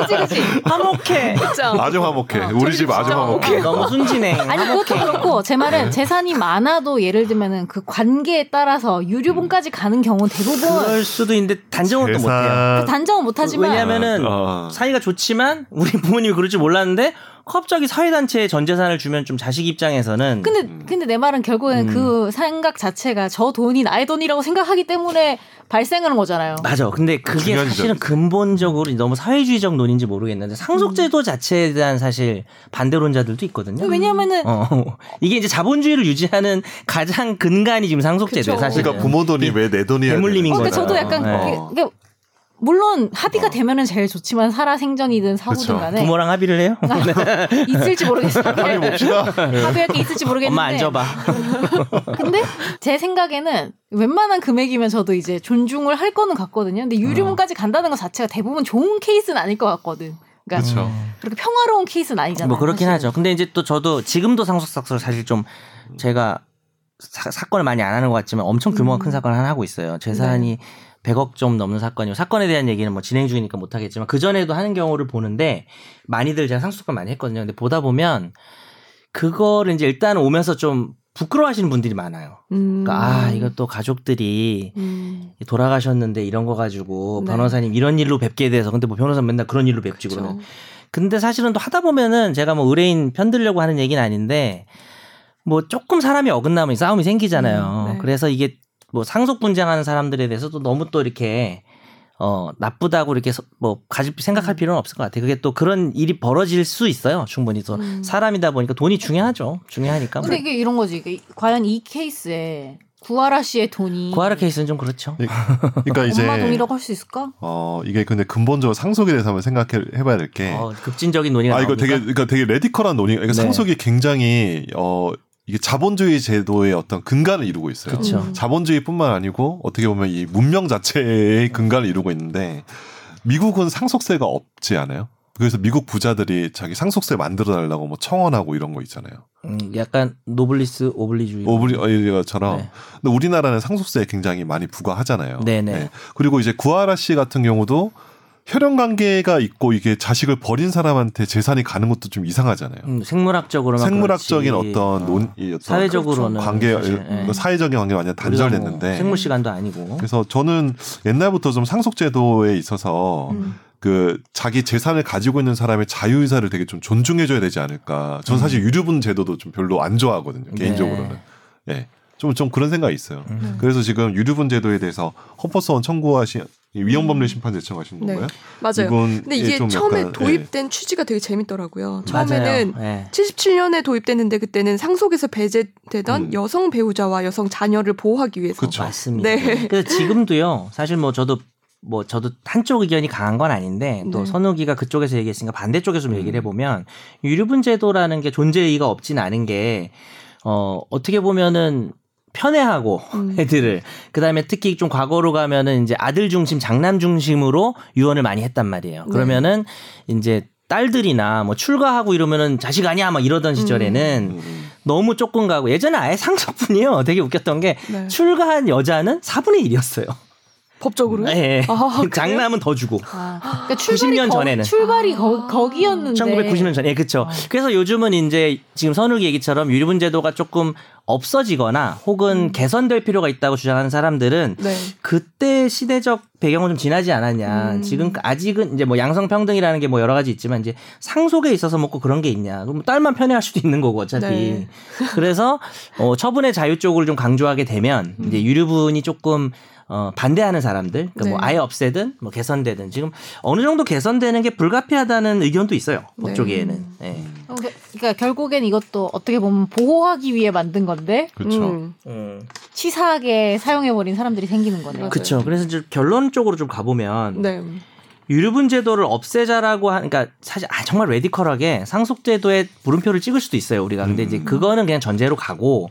Speaker 3: 그치 그치.
Speaker 4: 아, 화목해.
Speaker 1: 진짜.
Speaker 2: 아주 화목해.
Speaker 1: 어,
Speaker 2: 우리
Speaker 1: 저기
Speaker 2: 집 아주
Speaker 1: 진짜
Speaker 2: 화목해.
Speaker 1: 화목해.
Speaker 4: 너무 순진해.
Speaker 3: 아니 그것도 그렇고 제
Speaker 4: 네.
Speaker 3: 말은 재산이 많아도 예를 들면은 그 관계에 따라서 유류분까지 가는 경우는 대부분
Speaker 4: 그럴 수도 있는데 단정은 또 못해요.
Speaker 3: 그 단정은 못하지만
Speaker 4: 왜냐면- 하면은
Speaker 2: 어.
Speaker 4: 사이가 좋지만 우리 부모님이 그럴 줄 몰랐는데 갑자기 사회단체에 전 재산을 주면 좀 자식 입장에서는
Speaker 3: 근데 근데 내 말은 결국엔
Speaker 4: 음.
Speaker 3: 그 생각 자체가 저 돈이 나의 돈이라고 생각하기 때문에 발생하는 거잖아요.
Speaker 4: 맞아. 근데 그게
Speaker 2: 중요한 지점이죠.
Speaker 4: 사실은
Speaker 2: 음.
Speaker 4: 근본적으로 너무 사회주의적 논인지 모르겠는데 상속제도 자체에 대한 사실 반대론자들도 있거든요.
Speaker 3: 음. 왜냐면은
Speaker 4: 어, 이게 이제 자본주의를 유지하는 가장 근간이 지금 상속제도예요.
Speaker 1: 그쵸.
Speaker 4: 사실.
Speaker 2: 그러니까 부모 아, 돈이 왜 내 돈이야?
Speaker 4: 대물림인
Speaker 3: 어, 그러니까
Speaker 4: 거잖아요.
Speaker 3: 저도 약간
Speaker 4: 네.
Speaker 3: 그게, 그게 물론 합의가
Speaker 2: 어.
Speaker 3: 되면은 제일 좋지만 살아생전이든 사고든
Speaker 2: 그쵸.
Speaker 3: 간에 아,
Speaker 4: 부모랑 네. 합의를 해요?
Speaker 3: 있을지 모르겠어요.
Speaker 2: 빨리 봅시다.
Speaker 3: 합의할 게 있을지 모르겠는데. 그러니까
Speaker 4: 엄마 앉아봐.
Speaker 3: 근데 제 생각에는 웬만한 금액이면 저도 이제 존중을 할 거는 같거든요. 근데
Speaker 4: 음.
Speaker 3: 유류문까지 간다는 것 자체가 대부분 좋은 케이스는 아닐 것 같거든. 그러니까
Speaker 2: 그렇죠.
Speaker 3: 그렇게 평화로운 케이스는 아니잖아요.
Speaker 4: 뭐 그렇긴
Speaker 3: 사실은. 음.
Speaker 4: 하죠. 근데 이제 또 저도 지금도 상속사건을 사실 좀 제가 사, 건을 많이 안 하는 것 같지만 엄청 규모가
Speaker 3: 음. 네.
Speaker 4: 큰 사건을 하나 하고 있어요. 재산이 100억 좀 넘는 사건이고 사건에 대한 얘기는 뭐 진행 중이니까 못 하겠지만 그 전에도 하는 경우를 보는데 많이들 제가 상속사건 많이 했거든요. 근데 보다 보면 그거를 이제 일단 오면서 좀 부끄러워하시는 분들이 많아요.
Speaker 1: 음.
Speaker 4: 그러니까 아 이거 또 가족들이
Speaker 1: 음.
Speaker 4: 돌아가셨는데 이런 거 가지고
Speaker 1: 네.
Speaker 4: 변호사님 이런 일로 뵙게 돼서 근데 뭐 변호사 는 맨날 그런 일로 뵙지 그러면
Speaker 1: 그렇죠.
Speaker 4: 근데 사실은 또 하다 보면은 제가 뭐 의뢰인 편들려고 하는 얘기는 아닌데 뭐 조금 사람이 어긋나면 싸움이 생기잖아요.
Speaker 1: 음, 네.
Speaker 4: 그래서 이게 뭐 상속 분쟁하는 사람들에 대해서 또 너무 또 이렇게 어 나쁘다고 이렇게 서- 뭐 가지 생각할 필요는 없을 것 같아요. 그게 또 그런 일이 벌어질 수 있어요. 충분히 또
Speaker 1: 음.
Speaker 4: 사람이다 보니까 돈이 중요하죠. 중요하니까. 뭐.
Speaker 3: 근데 이게 이런 거지. 이게 과연 이 케이스에 구하라 씨의 돈이
Speaker 4: 구하라 케이스는 좀 그렇죠.
Speaker 2: 그러니까
Speaker 3: 엄마
Speaker 2: 이제
Speaker 3: 돈이라고 할 수 있을까?
Speaker 2: 어 이게 근데 근본적으로 상속에 대해서 한번 생각해 봐야 될 게.
Speaker 4: 어, 급진적인 논의가
Speaker 2: 네. 아 이거
Speaker 4: 나오니까.
Speaker 2: 되게 그러니까 되게 레디컬한 논의가 그러니까
Speaker 4: 네.
Speaker 2: 상속이 굉장히 어 이게 자본주의 제도의 어떤 근간을 이루고 있어요.
Speaker 4: 그렇죠.
Speaker 1: 음.
Speaker 2: 자본주의뿐만 아니고 어떻게 보면 이 문명 자체의 근간을 이루고 있는데 미국은 상속세가 없지 않아요? 그래서 미국 부자들이 자기 상속세 만들어 달라고 뭐 청원하고 이런 거 있잖아요.
Speaker 4: 음, 약간 노블리스 오블리주의.
Speaker 2: 오브리처럼.
Speaker 4: 예.
Speaker 2: 어,
Speaker 4: 네.
Speaker 2: 근데 우리나라는 상속세 굉장히 많이 부과하잖아요.
Speaker 4: 네네.
Speaker 2: 그리고 이제 구하라 씨 같은 경우도 혈연 관계가 있고 이게 자식을 버린 사람한테 재산이 가는 것도 좀 이상하잖아요.
Speaker 4: 음, 생물학적으로만
Speaker 2: 생물학적인
Speaker 4: 그렇지.
Speaker 2: 어떤
Speaker 4: 어.
Speaker 2: 논, 이 어떤
Speaker 4: 사회적으로는
Speaker 2: 관계,
Speaker 4: 사실, 예.
Speaker 2: 사회적인 관계 가 완전
Speaker 4: 우리가 뭐
Speaker 2: 단절됐는데.
Speaker 4: 생물 시간도 아니고
Speaker 2: 어? 그래서 저는 옛날부터 좀 상속제도에 있어서
Speaker 1: 음.
Speaker 2: 그 자기 재산을 가지고 있는 사람의 자유 의사를 되게 좀 존중해줘야 되지 않을까. 저는 사실
Speaker 1: 음.
Speaker 2: 유류분 제도도 좀 별로 안 좋아하거든요. 개인적으로는.
Speaker 4: 네.
Speaker 2: 예. 좀, 좀 그런 생각이 있어요.
Speaker 4: 음.
Speaker 2: 그래서 지금 유류분 제도에 대해서 헌법소원 청구하신 이 위헌법률 심판 제청하신
Speaker 1: 네.
Speaker 2: 건가요?
Speaker 1: 맞아요.
Speaker 2: 이건
Speaker 1: 근데
Speaker 2: 예,
Speaker 1: 이게
Speaker 2: 좀
Speaker 1: 처음에
Speaker 2: 약간, 예.
Speaker 1: 도입된 취지가 되게 재밌더라고요. 처음에는
Speaker 4: 맞아요. 예.
Speaker 1: 77년에 도입됐는데 그때는 상속에서 배제되던
Speaker 2: 음.
Speaker 1: 여성 배우자와 여성 자녀를 보호하기 위해서
Speaker 2: 그쵸.
Speaker 4: 맞습니다.
Speaker 1: 네.
Speaker 4: 그래서 지금도요. 사실 뭐 저도 뭐 저도 한쪽 의견이 강한 건 아닌데 또
Speaker 1: 네.
Speaker 4: 선우기가 그쪽에서 얘기했으니까 반대쪽에서 좀 얘기를
Speaker 2: 음.
Speaker 4: 해보면 유류분 제도라는 게 존재 의의가 없진 않은 게 어, 어떻게 보면은 편애하고
Speaker 1: 음.
Speaker 4: 애들을 그다음에 특히 좀 과거로 가면은 이제 아들 중심 장남 중심으로 유언을 많이 했단 말이에요.
Speaker 1: 네.
Speaker 4: 그러면은 이제 딸들이나 뭐 출가하고 이러면은 자식 아니야 막 이러던 시절에는
Speaker 2: 음, 음.
Speaker 4: 너무 조금 가고 예전에 아예 상속분이요. 되게 웃겼던 게
Speaker 1: 네.
Speaker 4: 출가한 여자는 4분의 1이었어요.
Speaker 1: 법적으로
Speaker 2: 네.
Speaker 4: 예.
Speaker 1: 아, 그래요?
Speaker 4: 장남은 더 주고.
Speaker 3: 아, 그러니까 출발이
Speaker 4: 90년
Speaker 3: 거-
Speaker 4: 전에는.
Speaker 3: 출발이 거,
Speaker 1: 아.
Speaker 3: 거기였는데 어.
Speaker 4: 1990년 전에 예, 그쵸 그래서 요즘은 이제 지금 선욱이 얘기처럼 유리분 제도가 조금 없어지거나 혹은
Speaker 3: 음.
Speaker 4: 개선될 필요가 있다고 주장하는 사람들은
Speaker 1: 네.
Speaker 4: 그때 시대적 배경은 좀 지나지 않았냐.
Speaker 1: 음.
Speaker 4: 지금 아직은 이제 뭐 양성평등이라는 게 뭐 여러 가지 있지만 이제 상속에 있어서 먹고 그런 게 있냐. 그럼 뭐 딸만 편애할 수도 있는 거고 어차피.
Speaker 1: 네.
Speaker 4: 그래서 어, 처분의 자유 쪽을 좀 강조하게 되면
Speaker 1: 음.
Speaker 4: 이제 유류분이 조금 어, 반대하는 사람들, 그러니까
Speaker 1: 네.
Speaker 4: 뭐 아예 없애든 뭐 개선되든 지금 어느 정도 개선되는 게 불가피하다는 의견도 있어요.
Speaker 1: 네.
Speaker 4: 법조계에는. 예.
Speaker 3: 어, 그- 그러니까 결국엔 이것도 어떻게 보면 보호하기 위해 만든 건데
Speaker 2: 그렇죠.
Speaker 1: 음.
Speaker 3: 치사하게 사용해 버린 사람들이 생기는 거네요.
Speaker 1: 그-
Speaker 4: 그렇죠. 그래서 이제 결론 쪽으로 좀 가보면
Speaker 1: 네.
Speaker 4: 유류분 제도를 없애자라고 하, 그러니까 사실 아, 정말 레디컬하게 상속 제도에 물음표를 찍을 수도 있어요 우리가 근데 이제 그거는 그냥 전제로 가고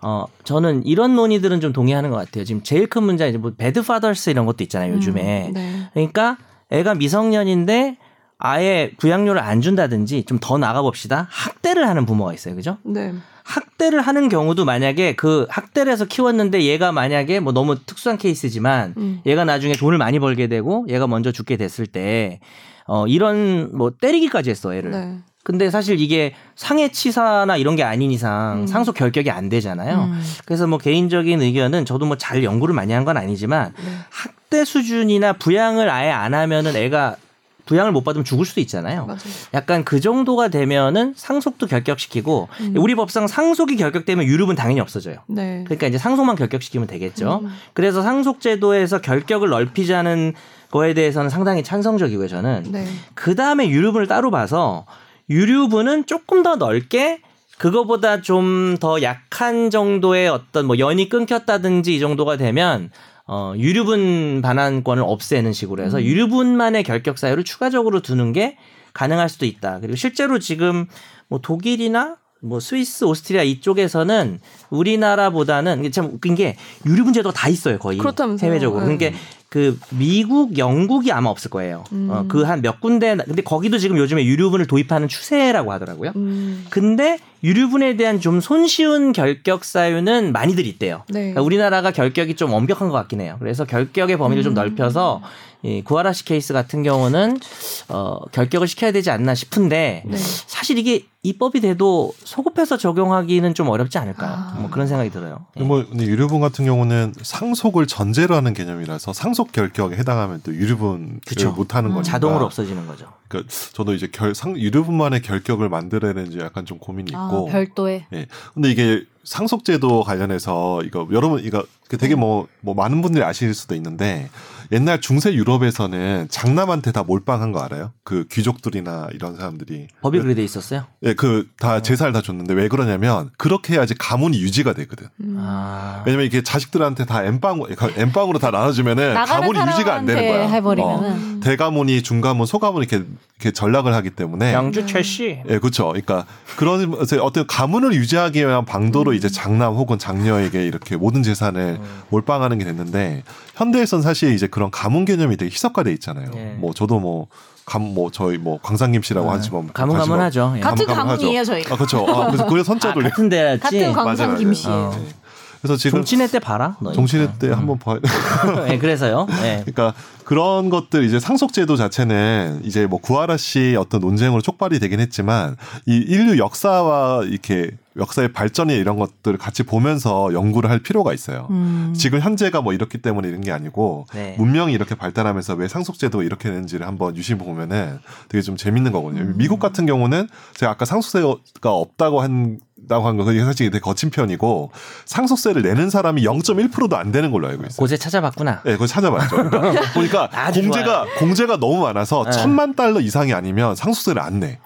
Speaker 4: 어 저는 이런 논의들은 좀 동의하는 것 같아요 지금 제일 큰 문제 이제 뭐 배드 파더스 이런 것도 있잖아요 요즘에
Speaker 1: 네.
Speaker 4: 그러니까 애가 미성년인데 아예 부양료를 안 준다든지 좀 더 나가 봅시다 학대를 하는 부모가 있어요 그죠
Speaker 1: 네.
Speaker 4: 학대를 하는 경우도 만약에 그 학대를 해서 키웠는데 얘가 만약에 뭐 너무 특수한 케이스지만
Speaker 1: 음.
Speaker 4: 얘가 나중에 돈을 많이 벌게 되고 얘가 먼저 죽게 됐을 때 어, 이런 뭐 때리기까지 했어 애를.
Speaker 1: 네.
Speaker 4: 근데 사실 이게 상해치사나 이런 게 아닌 이상
Speaker 1: 음.
Speaker 4: 상속 결격이 안 되잖아요.
Speaker 3: 음.
Speaker 4: 그래서 뭐 개인적인 의견은 저도 뭐 잘 연구를 많이 한 건 아니지만
Speaker 1: 네.
Speaker 4: 학대 수준이나 부양을 아예 안 하면은 애가 부양을 못 받으면 죽을 수도 있잖아요.
Speaker 1: 맞아요.
Speaker 4: 약간 그 정도가 되면은 상속도 결격시키고
Speaker 1: 음.
Speaker 4: 우리 법상 상속이 결격되면 유류분 당연히 없어져요.
Speaker 1: 네.
Speaker 4: 그러니까 이제 상속만 결격시키면 되겠죠.
Speaker 1: 음.
Speaker 4: 그래서 상속제도에서 결격을 넓히자는 거에 대해서는 상당히 찬성적이고요, 저는.
Speaker 1: 네.
Speaker 4: 그 다음에 유류분을 따로 봐서 유류분은 조금 더 넓게 그거보다 좀 더 약한 정도의 어떤 뭐 연이 끊겼다든지 이 정도가 되면 어, 유류분 반환권을 없애는 식으로
Speaker 1: 음.
Speaker 4: 해서 유류분만의 결격 사유를 추가적으로 두는 게 가능할 수도 있다. 그리고 실제로 지금 뭐 독일이나 뭐 스위스, 오스트리아 이쪽에서는 우리나라보다는 이게 참 웃긴 게 유류분 제도가 다 있어요 거의
Speaker 1: 그렇다면서요.
Speaker 4: 해외적으로.
Speaker 1: 네.
Speaker 4: 그러니까 그 미국, 영국이 아마 없을 거예요.
Speaker 1: 음.
Speaker 4: 어, 그 한 몇 군데 근데 거기도 지금 요즘에 유류분을 도입하는 추세라고 하더라고요.
Speaker 1: 음.
Speaker 4: 근데 유류분에 대한 좀 손쉬운 결격 사유는 많이들 있대요.
Speaker 1: 네.
Speaker 4: 그러니까 우리나라가 결격이 좀 엄격한 것 같긴 해요. 그래서 결격의 범위를
Speaker 1: 음.
Speaker 4: 좀 넓혀서 이 구하라 씨 케이스 같은 경우는 어, 결격을 시켜야 되지 않나 싶은데
Speaker 1: 네.
Speaker 4: 사실 이게 입법이 돼도 소급해서 적용하기는 좀 어렵지 않을까
Speaker 1: 아.
Speaker 4: 뭐 그런 생각이 들어요. 예.
Speaker 2: 뭐 근데 유류분 같은 경우는 상속을 전제로 하는 개념이라서 상속 결격에 해당하면 또 유류분을
Speaker 4: 그쵸.
Speaker 2: 못
Speaker 1: 음.
Speaker 2: 하는 거니까
Speaker 4: 자동으로 없어지는 거죠.
Speaker 2: 그러니까 저도 이제 결, 상, 유류분만의 결격을 만들어야 되는지 약간 좀 고민이
Speaker 3: 아,
Speaker 2: 있고
Speaker 3: 별도의
Speaker 2: 근데 이게 상속제도 관련해서 이거 여러분 이거 그
Speaker 3: 음.
Speaker 2: 되게 뭐 뭐 많은 분들이 아실 수도 있는데 옛날 중세 유럽에서는 장남한테 다 몰빵한 거 알아요? 그 귀족들이나 이런 사람들이
Speaker 4: 법이 그렇게 돼 있었어요.
Speaker 2: 예, 그
Speaker 3: 네.
Speaker 2: 다 제사를 다 줬는데 왜 그러냐면 그렇게 해야지 가문이 유지가 되거든.
Speaker 1: 음.
Speaker 4: 아.
Speaker 2: 왜냐면 이게 자식들한테 다 엠빵 그 엠빵으로 다 나눠주면은
Speaker 3: 나가는
Speaker 2: 가문이 유지가 안 되는 거야.
Speaker 3: 사람한테 해버리면은
Speaker 2: 어.
Speaker 1: 음.
Speaker 2: 대가문이 중가문 소가문 이렇게 이렇게 전락을 하기 때문에
Speaker 4: 양주 최 씨.
Speaker 2: 예, 그렇죠. 그러니까 그런 어째- 어떤 가문을 유지하기 위한 방도로
Speaker 4: 음.
Speaker 2: 이제 장남 혹은 장녀에게 이렇게 모든 재산을
Speaker 4: 어.
Speaker 2: 몰빵하는 게 됐는데 현대에선 사실 이제 그런 가문 개념이 되게 희석화돼 있잖아요.
Speaker 4: 예.
Speaker 2: 뭐 저도 뭐 감 뭐 저희 뭐 광상김 씨라고 하지만
Speaker 4: 아, 가문가문하죠. 예.
Speaker 3: 가- 같은
Speaker 2: 가문가문하죠.
Speaker 3: 가문이에요, 저희가.
Speaker 2: 아, 그렇죠. 아, 그래서 그래서
Speaker 4: 아,
Speaker 2: 선자도 이렇게-
Speaker 4: 같은 데였지.
Speaker 3: 같은 광산
Speaker 2: 맞아요.
Speaker 3: 김씨.
Speaker 4: 어.
Speaker 2: 예. 그래서 지금
Speaker 4: 종친회 때 봐라. 너.
Speaker 2: 정신의 때
Speaker 4: 음.
Speaker 2: 한번 봐야 돼.
Speaker 4: 예, 그래서요. 예.
Speaker 2: 그러니까 그런 것들 이제 상속제도 자체는 이제 뭐 구하라 씨 어떤 논쟁으로 촉발이 되긴 했지만 이 인류 역사와 이렇게 역사의 발전이 이런 것들을 같이 보면서 연구를 할 필요가 있어요.
Speaker 3: 음.
Speaker 2: 지금 현재가 뭐 이렇기 때문에 이런 게 아니고
Speaker 4: 네.
Speaker 2: 문명이 이렇게 발달하면서 왜 상속제도가 이렇게 되는지를 한번 유심히 보면은 되게 좀 재밌는 거거든요. 미국 같은 경우는 제가 아까 상속세가 없다고 한다고 한 거, 그게 사실 되게 거친 편이고 상속세를 내는 사람이 0.1%도 안 되는 걸로 알고 있어요.
Speaker 4: 고제 찾아봤구나.
Speaker 2: 예, 그거 찾아봤죠. 그러니까 보니까
Speaker 4: 아주
Speaker 2: 공제가 공제가 너무 많아서
Speaker 4: 예.
Speaker 2: 천만 달러 이상이 아니면 상속세를 안 내.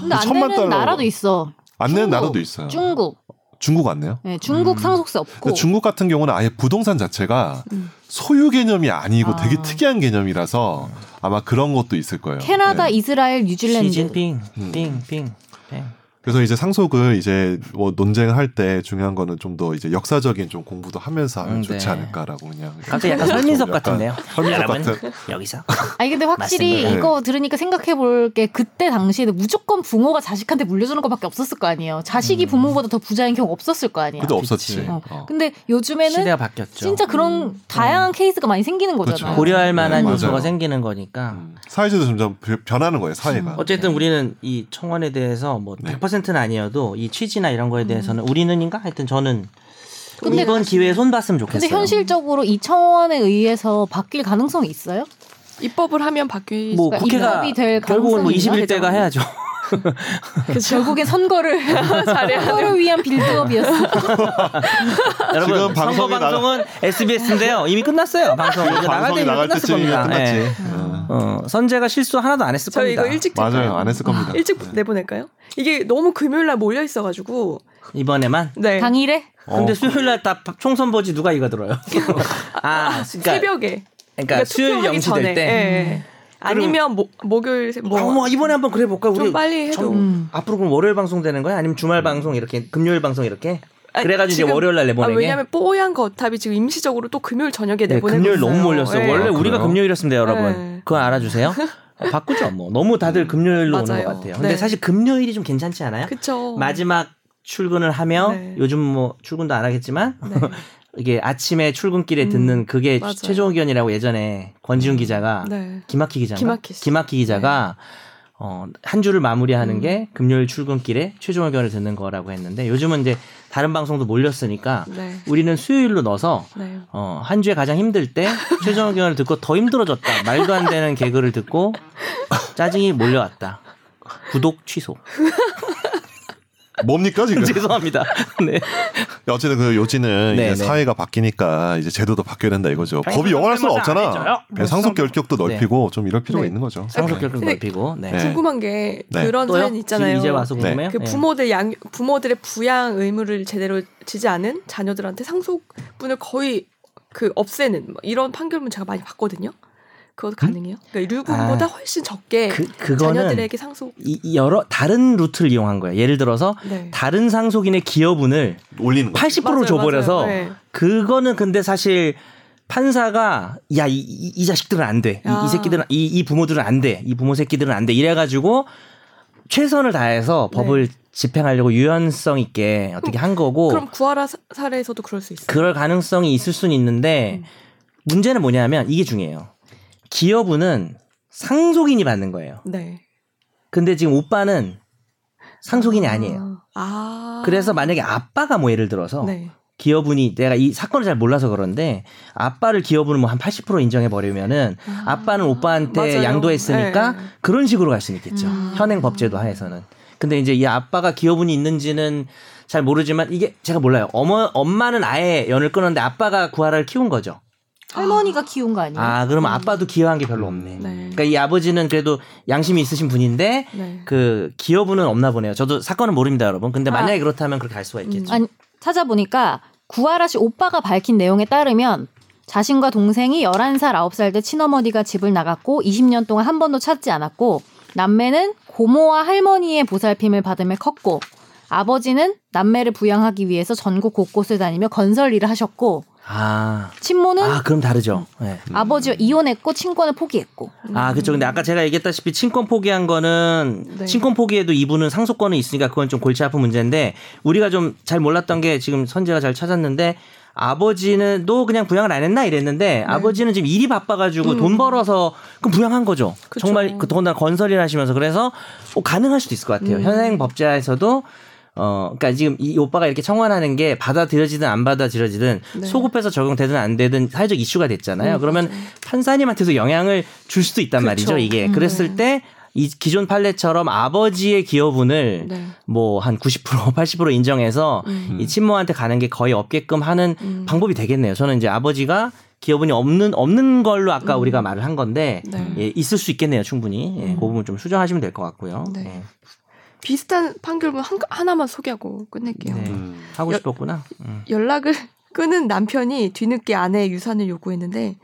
Speaker 3: 근데 안
Speaker 2: 천만
Speaker 3: 되는
Speaker 2: 달러.
Speaker 3: 나라도 있어.
Speaker 2: 안 내는
Speaker 3: 중국,
Speaker 2: 나라도 있어요.
Speaker 3: 중국.
Speaker 2: 중국 안 내요?
Speaker 3: 네, 중국 상속세
Speaker 2: 음. 근데
Speaker 3: 없고.
Speaker 2: 중국 같은 경우는 아예 부동산 자체가 소유 개념이 아니고
Speaker 3: 아.
Speaker 2: 되게 특이한 개념이라서 아마 그런 것도 있을 거예요.
Speaker 3: 캐나다,
Speaker 2: 예.
Speaker 3: 이스라엘, 뉴질랜드.
Speaker 4: 시진핑,
Speaker 2: 음.
Speaker 4: 네. 핑, 핑, 핑.
Speaker 2: 그래서 이제 상속을 이제 뭐 논쟁할 때 중요한 거는 좀 더 이제 역사적인 좀 공부도 하면서 하면
Speaker 4: 음,
Speaker 2: 좋지
Speaker 4: 네.
Speaker 2: 않을까라고 그냥.
Speaker 4: 갑자기 약간
Speaker 2: 좀
Speaker 4: 설민석
Speaker 2: 약간
Speaker 4: 같은데요. 네,
Speaker 2: 설민석
Speaker 4: 여러분,
Speaker 2: 같은.
Speaker 4: 여기서
Speaker 3: 아니 근데 확실히
Speaker 2: 맞습니다.
Speaker 3: 이거 들으니까 생각해 볼 게 그때 당시에는 무조건 부모가 자식한테 물려주는 것밖에 없었을 거 아니에요. 자식이 부모보다 더 부자인 경우 없었을 거 아니에요.
Speaker 2: 그도 없었지.
Speaker 3: 어.
Speaker 2: 어.
Speaker 3: 근데 요즘에는
Speaker 4: 시대가 바뀌었죠.
Speaker 3: 진짜 그런 다양한 케이스가 많이 생기는
Speaker 2: 그쵸.
Speaker 3: 거잖아요.
Speaker 4: 고려할 만한
Speaker 2: 네,
Speaker 4: 요소가
Speaker 2: 맞아요. 음.
Speaker 4: 생기는 거니까.
Speaker 2: 사회제도 점점 변- 변하는 거예요. 사회가.
Speaker 4: 어쨌든 우리는 이 청원에 대해서 뭐
Speaker 2: 네.
Speaker 4: 100%는 아니어도 이 취지나 이런 거에 대해서는 우리는인가 하여튼 저는 좀
Speaker 3: 음. 근데
Speaker 4: 이번 기회에 손 봤으면
Speaker 3: 근데
Speaker 4: 좋겠어요.
Speaker 3: 현실적으로 이 청원에 의해서 바뀔 가능성이 있어요?
Speaker 1: 입법을 하면 바뀌.
Speaker 4: 뭐
Speaker 3: 그러니까
Speaker 4: 국회가
Speaker 3: 입법이 될
Speaker 4: 결국은 뭐
Speaker 3: 가능성이
Speaker 4: 21대가 해야죠.
Speaker 3: 결국엔 선거를 선거를 위한 빌드업이었어.
Speaker 4: 여러분 선거
Speaker 2: 방송이 나가-
Speaker 4: 방송은 SBS인데요. 이미 끝났어요. 방송 이제 나갈 때
Speaker 2: 방송이 나갈
Speaker 4: 끝났을 겁니다.
Speaker 2: 때쯤이면 끝났지.
Speaker 4: 예.
Speaker 2: 음.
Speaker 4: 어, 선재가 실수 하나도 안 했을
Speaker 1: 저
Speaker 4: 겁니다.
Speaker 1: 이거 일찍
Speaker 2: 맞아요.
Speaker 1: 될까요?
Speaker 2: 안 했을 겁니다. 네.
Speaker 1: 일찍 내보낼까요? 이게 너무 금요일 날 몰려 있어가지고.
Speaker 4: 이번에만.
Speaker 1: 네.
Speaker 3: 당일에
Speaker 4: 근데 수요일 날 다 총선 보지 누가 이거 들어요? 아, 그러니까,
Speaker 1: 새벽에.
Speaker 4: 그러니까 수요일
Speaker 1: 투표하기
Speaker 4: 영시 될
Speaker 1: 전에.
Speaker 4: 때. 음.
Speaker 1: 예, 예. 아니면 목, 목요일 새- 뭐.
Speaker 4: 어, 뭐 이번에 한번 그래 볼까? 우리
Speaker 1: 좀 빨리 해도. 음.
Speaker 4: 전- 앞으로 그럼 월요일 방송 되는 거야? 아니면 주말 방송 이렇게 금요일 방송 이렇게?
Speaker 1: 아니,
Speaker 4: 그래가지고 이제
Speaker 1: 지금-
Speaker 4: 월요일 날 내보내게.
Speaker 1: 아, 왜냐면 뽀얀 거탑이 지금 임시적으로 또 금요일 저녁에
Speaker 4: 네,
Speaker 1: 내보내고
Speaker 4: 금요일
Speaker 1: 있어요.
Speaker 4: 너무 몰렸어. 요
Speaker 1: 예.
Speaker 4: 원래 우리가
Speaker 2: 아, 그래요?
Speaker 4: 금요일이었습니다, 여러분.
Speaker 1: 네.
Speaker 4: 그건 알아주세요. 어, 바꾸죠, 뭐. 너무 다들 금요일로 오는
Speaker 1: 맞아요.
Speaker 4: 것 같아요. 근데
Speaker 1: 네.
Speaker 4: 사실 금요일이 좀 괜찮지 않아요?
Speaker 1: 그쵸.
Speaker 4: 마지막 출근을 하며
Speaker 1: 네.
Speaker 4: 요즘 뭐 출근도 안 하겠지만 이게 아침에 출근길에 듣는 그게
Speaker 1: 음, 맞아요.
Speaker 4: 최종 의견이라고 예전에 권지훈 기자가
Speaker 1: 네.
Speaker 4: 김학희 기자
Speaker 1: 김학희 씨. 네.
Speaker 4: 김학희 기자가 어, 한 주를
Speaker 1: 음.
Speaker 4: 마무리하는 게 금요일 출근길에 최종 의견을 듣는 거라고 했는데 요즘은 이제 다른 방송도 몰렸으니까
Speaker 1: 네.
Speaker 4: 우리는 수요일로 넣어서
Speaker 1: 네.
Speaker 4: 어, 한 주에 가장 힘들 때 최종 의견을 듣고 더 힘들어졌다. 말도 안 되는 개그를 듣고 짜증이 몰려왔다. 구독 취소.
Speaker 2: 뭡니까 지금?
Speaker 4: 죄송합니다. 네.
Speaker 2: 어쨌든 그 요지는
Speaker 4: 네,
Speaker 2: 이제
Speaker 4: 네.
Speaker 2: 사회가 바뀌니까 이제 제도도 바뀌어야 된다 이거죠. 법이 영원할 수는 없잖아. 그냥 상속 결격도 넓히고 좀 이럴 필요가
Speaker 1: 네.
Speaker 2: 있는 거죠.
Speaker 4: 네. 상속 결격
Speaker 1: 근데
Speaker 4: 넓히고. 네.
Speaker 2: 네.
Speaker 1: 궁금한 게
Speaker 2: 네.
Speaker 1: 그런
Speaker 4: 또요?
Speaker 1: 사연 있잖아요.
Speaker 4: 지금 이제 와서
Speaker 2: 네.
Speaker 4: 궁금해요.
Speaker 1: 그
Speaker 4: 네.
Speaker 1: 부모들 양 부모들의 부양 의무를 제대로 지지 않은 자녀들한테 상속분을 거의 그 없애는 뭐 이런 판결문 제가 많이 봤거든요. 그것도 가능해요? 그러니까 류분보다
Speaker 4: 음? 아,
Speaker 1: 훨씬 적게
Speaker 4: 그 그거는
Speaker 1: 자녀들에게 상속.
Speaker 4: 이- 이 여러 다른 루트를 이용한 거예요. 예를 들어서
Speaker 1: 네.
Speaker 4: 다른 상속인의 기여분을
Speaker 2: 올리는 거.
Speaker 4: 80%로
Speaker 1: 맞아요,
Speaker 4: 줘버려서
Speaker 1: 맞아요. 네.
Speaker 4: 그거는 근데 사실 판사가 야 이 이 자식들은 안 돼. 이,
Speaker 1: 아.
Speaker 4: 이 새끼들은 이, 이 부모들은 안 돼. 이 부모 새끼들은 안 돼. 이래가지고 최선을 다해서
Speaker 1: 네.
Speaker 4: 법을 집행하려고 유연성 있게 어떻게 한 거고
Speaker 1: 그럼 구하라 사- 사례에서도 그럴 수 있어요.
Speaker 4: 그럴 가능성이 있을 수는 있는데
Speaker 1: 음.
Speaker 4: 문제는 뭐냐면 이게 중요해요. 기여분은 상속인이 받는 거예요.
Speaker 1: 네.
Speaker 4: 근데 지금 오빠는 상속인이 아니에요.
Speaker 3: 어.
Speaker 1: 아.
Speaker 4: 그래서 만약에 아빠가 뭐 예를 들어서
Speaker 1: 네.
Speaker 4: 기여분이 내가 이 사건을 잘 몰라서 그런데 아빠를 기여분을 뭐 한 80% 인정해 버리면은 아빠는 오빠한테
Speaker 1: 맞아요.
Speaker 4: 양도했으니까
Speaker 1: 네.
Speaker 4: 그런 식으로 갈 수는 있겠죠.
Speaker 3: 음.
Speaker 4: 현행 법제도 하에서는. 근데 이제 이 아빠가 기여분이 있는지는 잘 모르지만 이게 제가 몰라요. 어머 엄마는 아예 연을 끊었는데 아빠가 구하라를 키운 거죠.
Speaker 3: 할머니가 키운 거 아니에요?
Speaker 4: 아, 그러면 아빠도 기여한 게 별로 없네.
Speaker 1: 네.
Speaker 4: 그러니까 이 아버지는 그래도 양심이 있으신 분인데
Speaker 1: 네.
Speaker 4: 그 기여분은 없나 보네요. 저도 사건은 모릅니다, 여러분. 근데
Speaker 3: 아.
Speaker 4: 만약에 그렇다면 그렇게 할 수가 있겠죠.
Speaker 3: 아니, 찾아보니까 구하라 씨 오빠가 밝힌 내용에 따르면 자신과 동생이 11살, 9살 때 친어머니가 집을 나갔고 20년 동안 한 번도 찾지 않았고 남매는 고모와 할머니의 보살핌을 받으며 컸고 아버지는 남매를 부양하기 위해서 전국 곳곳을 다니며 건설 일을 하셨고
Speaker 4: 아.
Speaker 3: 친모는
Speaker 4: 아, 그럼 다르죠. 네.
Speaker 3: 아버지와 이혼했고 친권을 포기했고
Speaker 4: 아, 그쵸. 근데 아까 제가 얘기했다시피 친권 포기한 거는
Speaker 1: 네.
Speaker 4: 친권 포기에도 이분은 상속권은 있으니까 그건 좀 골치 아픈 문제인데 우리가 좀 잘 몰랐던 게 지금 선재가 잘 찾았는데 아버지는 또 그냥 부양을 안 했나 이랬는데
Speaker 1: 네.
Speaker 4: 아버지는 지금 일이 바빠가지고 돈 벌어서 그럼 부양한 거죠.
Speaker 1: 음. 그쵸.
Speaker 4: 정말 그 더군다나 건설일 하시면서 그래서 뭐 가능할 수도 있을 것
Speaker 1: 음.
Speaker 4: 같아요. 현행 법제에서도 어, 그니까 지금 이 오빠가 이렇게 청원하는 게 받아들여지든 안 받아들여지든
Speaker 1: 네.
Speaker 4: 소급해서 적용되든 안 되든 사회적 이슈가 됐잖아요.
Speaker 1: 음,
Speaker 4: 그러면 판사님한테도 영향을 줄 수도 있단
Speaker 1: 그쵸.
Speaker 4: 말이죠. 이게
Speaker 1: 음,
Speaker 4: 그랬을 때 이 기존 판례처럼 아버지의 기여분을
Speaker 1: 네.
Speaker 4: 뭐 한 90% 80% 인정해서
Speaker 1: 음.
Speaker 4: 이 친모한테 가는 게 거의 없게끔 하는
Speaker 1: 음.
Speaker 4: 방법이 되겠네요. 저는 이제 아버지가 기여분이 없는 없는 걸로 아까 우리가 말을 한 건데
Speaker 1: 음. 네. 음.
Speaker 4: 예, 있을 수 있겠네요, 충분히. 예, 그 부분 좀 수정하시면 될 것 같고요.
Speaker 1: 네.
Speaker 4: 예.
Speaker 1: 비슷한 판결문 한, 하나만 소개하고 끝낼게요.
Speaker 4: 네.
Speaker 2: 음.
Speaker 4: 하고
Speaker 1: 여-
Speaker 4: 싶었구나. 음.
Speaker 1: 연락을 끊은 남편이 뒤늦게 아내의 유산을 요구했는데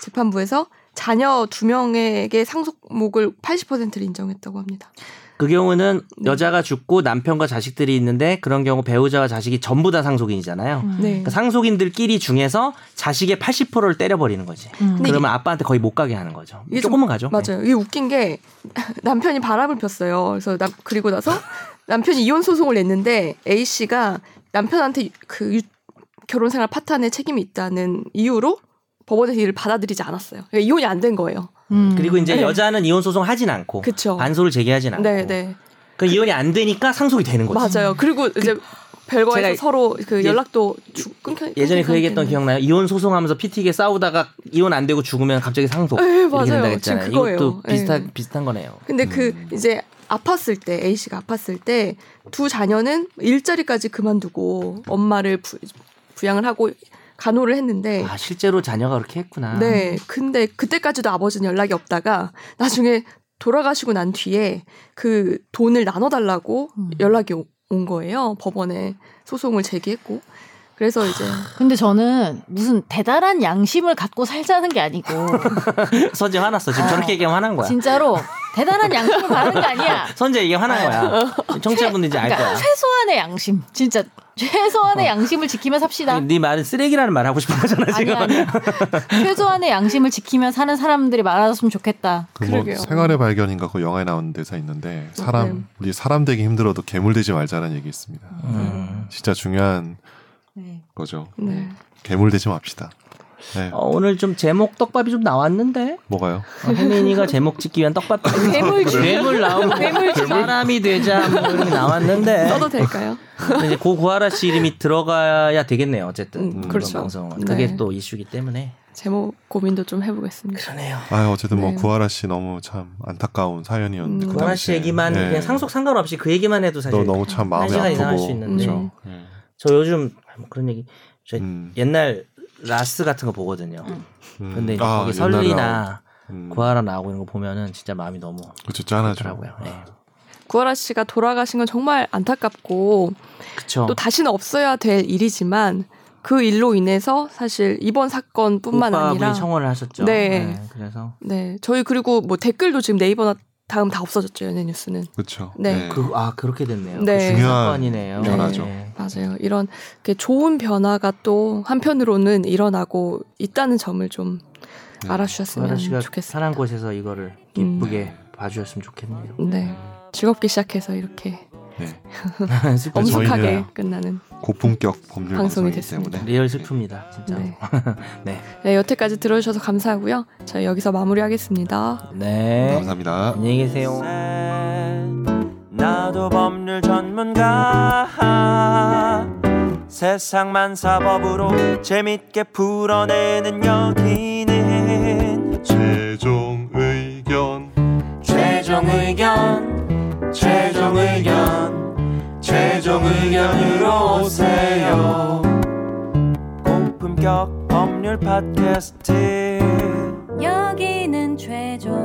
Speaker 1: 재판부에서 자녀 두 명에게 상속목을 80%를 인정했다고 합니다.
Speaker 4: 그 경우는
Speaker 1: 네.
Speaker 4: 여자가 죽고 남편과 자식들이 있는데 그런 경우 배우자와 자식이 전부 다 상속인이잖아요.
Speaker 1: 네.
Speaker 4: 그러니까 상속인들끼리 중에서 자식의 80%를 때려버리는 거지.
Speaker 3: 음.
Speaker 1: 근데
Speaker 4: 그러면 아빠한테 거의 못 가게 하는 거죠.
Speaker 1: 이게 좀-
Speaker 4: 조금은 가죠. 네.
Speaker 1: 맞아요. 이게 웃긴 게 남편이 바람을 폈어요. 그래서 남, 그리고 나서 남편이 이혼 소송을 냈는데 A 씨가 남편한테 그 유- 결혼 생활 파탄에 책임이 있다는 이유로 법원에서 이를 받아들이지 않았어요. 그러니까 이혼이 안 된 거예요.
Speaker 3: 음.
Speaker 4: 네. 그리고 이제
Speaker 1: 네.
Speaker 4: 여자는 이혼 소송 하진 않고
Speaker 1: 그쵸.
Speaker 4: 반소를 제기하진 않고
Speaker 1: 네, 네.
Speaker 4: 그 이혼이 안 되니까 상속이 되는 아, 거죠.
Speaker 1: 맞아요. 그리고 이제 별거에서
Speaker 4: 제가
Speaker 1: 서로 그
Speaker 4: 예-
Speaker 1: 연락도 주- 끊겨
Speaker 4: 예전에
Speaker 1: 끊긴
Speaker 4: 그 얘기했던
Speaker 1: 상태는-
Speaker 4: 기억나요? 이혼 소송하면서 피튀기에 싸우다가 이혼 안 되고 죽으면 갑자기 상속.
Speaker 1: 네,
Speaker 4: 이렇게
Speaker 1: 맞아요.
Speaker 4: 된다
Speaker 1: 지금
Speaker 4: 했잖아요.
Speaker 1: 그거예요.
Speaker 4: 이것도 비슷한
Speaker 1: 네.
Speaker 4: 비슷한 거네요.
Speaker 1: 근데 그
Speaker 2: 음.
Speaker 1: 이제 아팠을 때 A 씨가 아팠을 때 두 자녀는 일자리까지 그만두고 엄마를 부, 양을 하고 간호를 했는데
Speaker 4: 아 실제로 자녀가 그렇게 했구나.
Speaker 1: 네 근데 그때까지도 아버지는 연락이 없다가 나중에 돌아가시고 난 뒤에 그 돈을 나눠달라고
Speaker 3: 음.
Speaker 1: 연락이 오- 온 거예요 법원에 소송을 제기했고 그래서 이제
Speaker 3: 근데 저는 무슨 대단한 양심을 갖고 살자는 게 아니고
Speaker 4: 선재 화났어. 지금
Speaker 3: 어.
Speaker 1: 아.
Speaker 4: 저렇게 얘기하면 화난 거야.
Speaker 3: 진짜로 대단한 양심을 바라는 게 아니야.
Speaker 4: 선재 얘기 화난 거야. 청취자분들 이제 알
Speaker 3: 그러니까
Speaker 4: 거야. 어.
Speaker 3: 최소한의 양심. 진짜 최소한의 양심을 지키며 삽시다.
Speaker 4: 네 말은 쓰레기라는 말 하고 싶은 거잖아 지금.
Speaker 3: 아니야, 아니야. 최소한의 양심을 지키며 사는 사람들이 많아졌으면 좋겠다.
Speaker 2: 그뭐
Speaker 1: 그러게요.
Speaker 2: 생활의 발견인가 그 영화에 나오는 대사 있는데 사람
Speaker 1: 네.
Speaker 2: 우리 사람 되기 힘들어도 괴물 되지 말자는 얘기 있습니다.
Speaker 4: 음.
Speaker 2: 진짜 중요한
Speaker 3: 네.
Speaker 2: 거죠.
Speaker 1: 네.
Speaker 2: 괴물 되지 맙시다. 네,
Speaker 4: 어, 오늘 좀 제목 떡밥이 좀 나왔는데
Speaker 2: 뭐가요?
Speaker 4: 어, 혜민이가 제목 짓기 위한 떡밥
Speaker 3: 괴물 주-
Speaker 4: 괴물 나오고 괴물 사람이 되자 뭐 이런 게 나왔는데
Speaker 1: 써도 될까요?
Speaker 4: 이제 고 구하라 씨 이름이 들어가야 되겠네요 어쨌든
Speaker 1: 음,
Speaker 4: 그런
Speaker 1: 그렇죠.
Speaker 4: 방송은
Speaker 1: 네.
Speaker 4: 그게 또 이슈기 때문에
Speaker 1: 제목 고민도 좀 해보겠습니다.
Speaker 4: 그러네요
Speaker 2: 아유 어쨌든 뭐
Speaker 1: 네.
Speaker 2: 구하라 씨 너무 참 안타까운 사연이었는데
Speaker 1: 음.
Speaker 2: 그
Speaker 4: 구하라 씨
Speaker 2: 당시에.
Speaker 4: 얘기만
Speaker 2: 네.
Speaker 4: 그냥 상속 상관없이 그 얘기만
Speaker 2: 너
Speaker 4: 해도 사실
Speaker 2: 너무 참
Speaker 4: 한
Speaker 2: 마음이
Speaker 4: 시간 이상 할 수
Speaker 2: 아프고
Speaker 4: 있는데
Speaker 1: 음.
Speaker 4: 저 요즘 뭐 그런 얘기 저
Speaker 2: 음.
Speaker 4: 옛날 라스 같은 거 보거든요
Speaker 2: 음.
Speaker 4: 근데 이제
Speaker 2: 아, 옛날에
Speaker 4: 거기 설리나
Speaker 2: 나온- 음.
Speaker 4: 구하라 나오고 있는 거 보면은 진짜 마음이 너무
Speaker 2: 그쵸 짠하죠.
Speaker 4: 좋더라고요 네.
Speaker 2: 아.
Speaker 1: 구하라 씨가 돌아가신 건 정말 안타깝고
Speaker 4: 그쵸
Speaker 1: 또 다시는 없어야 될 일이지만 그 일로 인해서 사실 이번 사건뿐만 아니라
Speaker 4: 오빠분이 청원을 하셨죠.
Speaker 1: 네.
Speaker 4: 그래서
Speaker 1: 네 저희 그리고 뭐 댓글도 지금 네이버나 다음 다 없어졌죠 연예뉴스는
Speaker 2: 그렇죠.
Speaker 1: 네.
Speaker 4: 그, 아 그렇게 됐네요.
Speaker 1: 네.
Speaker 4: 그
Speaker 2: 중요한
Speaker 4: 사건이네요.
Speaker 2: 변화죠.
Speaker 4: 네.
Speaker 1: 맞아요 이런 이렇게 좋은 변화가 또 한편으로는 일어나고 있다는 점을 좀
Speaker 2: 네.
Speaker 1: 알아주셨으면
Speaker 4: 소라 씨가
Speaker 1: 좋겠습니다. 음.
Speaker 4: 편한 곳에서 이거를 기쁘게 봐주셨으면 좋겠네요.
Speaker 1: 네 즐겁게 시작해서 이렇게
Speaker 2: 네.
Speaker 4: 슬픈
Speaker 2: 엄청-
Speaker 1: 엄숙하게
Speaker 2: 저희는
Speaker 1: 끝나는
Speaker 2: 고품격 법률
Speaker 1: 방송이
Speaker 2: 방송이기 때문에
Speaker 4: 리얼 슬픕니다. 진짜.
Speaker 1: 네.
Speaker 4: 네.
Speaker 1: 네, 여태까지 들어주셔서 감사하고요. 저희 여기서 마무리하겠습니다.
Speaker 4: 네.
Speaker 2: 감사합니다.
Speaker 4: 안녕히 계세요.
Speaker 6: 나도 법률 전문가 세상만 사법으로 재밌게 풀어내는 여기는
Speaker 5: 최종 의견
Speaker 6: 최종 의견 최종 의견 최종 의견으로 오세요 고품격 법률 팟캐스트
Speaker 7: 여기는 최종